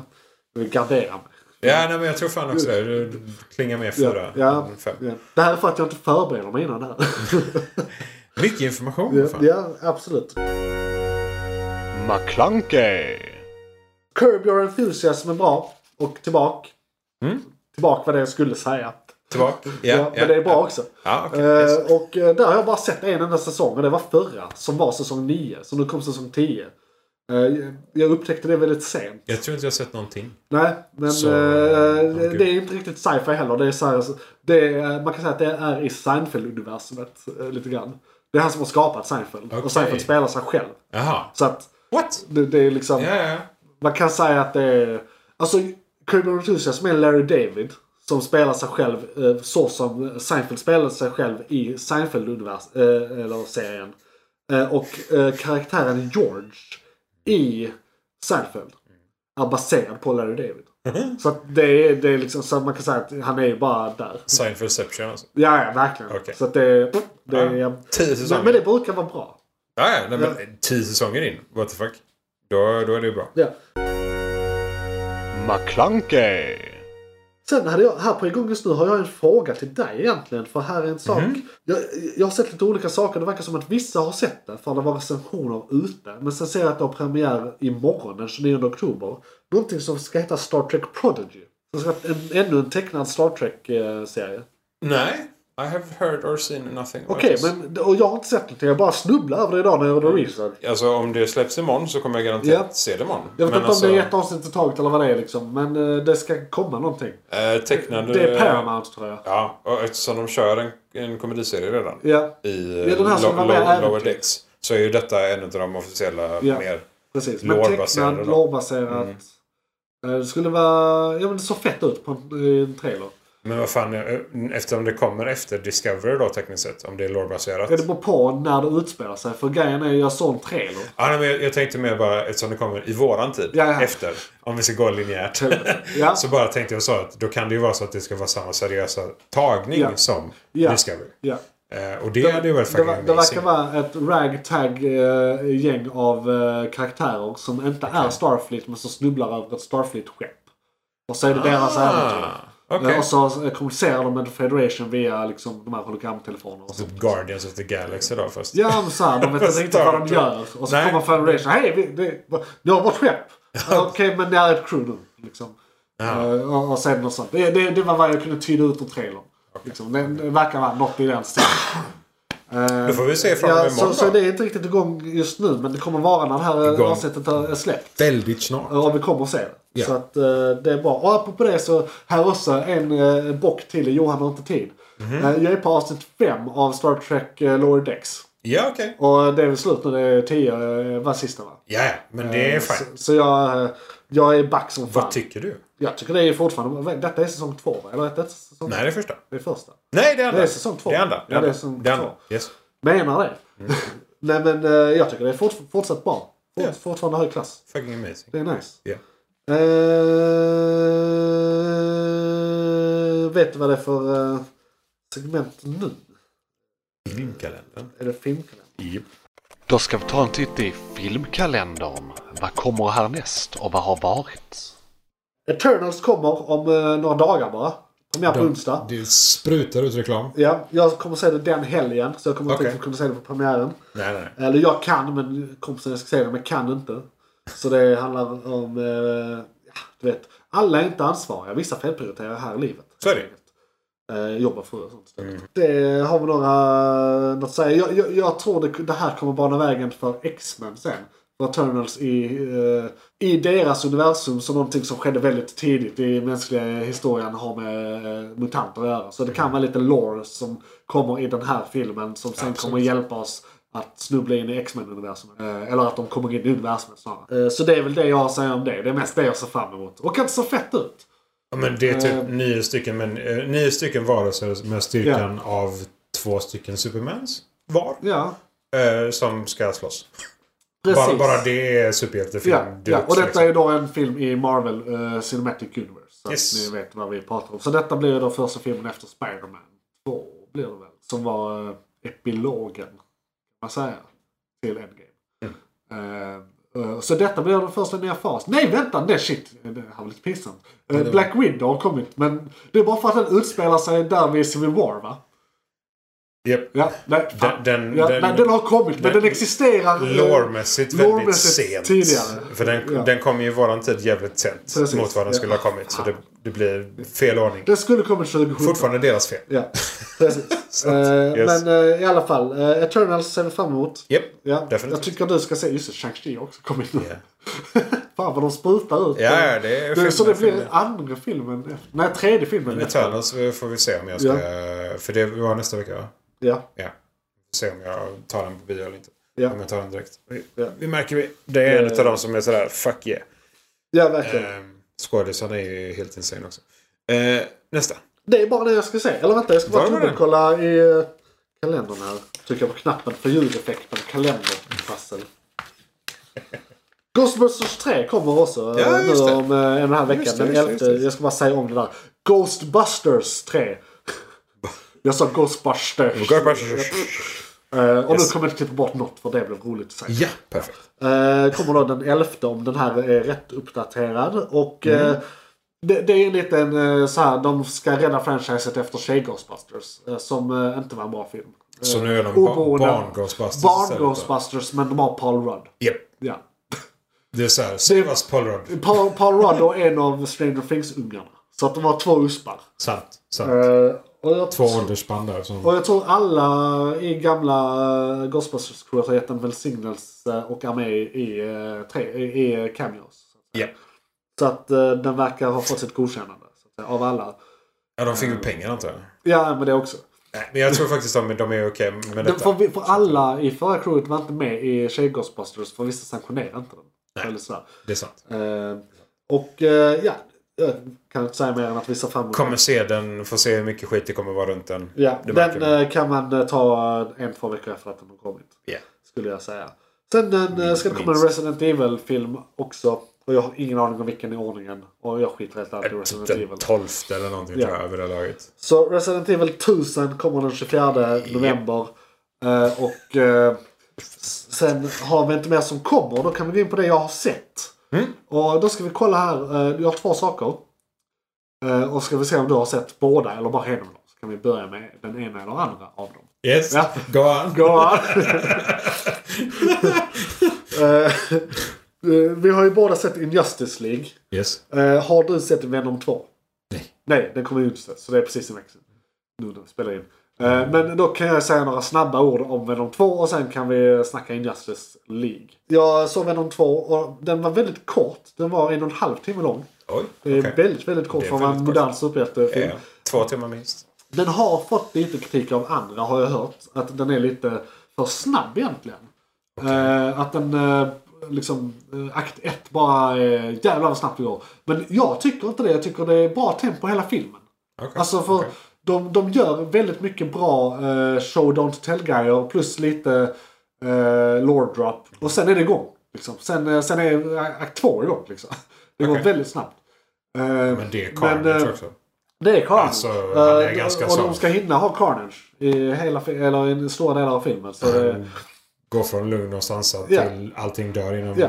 A: Jag vill gardera mig.
B: Ja, nej, men jag tror fan också det. Det klingar mer fyra
A: Ja, ja,
B: än fem.
A: ja. Det här är för att jag inte förbereder mig innan det här.
B: Mycket information
A: ja,
B: fan.
A: ja, absolut.
B: McClunkey.
A: Curb Your Enthusiasm är bra. Och tillbak.
B: Mm.
A: Tillbak var det jag skulle säga.
B: Tillbaka.
A: Ja,
B: Ja, ja,
A: men det är bra också.
B: Ja, okej,
A: Eh,
B: visst.
A: och eh, där har jag bara sett en enda säsong och det var förra som var säsong 9. Så nu kom säsong 10. Eh, jag upptäckte det väldigt sent.
B: Jag tror inte jag har sett någonting.
A: Nej, men
B: Så,
A: eh, det-
B: okej.
A: det är inte riktigt sci-fi heller. Det är så här, alltså, det är, man kan säga att det är i Seinfeld-universumet eh, lite grann. Det är han som har skapat Seinfeld.
B: Okej.
A: Och Seinfeld spelar sig själv.
B: Jaha.
A: Så att
B: What?
A: det, det är liksom...
B: Ja, ja.
A: Man kan säga att det är... Alltså, Kirby Enthusiasm är Larry David. Som spelar sig själv eh, så som Seinfeld spelade sig själv i Seinfeld univers eh, eller serien. Eh, och eh, karaktären George i Seinfeld är baserad på Larry David.
B: Mhm.
A: Så att det är, det är liksom så att man kan säga att han är ju bara där.
B: Seinfeldception alltså.
A: Ja, ja verkligen.
B: Okej.
A: Så att det, det är...
B: Ja. Tio säsonger.
A: Men, men det brukar vara bra.
B: Ja, ja, nej, men tio säsonger in. What the fuck. Då, då är det ju bra.
A: Ja.
B: McClunkey.
A: Sen hade jag, här på igång just nu har jag en fråga till dig egentligen. För här är en sak. Jag, jag har sett lite olika saker. Det verkar som att vissa har sett det. För det var recensioner ute. Men sen ser jag att det har premiär imorgon den 29 oktober. Någonting som ska heta Star Trek Prodigy. Som ska vara en, ännu en tecknad Star Trek-serie.
B: Nej. I have heard or seen nothing. about
A: Okej,
B: this.
A: men och jag har inte sett någonting. Jag bara snubblade över det idag när jag gjorde research.
B: Alltså om det släpps imorgon så kommer jag garanterat
A: Ja.
B: se det imorgon.
A: Jag vet
B: men alltså,
A: inte om det är ett avsnitt i taget eller vad det är liksom. Men eh, det ska komma någonting.
B: eh, tecknade...
A: Det är Paramount tror jag.
B: Ja, och eftersom de kör en, en komediserie redan.
A: Ja,
B: I
A: Ja, den här som
B: lo-
A: var med
B: lo-
A: även.
B: Lower Decks. Så är ju detta en av de officiella
A: Ja.
B: mer...
A: Precis, men
B: Lårbaserad
A: tecknad,
B: då.
A: lårbaserat.
B: Mm.
A: Eh, Det skulle vara... Ja men det såg fett ut på en, i en trailer.
B: Men vad fan, eh, eftersom det kommer efter Discovery då tekniskt sett. Om det är lore-baserat.
A: Det beror på när det utspelar sig. För grejen är ju, jag såg en trailer.
B: Ja, nej, men jag, jag tänkte mer bara eftersom det kommer i våran tid.
A: Ja, ja.
B: Efter. Om vi ska gå linjärt.
A: Ja.
B: Så bara tänkte jag så att då kan det ju vara så att det ska vara samma seriösa tagning
A: Ja.
B: som
A: Ja.
B: Discovery.
A: Ja.
B: Eh, Eh, och det, hade ju varit
A: Det,
B: fucking
A: var- det verkar
B: amazing.
A: vara ett ragtag-gäng av eh, karaktärer som inte är Starfleet men som snubblar över ett Starfleet-skepp. Och så är det deras äventyr.
B: Ah, okej.
A: Eh, Och så eh, kommunicerar de med Federation via liksom, de här hologramtelefonerna. och så.
B: Typ Guardians of the Galaxy då först.
A: Ja men såhär, de vet inte riktigt vad de gör. Och så
B: Nej.
A: kommer Federation. Hej, vi, det, det har vårt skepp! Alltså, Okej, men det är ett crew nu. Liksom. Eh, och, och sen något sånt. Det, det, det var vad jag kunde tyda ut ur trailern. Liksom. Det, det verkar vara något i den stilen. Eh,
B: Då får vi se fram
A: Ja,
B: emot
A: så,
B: imorgon
A: så
B: då.
A: det är inte riktigt igång just nu men det kommer vara när det här
B: Igång.
A: avsnittet är är släppt.
B: Väldigt snart.
A: Och vi kommer att se det.
B: Ja.
A: Så att eh, det är bra. Och apropå det så här också en eh, bock till. Johan har inte tid.
B: Mhm.
A: Eh, jag är på avsnitt 5 av Star Trek eh, Lower Decks.
B: Ja, okej.
A: Och det är väl slut nu. Det är 10 eh, var sista va?
B: Ja, ja, men det
A: Eh,
B: är fint.
A: Så, så jag, eh, jag är back som fan.
B: Vad tycker du?
A: jag tycker det är fortfarande... Detta är säsong 2 va? Eller detta är säsong...
B: Nej, det är första.
A: Det är första.
B: Nej, det är andra.
A: Det är säsong två.
B: Det är andra.
A: Ja, det är säsong
B: det är andra.
A: två.
B: Yes.
A: Menar det. Nej men eh, jag tycker det är fort, fortsatt bra. Fort,
B: Ja.
A: Fortfarande hög klass.
B: Fucking amazing.
A: Det är nice.
B: Ja.
A: Eh, vet du vad det är för eh, segment nu?
B: Filmkalendern.
A: Är det filmkalendern?
B: Japp.
D: Då ska vi ta en titt i filmkalendern. Vad kommer härnäst och vad har varit?
A: Eternals kommer om eh, några dagar bara. Premiär på onsdag.
B: Det sprutar ut reklam.
A: Ja, jag kommer se det den helgen. Så jag kommer
B: Okej.
A: inte kunna se det på premiären.
B: Nej, nej.
A: Eller jag kan, men kompisen ska se det, men kan inte. Så det handlar om, eh, ja, du vet. Alla är inte ansvariga. Vissa felprioriterar här i livet.
B: Så är det. Mm.
A: Eh, jobbar för och sånt istället. Det har vi några, något att säga. Jag, jag, jag tror det, det här kommer bana vägen för X-Men sen. För Eternals i, eh, i deras universum som någonting som skedde väldigt tidigt i mänskliga historien har med eh, mutanter att göra. Så det kan vara lite lore som kommer i den här filmen som sen kommer hjälpa oss att snubbla in i X-Men-universum. Eh, eller att de kommer in i universumet snarare. Eh, så det är väl det jag har att säga om det. Det är mest det jag ser fram emot. Och kan inte se fett ut.
B: Ja, men det är typ nio, stycken, men, eh, nio stycken varelser med styrkan av två stycken Supermans var.
A: Ja,
B: Eh, som ska slåss.
A: precis.
B: Bara, bara det är superhjältefilm.
A: Ja, ja.
B: deluxe,
A: och detta
B: liksom.
A: är då en film i Marvel eh, Cinematic Universe. Så
B: Yes.
A: att ni vet vad vi pratar om. Så detta blir ju då första filmen efter Spider-Man 2. Blir det väl, som var eh, epilogen, kan man säga, till Endgame.
B: Mm.
A: Eh, eh, så detta blir den första nya fasen. Nej vänta, nej shit. Det här var lite pinsamt. Eh, Black Widow har kommit men det är bara för att den utspelar sig där vid Civil War va?
B: Japp.
A: Ja, nej, fan.
B: Den- den-
A: ja,
B: den-
A: nej, den har kommit men
B: den-
A: den existerar eh,
B: Lårmässigt väldigt
A: lore-mässigt
B: sent.
A: tidigare.
B: För den,
A: Ja.
B: den kom ju i våran tid jävligt sent.
A: Precis.
B: Mot vad den
A: Ja.
B: skulle ha kommit. Så det, det blir fel ordning.
A: Det skulle kommit 2017.
B: Fortfarande deras fel.
A: Ja, precis.
B: Så att,
A: Eh,
B: yes.
A: Men eh, i alla fall, eh, Eternals ser vi fram emot.
B: Japp,
A: Ja,
B: definitivt.
A: Jag tycker du ska se, just det, Shang-Chi har också kommit nu.
B: Ja.
A: Fan vad de sprutar ut.
B: Ja, ja, det är
A: det, Så det
B: filmen,
A: blir
B: filmen.
A: andra filmen efter. Nej, tredje filmen. efter.
B: Eternals eh, får vi se om jag ska... För det var nästa vecka va?
A: Ja.
B: Ja. Vi får se om jag tar den på bio eller inte.
A: Ja.
B: Om jag tar den direkt. Vi,
A: Ja.
B: vi märker vi. Det är en
A: Eh.
B: av dem som är sådär fuck yeah.
A: ja, verkligen.
B: Ehm, Skådisarna är ju helt insane också. Eh, nästa.
A: Det är bara det jag ska se. Eller vänta, jag ska bara
B: Var var det?
A: dubbelkolla i eh, kalendern här. Trycker på knappen för ljudeffekten. Kalenderprassel. Ghostbusters 3 kommer också
B: Ja,
A: ja, nu
B: just det.
A: om eh, en och en halv vecka.
B: Just det,
A: Den
B: just det, just
A: 11.
B: det.
A: Jag ska bara säga om det där. Ghostbusters 3. Jag sa Ghostbusters. Eh, och nu kommer jag inte klippa bort något för det blev roligt att säga.
B: Ja, perfekt.
A: Eh, kommer då den 11 om den här är rätt uppdaterad. Och
B: Mm.
A: eh, det, det är en liten eh, så här, de ska rädda franchiset efter Tjej Ghostbusters. Eh, som eh, inte var en bra film. Eh,
B: Så nu är de ba-
A: oberoende-
B: barn-Ghostbusters istället
A: Barn
B: då?
A: Ghostbusters men de har Paul Rudd.
B: Japp.
A: Ja.
B: Det är såhär, Sivas Polrod.
A: Paul, Paul Rudd och en av Stranger Things-ungarna. Så att de var två uspar.
B: Sant. sant.
A: Eh, och jag,
B: Två åldersspann där. Som...
A: Och jag tror alla i gamla eh, Ghostbusters-crewet har gett en välsignelse och är med i, eh, tre, i, i cameos.
B: Ja.
A: Så att eh, den verkar ha fått sitt godkännande. Så att, säga, av alla.
B: ja, de fick väl pengar antar jag.
A: Ja, men det också.
B: Nej, men jag tror faktiskt de, de är okej med
A: Den,
B: detta.
A: för, vi- för alla i förra crewet var inte med i Tjej-Ghostbusters för vissa sanktionerade inte den. Eller så.
B: Det är sant.
A: Eh, och eh, ja, jag kan inte säga mer än att vi ser fram emot
B: Kommer se den, får se hur mycket skit det kommer vara runt den.
A: Ja,
B: det
A: den
B: märker man.
A: eh, kan man eh, ta en, två veckor efter att den har kommit.
B: Ja. Mm,
A: Skulle jag säga. Sen eh, ska det komma en
B: minst.
A: Resident Evil-film också. Och jag har ingen aning om vilken i ordningen. Och jag skiter helt ärligt i Resident Evil.
B: Den 12 eller någonting
A: Ja.
B: tror jag vid det laget.
A: Så Resident Evil 1000 kommer den 24 november. Eh, och eh, s- sen har vi inte mer som kommer. Då kan vi gå in på det jag har sett. Och då ska vi kolla här. Eh, jag har två saker. Eh, och ska vi se om du har sett båda eller bara en av dem. Så kan vi börja med den ena eller andra av dem.
B: Yes,
A: Ja.
B: go on.
A: Go on. Eh, eh, vi har ju båda sett Injustice League.
B: Yes.
A: Eh, har du sett Venom 2? Nej. Nej, den kommer ju inte. Så det är precis en växel. Nu när vi spelar in. Eh, men då kan jag säga några snabba ord om Venom 2 och sen kan vi snacka Injustice League. Jag såg Venom 2 och den var väldigt kort. Den var en och en halv timme lång.
B: Oj,
A: Det är
B: okej.
A: väldigt, väldigt kort
B: Det är
A: för att vara en
B: väldigt kort.
A: modern superhjältefilm.
B: Eh, Två timmar minst.
A: Den har fått lite kritik av andra har jag hört. Att den är lite för snabb egentligen. Eh, att den eh, liksom eh, akt 1 bara är jävlar vad snabbt det går. Men jag tycker inte det. Jag tycker det är bra tempo i hela filmen.
B: Okej,
A: Alltså för
B: okej.
A: de, de gör väldigt mycket bra eh, show don't tell-grejer plus lite eh, lore drop. Och sen är det igång. Liksom. Sen, eh, sen är akt 2 igång. Liksom. Det går
B: Okej.
A: väldigt snabbt. Eh,
B: Men det är
A: men,
B: Carnage
A: eh,
B: också.
A: det är Carnage.
B: Alltså, han är
A: Eh,
B: ganska
A: och
B: sån.
A: de ska hinna ha Carnage i, hela, fi- eller i stora delar av filmen. Så
B: Mm.
A: det,
B: Gå från lugn och sansad
A: Ja.
B: till allting dör inom
A: Ja.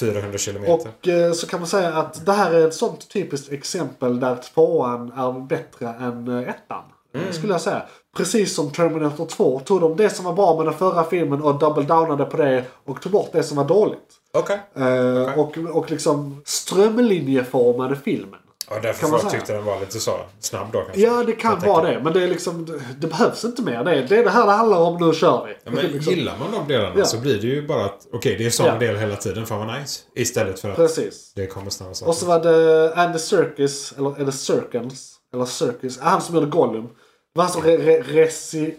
B: 400 kilometer.
A: och eh, så kan man säga att det här är ett sånt typiskt exempel där tvåan är bättre än eh, ettan.
B: Mm.
A: Skulle jag säga. Precis som Terminator 2 tog de det som var bra med den förra filmen och double downade på det och tog bort det som var dåligt.
B: Okej.
A: Eh, och, och liksom strömlinjeformade filmen.
B: Ja, därför
A: Eh, Kan man
B: folk
A: säga?
B: tyckte den var lite så snabb då kanske.
A: Ja det kan
B: Jag tänker-
A: vara det men det är liksom det, det behövs inte mer. Det, är- det är det här det handlar om, nu kör vi.
B: Ja, men
A: liksom.
B: gillar man de delarna
A: Ja.
B: så blir det ju bara att okej, det är samma
A: Ja.
B: del hela tiden. Fan vad nice. Istället för att
A: Precis.
B: det kommer snabba saker.
A: Och så var det Andy Serkis, eller är det Serkins? Eller Serkis, han som gjorde Gollum. Det var han som re- re- resi-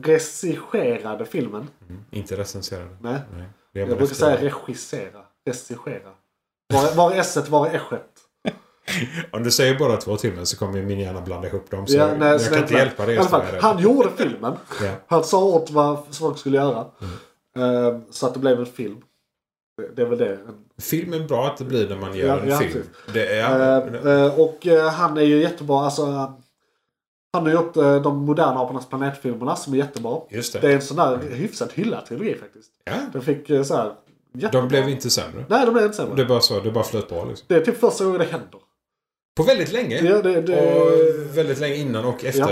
A: regisserade filmen.
B: Mm, Inte recensera det.
A: Nej.
B: Nej. Det är
A: Jag
B: bara
A: brukar
B: skriva.
A: säga regissera. Regissera. Var, var är s var är s
B: Om du säger bara två timmar så kommer ju min hjärna blanda ihop dem. Så jag,
A: nej,
B: jag
A: så
B: kan
A: det-
B: inte hjälpa det.
A: I alla fall,
B: så är det.
A: han gjorde filmen.
B: Ja.
A: Han sa åt vad folk skulle göra.
B: Mm.
A: Eh, så att det blev en film. Det- Det är väl det. En
B: Film är bra att det blir när man gör
A: Ja,
B: en
A: ja,
B: film. Det är,
A: Eh, eh, och eh, han är ju jättebra. Alltså, eh, han har gjort eh, de moderna Apornas planetfilmerna som är jättebra.
B: just det.
A: Det är en sån där hyfsat hyllad trilogi faktiskt.
B: ja.
A: Den fick eh, så här, jättebra.
B: De blev inte sämre.
A: Nej, de blev inte sämre.
B: Det är bara så. Det bara flöt på liksom.
A: Det är typ första gången det händer.
B: På väldigt länge.
A: Ja, det, det...
B: Och väldigt länge innan och efter.
A: Ja.
B: Så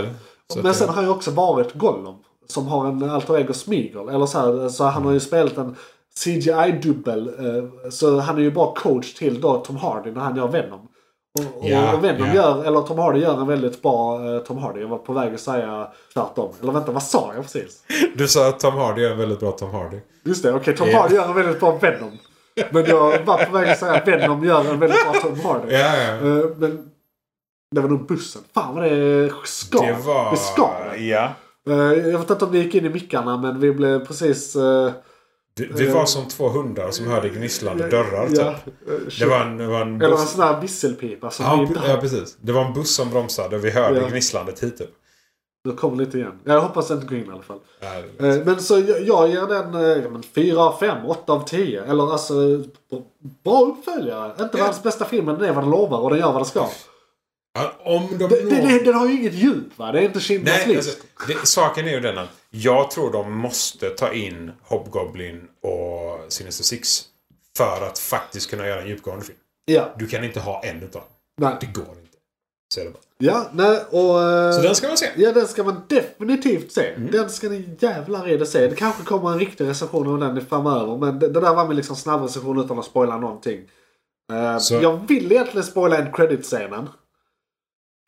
B: att
A: Men
B: det-
A: sen har jag också varit Gollum. Som har en alter ego Smeagol. Eller så, här, så han har ju spelat en CGI-dubbel. eh, Så han är ju bara coach till då Tom Hardy när han gör Venom. Och, och,
B: Ja,
A: och Venom
B: ja.
A: gör, eller Tom Hardy gör en väldigt bra eh, Tom Hardy. Jag var på väg att säga tvärtom. Eller vänta, vad sa jag precis?
B: eh, Du sa att Tom Hardy är en väldigt bra Tom Hardy.
A: Just det, okej Tom
B: Ja.
A: Hardy gör en väldigt bra Venom. Men jag var på väg att säga att Venom gör en väldigt bra Tom Hardy.
B: Ja, ja.
A: Eh, Men det var nog bussen. Fan vad det skav.
B: Det var...
A: Det skav.
B: Ja.
A: Eh, Jag vet inte om det gick in i mickarna men vi blev precis... eh,
B: Vi, vi var som två hundar som hörde gnisslande
A: ja,
B: dörrar. Typ.
A: eh,
B: Det var en, det var en
A: Eller en
B: buss.
A: sån här visselpipa som
B: Ja,
A: vi
B: p- ja, precis. Det var en buss som bromsade och vi hörde
A: Ja.
B: gnissslandet hit typ.
A: Nu kom lite igen. Jag hoppas det inte går in i alla fall.
B: Ja,
A: Eh, Men så jag, jag ger den eh, ja, men 4 av 5, 8 av 10. Eller alltså, b- bra uppföljare. Inte världens bästa film men den är vad den lovar och den gör vad den ska.
B: Ja, Om de
A: Den,
B: når-
A: den, den, den har ju inget djup va? Det är inte Schindler's
B: Nej,
A: list.
B: alltså, det, saken är ju den att jag tror de måste ta in Hobgoblin och Sinister Six för att faktiskt kunna göra en djupgående film.
A: Ja,
B: Du kan inte ha en utav dem.
A: nej.
B: Det går inte. Så är det bara.
A: Ja, nej och... eh,
B: Så den ska man se.
A: Ja, den ska man definitivt se.
B: Mm.
A: Den ska ni jävlar i det se. Det kanske kommer en riktig recension av den framöver. Men det, det där var min liksom snabb recension utan att spoila någonting. Eh,
B: Så-
A: Jag vill egentligen spoila en creditscenen.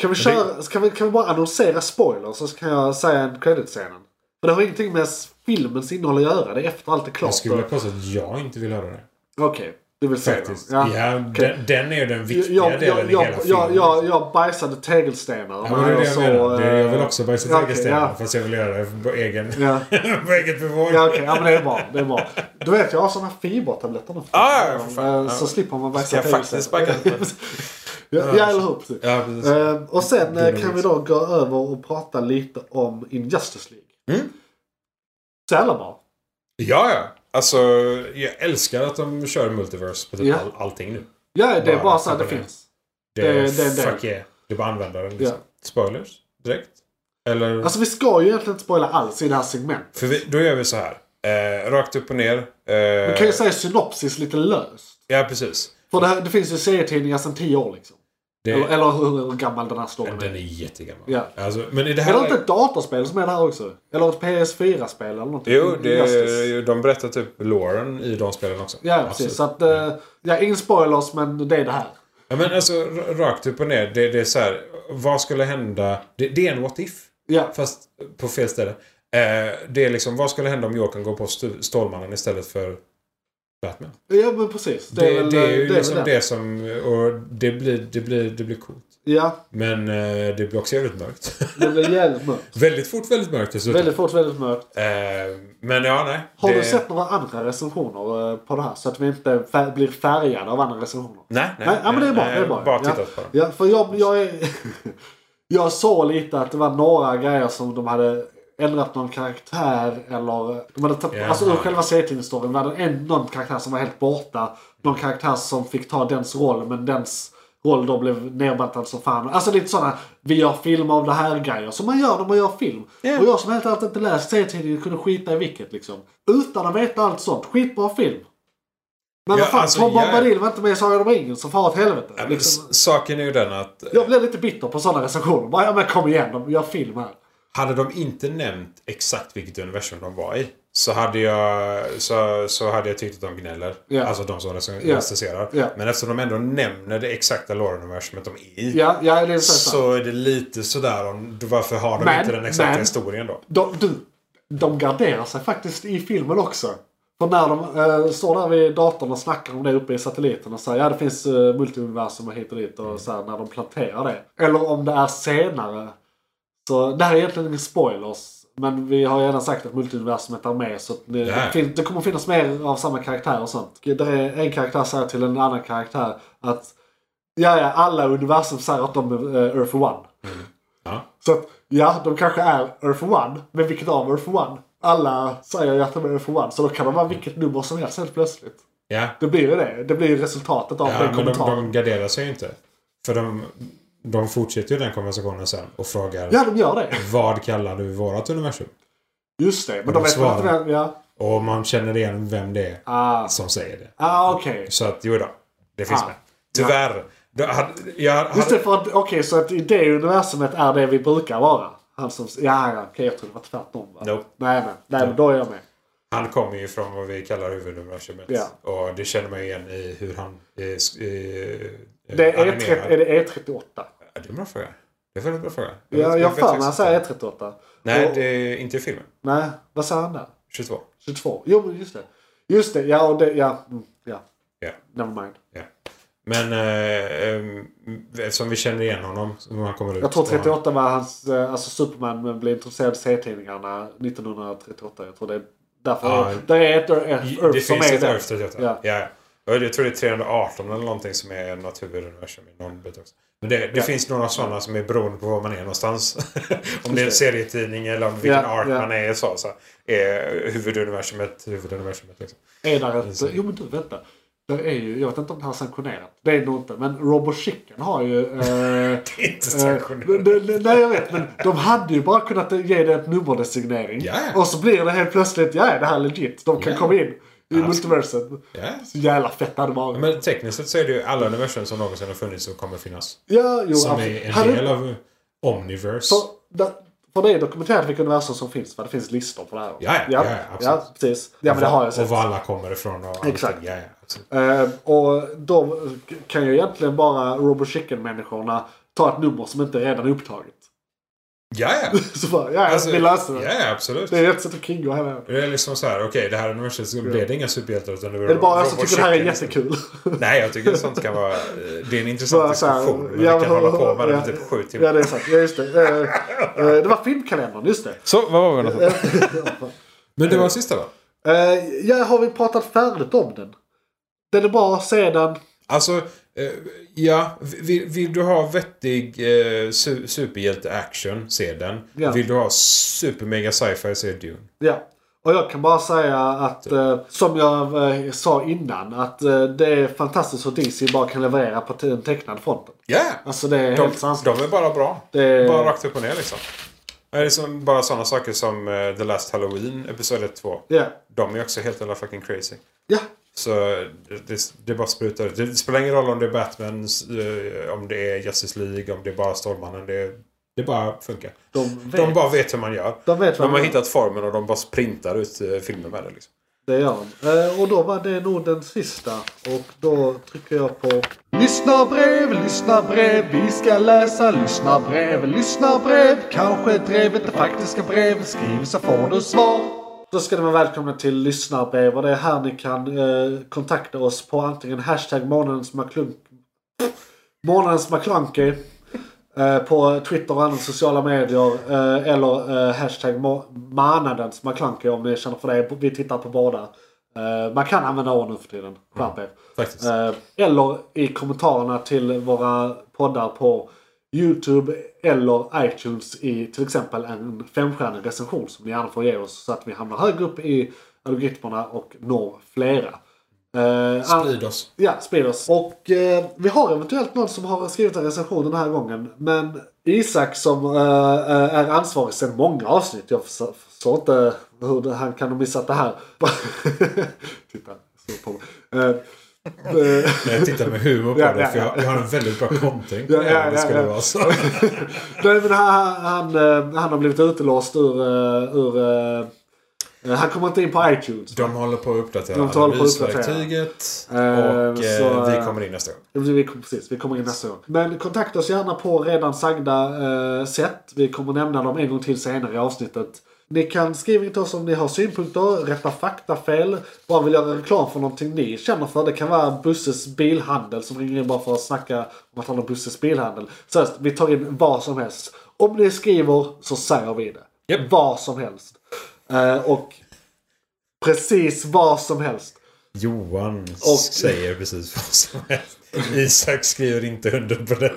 A: Kan vi, köra, kan, vi, kan vi bara annonsera spoilers så kan jag säga en creditscenen. För det har ingenting med filmens innehåll att göra. Det är efter allt är klart.
B: Jag skulle vilja påstå att jag inte vill höra det.
A: Okej, du vill säga
B: Faktiskt.
A: den.
B: Ja,
A: Ja.
B: den, den är ju den viktiga
A: Jag, jag,
B: delen
A: jag,
B: i hela
A: jag, jag,
B: filmen.
A: jag, jag bajsade tegelstenar.
B: Ja, men det är det jag
A: Så,
B: menar. Det, jag vill
A: eh,
B: också bajsa
A: okej,
B: tegelstenar.
A: ja.
B: Fast jag vill göra det på egen...
A: Ja.
B: på eget bevåg.
A: Ja okej, ja, men det är bra. Det är bra. Du vet, jag har såna fibertabletter nu.
B: Ja, ja, för fan.
A: Eh, Så slipper man bajsa
B: Ska jag
A: till
B: faktiskt
A: sig.
B: backa upp?
A: ja, ja, eller hur. precis.
B: Ja, precis.
A: Eh, Och sen eh, kan
B: nog
A: vi då gå över och prata lite om Injustice League.
B: Mm.
A: Så jävla bra.
B: Ja, ja. Alltså, jag älskar att de kör multiverse på typ
A: Ja.
B: all, allting nu.
A: Ja, det är
B: Bara
A: bara så att det
B: sabonerar.
A: finns.
B: Det,
A: Det-
B: är
A: det- det-
B: fuck yeah. Det är bara användaren liksom.
A: Ja.
B: Spoilers? Direkt? Eller?
A: Alltså vi ska ju egentligen inte spoila alls i det här segmentet.
B: För vi, då gör vi så här. Eh, rakt upp och ner. Eh,
A: Vi kan ju säga synopsis lite löst.
B: Ja, precis.
A: För det, här, det finns ju serietidningar sedan tio år liksom.
B: Det,
A: Eller, eller hur, hur gammal den här storyn
B: den är
A: är.
B: jättegammal.
A: Ja.
B: Alltså, men i det
A: Är
B: här...
A: det inte ett datorspel som är det här också? Eller ett PS4-spel eller någonting?
B: Jo,
A: Injustice.
B: det, de berättar typ Lauren i de spelen också.
A: Ja, precis. Så att, eh, ja, ingen spoilers men det är det här.
B: Ja, men alltså r- rakt upp och ner. Det, det är så här. Vad skulle hända? Det, det är en what if.
A: Ja,
B: Fast på fel ställe. Eh, det är liksom vad skulle hända om Jokern går på stu- Stålmannen istället för Batman?
A: ja men precis.
B: Det, det,
A: väl,
B: är ju
A: eh, väl
B: liksom det. som... Och det blir, det blir, det blir coolt.
A: Ja,
B: Men eh, det blir också jävligt mörkt.
A: det blir jävligt mörkt.
B: väldigt fort, väldigt mörkt dessutom.
A: väldigt fort, väldigt mörkt.
B: Eh, men ja, nej.
A: Har
B: det...
A: du sett några andra recensioner eh, på det här? Så att vi inte fär- blir färgade av andra recensioner.
B: Nej, nej.
A: Nej, ja, men det är bra.
B: nej,
A: det är bra.
B: Bara
A: ja.
B: tittat på dem.
A: Ja, för jag, jag, är, jag såg lite att det var några grejer som de hade ändrat någon karaktär eller... De hade tagit,
B: Jaha.
A: Alltså ur själva serietidningsstoryn var det en, någon karaktär som var helt borta. Någon karaktär som fick ta dens roll men dens roll då blev nerbantad som fan. Alltså lite sådana vi gör film av det här grejer som man gör när man gör film.
B: Ja.
A: Och jag som helt ärligt inte läst serietidningen kunde skita i vilket liksom. Utan att veta allt sånt. Skitbra film. Men
B: Ja,
A: vad fan,
B: alltså,
A: Tom
B: ja.
A: Bombadil var inte med i Sagan om ringen så far åt helvete.
B: Ja, men
A: liksom.
B: s- Saken är ju den att
A: Jag blir lite bitter på sådana recensioner. Bara, ja men kom igen, de gör film här.
B: hade de inte nämnt exakt vilket universum de var i så hade jag, så, så hade jag tyckt att de gnäller.
A: Ja.
B: Alltså de som recen-
A: Ja.
B: recenserar.
A: Ja.
B: Men eftersom de ändå nämner det exakta lore-universumet de är i.
A: Ja, ja det är så. så.
B: Så är det lite sådär om varför har de
A: Men-
B: inte den exakta
A: men-
B: historien då?
A: De, du, de garderar sig faktiskt i filmen också. För när de eh, står där vid datorn och snackar om det uppe i satelliten och säger ja det finns eh, multiversum och hit och dit och så här, när de planterar det. Eller om det är senare. Så det här är egentligen ingen spoilers. Men vi har ju redan sagt att multiversumet är med så att det,
B: Ja.
A: det, fin- det kommer finnas mer av samma karaktär och sånt. Där är en karaktär säger till en annan karaktär att ja, ja alla universum säger att de är eh, Earth One.
B: Ja.
A: Så att, ja, de kanske är Earth One, men vilket av Earth One? Alla säger ju att de är Earth One, så då kan de vara vilket nummer som helst helt plötsligt.
B: Ja.
A: Det blir ju det. Det blir ju resultatet av
B: Ja,
A: den
B: men de,
A: kommentaren.
B: de garderar sig ju inte. För de, de fortsätter ju den konversationen sen och frågar
A: Ja, de gör det.
B: vad kallar du vårat universum?
A: Just det, men de
B: de
A: vet väl inte
B: svarar.
A: vem... Ja.
B: Och man känner igen vem det är
A: Ah,
B: som säger det.
A: ah okej.
B: Så att jo då, det finns
A: Ah.
B: med. Tyvärr. Då hade, jag
A: Just
B: hade,
A: det, för att, okej, så att i det universumet är det vi brukar vara. Han som... Ja, ja, okej, jag trodde det var tvärtom. Va?
B: Nope.
A: Nej, men, nej, men då är jag med.
B: han kommer ju från vad vi kallar huvuduniversumet.
A: Ja.
B: Och det känner man ju igen i hur han eh, sk- eh,
A: Det är, E30,
B: animerar.
A: är det E38?
B: Ja, Det är en bra fråga. Det är en väldigt bra fråga.
A: Ja, jag har för mig att han säger E38.
B: Nej,
A: Och-
B: det är inte i filmen.
A: Nej, vad sa han där?
B: 22.
A: 22. Jo, men just det. Just det, ja och det, ja. Mm, ja.
B: Ja.
A: Never mind.
B: Ja. Men eh, eh, som vi känner igen honom när han kommer ut.
A: Jag tror
B: och han-
A: 38 var hans, eh, alltså Superman men blev introducerad i serietidningarna 1938. Jag tror det är därför.
B: Ja.
A: det är ett Earth
B: Det
A: Earth som
B: finns
A: är
B: ett
A: det.
B: Earth 38.
A: Ja.
B: Ja. Ja. Och Jag tror det är 318 eller någonting som är något huvuduniversum i någon bit också. Men det, det finns några sådana som är beroende på var man är någonstans. om det är
A: det.
B: en serietidning eller om vilken
A: Ja,
B: ark
A: ja.
B: man är i så. så är huvuduniversumet huvuduniversumet. Liksom.
A: Är där ett, jo men du vänta. Det är ju, jag vet inte om det här är sanktionerat. Det är det nog inte. Men Robo Chicken har ju... Eh,
B: Det är inte
A: Eh,
B: sanktionerat.
A: men det- det- Nej jag vet men de hade ju bara kunnat ge det ett nummerdesignering.
B: Ja.
A: Och så blir det helt plötsligt, ja det här är legit. De kan
B: Ja.
A: komma in i multiversum.
B: Ja.
A: Så jävla fett hade det varit.
B: Men tekniskt sett så är det ju alla universum som någonsin har funnits och kommer finnas.
A: Ja, jo,
B: Som
A: absolut.
B: är en
A: Hade-
B: del av Omniverse.
A: för, där- för det är dokumenterat vilka universum som finns va? Det finns listor på det här.
B: Ja, ja, ja, ja, absolut.
A: ja, precis. Ja, men det har jag
B: Och
A: sett.
B: var alla kommer ifrån. Och allting.
A: Exakt.
B: Ja, ja, absolut.
A: Eh, och då kan ju egentligen bara Robo Chicken-människorna ta ett nummer som inte redan är upptaget.
B: ja, ja.
A: Så bara, ja, vi löser det.
B: Alltså, Ja, ja, absolut.
A: Det är ett sätt att kringgå hela...
B: Det är liksom så här, okej det här universumet så blev det inga superhjältar utan det var
A: Är det bara jag som
B: robot-
A: tycker det här är
B: chicken.
A: jättekul?
B: Nej, jag tycker sånt kan vara... eh, Det är en intressant
A: Bara så här,
B: diskussion. Men
A: ja,
B: vi kan
A: men-
B: hålla på med
A: ja,
B: den i typ sju timmar.
A: Ja, det är sant. Ja, just det. Eh, eh, det var filmkalendern, just det.
B: Så, vad var vi någonstans? Men det var sista va?
A: Eh, ja, har vi pratat färdigt om den? Den är bra sedan.
B: Alltså, eh, ja. Vill, vill du ha vettig eh, su- superhjälte-action, se den.
A: Ja.
B: Vill du ha supermega sci-fi, se Dune.
A: Ja. Och jag kan bara säga att, eh, som jag eh, sa innan, att eh, det är fantastiskt hur DC bara kan leverera på te- en tecknad fronten.
B: Ja!
A: Alltså det är
B: De,
A: helt sanslöst.
B: de är bara bra.
A: Det-
B: Bara rakt upp och ner liksom. Det är liksom bara sådana saker som eh, The Last Halloween, episod 2.
A: Ja.
B: De är också helt jävla fucking crazy.
A: Ja.
B: Så det, det, det bara sprutar ut. Det spelar ingen roll om det är Batman, eh, om det är Justice League, om det är bara Stålmannen. Det, det bara funkar.
A: De vet.
B: De bara vet hur man gör.
A: De vet vad
B: de har
A: man-
B: hittat formen och de bara printar ut eh, filmer med det. Liksom.
A: Det gör de. Eh, Och då var det nog den sista. Och då trycker jag på... Lyssna brev, lyssna brev, vi ska läsa lyssna brev, lyssna brev. Kanske drevet det faktiska brev, skriv så får du svar. Då ska ni vara välkomna till lyssnarbrev och det är här ni kan eh, kontakta oss på antingen hashtag månadens McClunk- månadens McClunky eh, på Twitter och andra sociala medier eh, eller eh, hashtag må- manadens McClunky om ni känner för det. Vi tittar på båda. Eh, man kan använda år nu för tiden. Skärp er.
B: Mm. Faktiskt.
A: Eh, eller i kommentarerna till våra poddar på YouTube eller iTunes i till exempel en femstjärnig recension som ni gärna får ge oss så att vi hamnar högre upp i algoritmerna och når flera. Eh,
B: Sprid oss.
A: Ja, Speeders. Och eh, vi har eventuellt någon som har skrivit en recension den här gången. Men Isak som eh, eh, är ansvarig sedan många avsnitt. Jag förstår, förstår inte hur det, han kan ha missat det här. Titta, så på mig. Eh, eh,
B: Jag tittar med humor på
A: Ja,
B: det
A: ja,
B: för jag,
A: ja.
B: jag har en väldigt bra kontring på
A: Ja,
B: det
A: ja,
B: här, om det
A: ja,
B: skulle
A: ja.
B: vara så.
A: Nej, men han, han, eh, han har blivit utelåst ur... eh, ur eh, eh, han kommer inte in på iTunes.
B: De håller på att uppdatera
A: De håller på att uppdatera.
B: analysverktyget.
A: Eh,
B: och eh,
A: så, eh,
B: vi kommer in nästa gång.
A: Vi kommer, precis, vi kommer in nästa gång. Men kontakta oss gärna på redan sagda eh, sätt. Vi kommer nämna dem en gång till senare i avsnittet. Ni kan skriva in till oss om ni har synpunkter, rätta faktafel, bara vill göra reklam för någonting ni känner för. Det kan vara Busses bilhandel som ringer in bara för att snacka om att han har Busses bilhandel. Seriöst, vi tar in vad som helst. Om ni skriver så säger vi det.
B: Japp.
A: Vad som helst. Eh, och precis vad som helst.
B: Johan
A: Och-
B: säger precis vad som helst. Isak skriver inte under på det.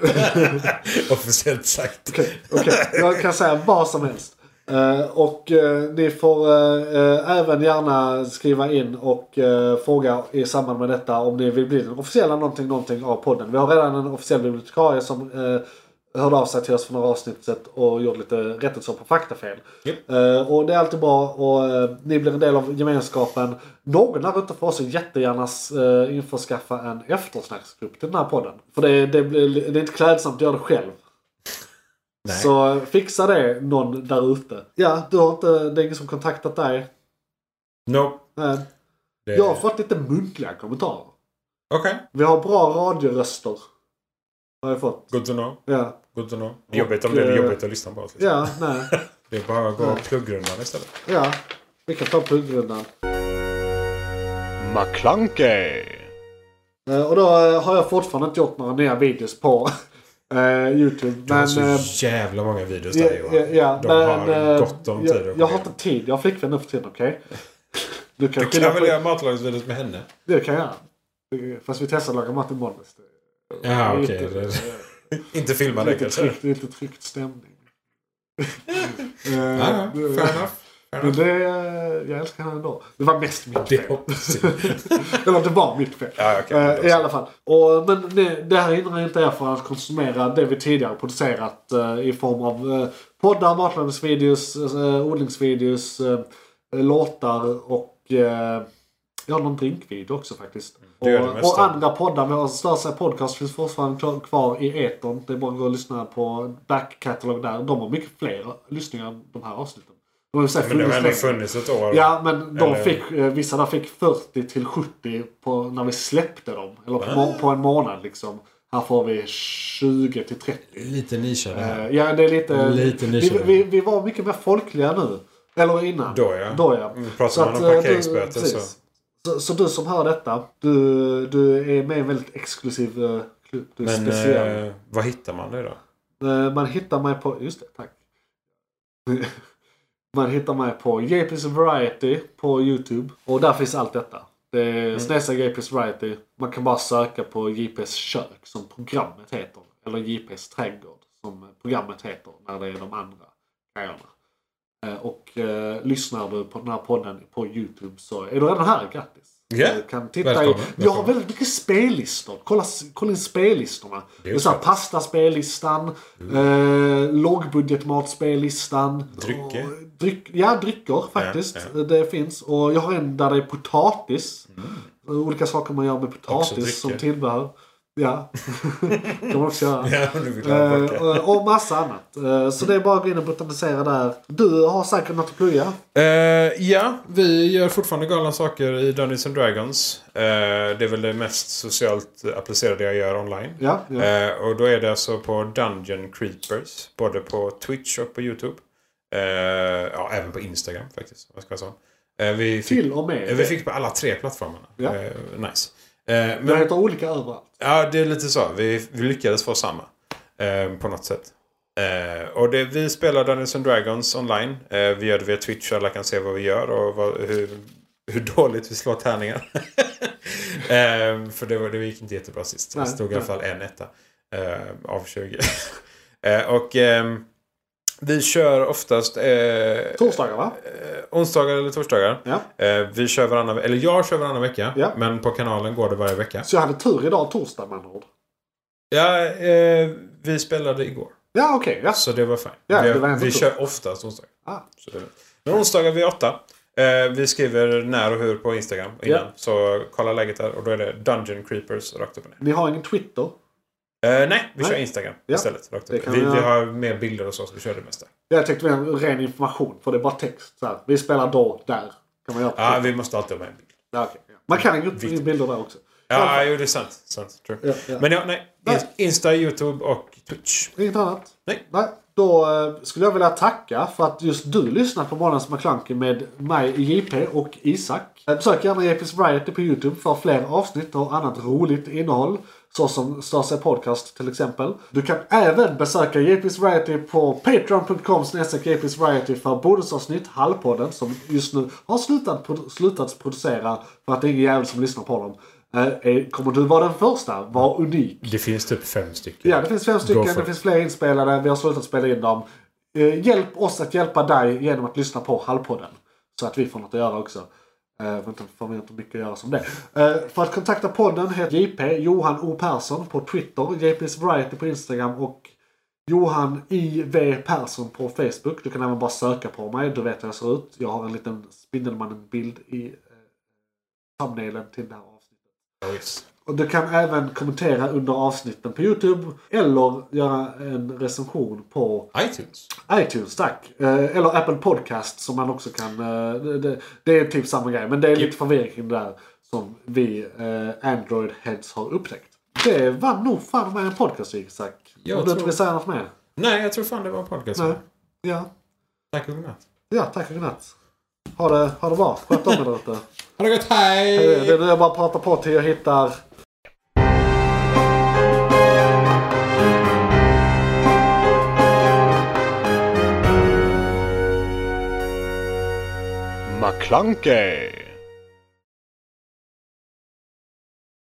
B: Officiellt sagt.
A: Okej, okej. jag kan säga vad som helst. Eh, och eh, ni får eh, eh, även gärna skriva in och eh, fråga i samband med detta om ni vill bli den officiella någonting, någonting av podden. Vi har redan en officiell bibliotekarie som eh, hörde av sig till oss för några avsnittet och gjorde lite rättelser på faktafel.
B: Japp.
A: Eh, och det är alltid bra och eh, ni blir en del av gemenskapen. Någon där ute får också jättegärna eh, införskaffa en eftersnacksgrupp till den här podden. För det, det, blir, det är inte klädsamt att göra det själv.
B: Nej.
A: Så fixa det någon där ute. Ja, du har inte, det är ingen som kontaktat dig.
B: No.
A: Men
B: Det...
A: jag har fått lite muntliga kommentarer.
B: Okej.
A: Vi har bra radioröster. Har jag fått.
B: Good to know.
A: Ja,
B: Good to know. Det är jobbigt om
A: Och,
B: det är
A: eh,
B: jobbigt att lyssna på oss. Liksom.
A: ja, nej,
B: Det är bara att gå pluggrundan istället.
A: ja. Vi kan ta punkrundan.
D: McClunkey!
A: Eh, Och då eh, har jag fortfarande inte gjort några nya videos på eh, Youtube.
B: Du har
A: Men... eh,
B: så jävla många videos
A: Ja,
B: där Johan.
A: ja, ja,
B: De
A: men,
B: har
A: eh,
B: gott om tid.
A: jag, jag har inte tid. Jag har flickvän nu för tiden, okej? Du kan,
B: Du
A: skilja
B: kan väl
A: på...
B: göra matlagningsvideos med henne?
A: Det kan jag. Fast vi testar att laga mat imorgon.
B: Ja,
A: Det
B: Ah, okej.
A: är inte-
B: Inte filma
A: Det är
B: det
A: inte
B: kanske.
A: tryckt, det är inte tryckt stämning. Eh,
B: Ja, ja,
A: det-
B: fair enough. Fair
A: Men
B: enough.
A: det, eh, jag älskar henne ändå. Det var mest mitt
B: Det
A: fel.
B: hoppas jag.
A: Eller det var mitt fel.
B: Ja, okej, men det
A: Eh,
B: var
A: I
B: så.
A: alla fall. Och, men det, det här hindrar inte er från att konsumera det vi tidigare producerat eh, i form av eh, poddar, matlagningsvideos, eh, odlingsvideos, eh, låtar och eh, ja, någon drinkvideo också faktiskt.
B: det gör det
A: och,
B: mesta.
A: och andra poddar. Vår största podcast finns fortfarande kvar- kvar i etern. Det är bara att gå och lyssna på back catalog där. De har mycket fler lyssningar än de här avsnitten. De har ju säkert
B: Men det har ändå
A: funnits länge.
B: funnits ett år.
A: Ja, men de
B: Eller-
A: fick, eh, vissa där fick 40 till 70 på, när vi släppte dem. Eller på, må- på en månad liksom. Här får vi 20 till 30.
B: Lite nischade
A: Eh, Ja, det är lite...
B: Lite
A: vi,
B: nischade.
A: vi, vi var mycket mer folkliga nu. Eller innan.
B: Då ja.
A: Då ja.
B: Mm, pratar man om
A: eh, du-
B: parkeringsböter så-
A: precis. så. Så du som hör detta, du, du är med i en väldigt exklusiv eh, klubb. Du är
B: Men
A: speciell.
B: eh, vad hittar man det då?
A: Eh, Man hittar mig på... Just det, tack. Man hittar mig på JP's Variety på YouTube. Och där finns allt detta. Det är
B: Mm.
A: Snäsa JP's Variety. Man kan bara söka på JP's kök som programmet heter. Eller JP's trädgård som programmet heter när det är de andra grejerna. Eh, Och eh, lyssnar du på den här podden på YouTube så är du redan här. Grattis!
B: Ja,
A: Du kan titta i,
B: välkommen,
A: jag har
B: välkommen.
A: väldigt mycket spellistor. Kolla, kolla in spellistorna. Det är så här, pastaspellistan, eh, lågbudgetmatspellistan.
B: Drycker.
A: Och Dryck, ja, drycker faktiskt. Det finns. Och jag har en där det är potatis. Olika saker man gör med potatis som
B: Mm. drycker.
A: tillbehör. Ja, kan man också göra.
B: Ja, nu vill jag
A: Eh,
B: bort det.
A: och- och massa annat. Eh, Så det är bara att gå in och botanisera där. Du har säkert något att plugga.
B: Eh, ja, vi gör fortfarande galna saker i Dungeons and Dragons. Eh, det är väl det mest socialt applicerade jag gör online.
A: Ja, ja.
B: Eh, och då är det alltså på Dungeon Creepers. Både på Twitch och på YouTube. Eh, ja, även på Instagram faktiskt. Vad ska jag säga? Eh, vi, fick,
A: Till och med.
B: eh, vi fick på alla tre plattformarna.
A: Ja.
B: Eh, nice. Eh,
A: Jag
B: men,
A: heter olika överallt.
B: ja, det är lite så. Vi, vi lyckades få samma. Eh, på något sätt. Eh, och det, vi spelar Dungeons and Dragons online. Eh, vi gör det via Twitch så alla kan se vad vi gör och vad, hur, hur dåligt vi slår tärningar. eh, för det, var, det gick inte jättebra sist. Det
A: Nej,
B: stod i
A: nej.
B: alla fall en etta eh, av 20. eh, och ehm, vi kör oftast eh,
A: Torsdagar va?
B: onsdagar eller torsdagar.
A: Ja.
B: Eh, vi kör varannan, eller jag kör varannan vecka.
A: Ja.
B: Men på kanalen går det varje vecka.
A: Så jag hade tur idag torsdag med andra ord.
B: Ja, eh, vi spelade igår.
A: Ja okej, ja.
B: Så det var fint.
A: Ja,
B: vi
A: det var ändå
B: vi
A: så.
B: kör oftast onsdagar.
A: Ah.
B: Så det är lugnt. Men onsdagar vid åtta. Eh, vi skriver när och hur på Instagram innan.
A: Ja.
B: Så kolla läget där. Och då är det Dungeon Creepers rakt upp och ner.
A: Ni har ingen Twitter?
B: Eh, nej, vi
A: Nej.
B: kör Instagram
A: Ja.
B: istället. Rakt
A: Det
B: upp.
A: kan
B: Vi,
A: vi
B: vi
A: göra.
B: har mer bilder och så, så vi kör det mesta.
A: Jag tänkte mer ren information för det är bara text. Så här. Vi spelar då, där. Kan man göra på
B: Ja,
A: Twitter.
B: vi måste alltid ha med en bild.
A: ja, okej, ja. Man kan ju upp bilder där också.
B: Ja, jo, det är sant. sant true.
A: Ja, ja.
B: Men ja, nej.
A: Nej.
B: Ins- Insta, YouTube och Twitch.
A: Inget annat?
B: Nej.
A: Nej. Då eh, skulle jag vilja tacka för att just du lyssnar på Månadens McKlunky med mig, JP och Isak. Eh, Besök gärna JP's Variety på YouTube för fler avsnitt och annat roligt innehåll. Såsom Störse Podcast till exempel. Du kan även besöka JP's Variety på patreon.com snedstreck JP's Variety för bonusavsnitt Hallpodden som just nu har slutat produ- slutats producera för att det är ingen jävel som lyssnar på dem. Eh, eh, Kommer du vara den första? Var unik.
B: Det finns typ fem stycken.
A: Ja, det finns fem stycken.
C: Go for
A: Det
C: it.
A: finns fler inspelade. Vi har slutat spela in dem. Eh, hjälp oss att hjälpa dig genom att lyssna på Hallpodden. Så att vi får något att göra också. Eh, vänta, får vi inte mycket att göra som det. Eh, för att kontakta podden heter JP Johan O Persson på Twitter, JP's Variety på Instagram och Johan IV Persson på Facebook. Du kan även bara söka på mig. Du vet hur jag ser ut. Jag har en liten Spindelmannen-bild i eh, thumbnailen till det här avsnittet.
B: Ja, visst.
A: Och du kan även kommentera under avsnitten på Youtube. Eller göra en recension på
B: iTunes.
A: iTunes, tack. Eh, Eller Apple Podcast som man också kan... eh, det- Det, det är typ samma grej, men det är lite förvirring kring det där. Som vi eh, Android Heads har upptäckt. Det var nog fan med en podcast Isak.
B: Jag
A: Om du inte
B: tror-
A: vill säga något mer?
B: Nej, jag tror fan det var en podcast.
A: Nej. Ja.
B: Tack och godnatt.
A: ja, tack och godnatt. Ha det, ha det bra. Sköt om er där ute.
B: Ha det gott, hej!
A: Det det är det jag bara pratar på till jag hittar...
D: McClunkey!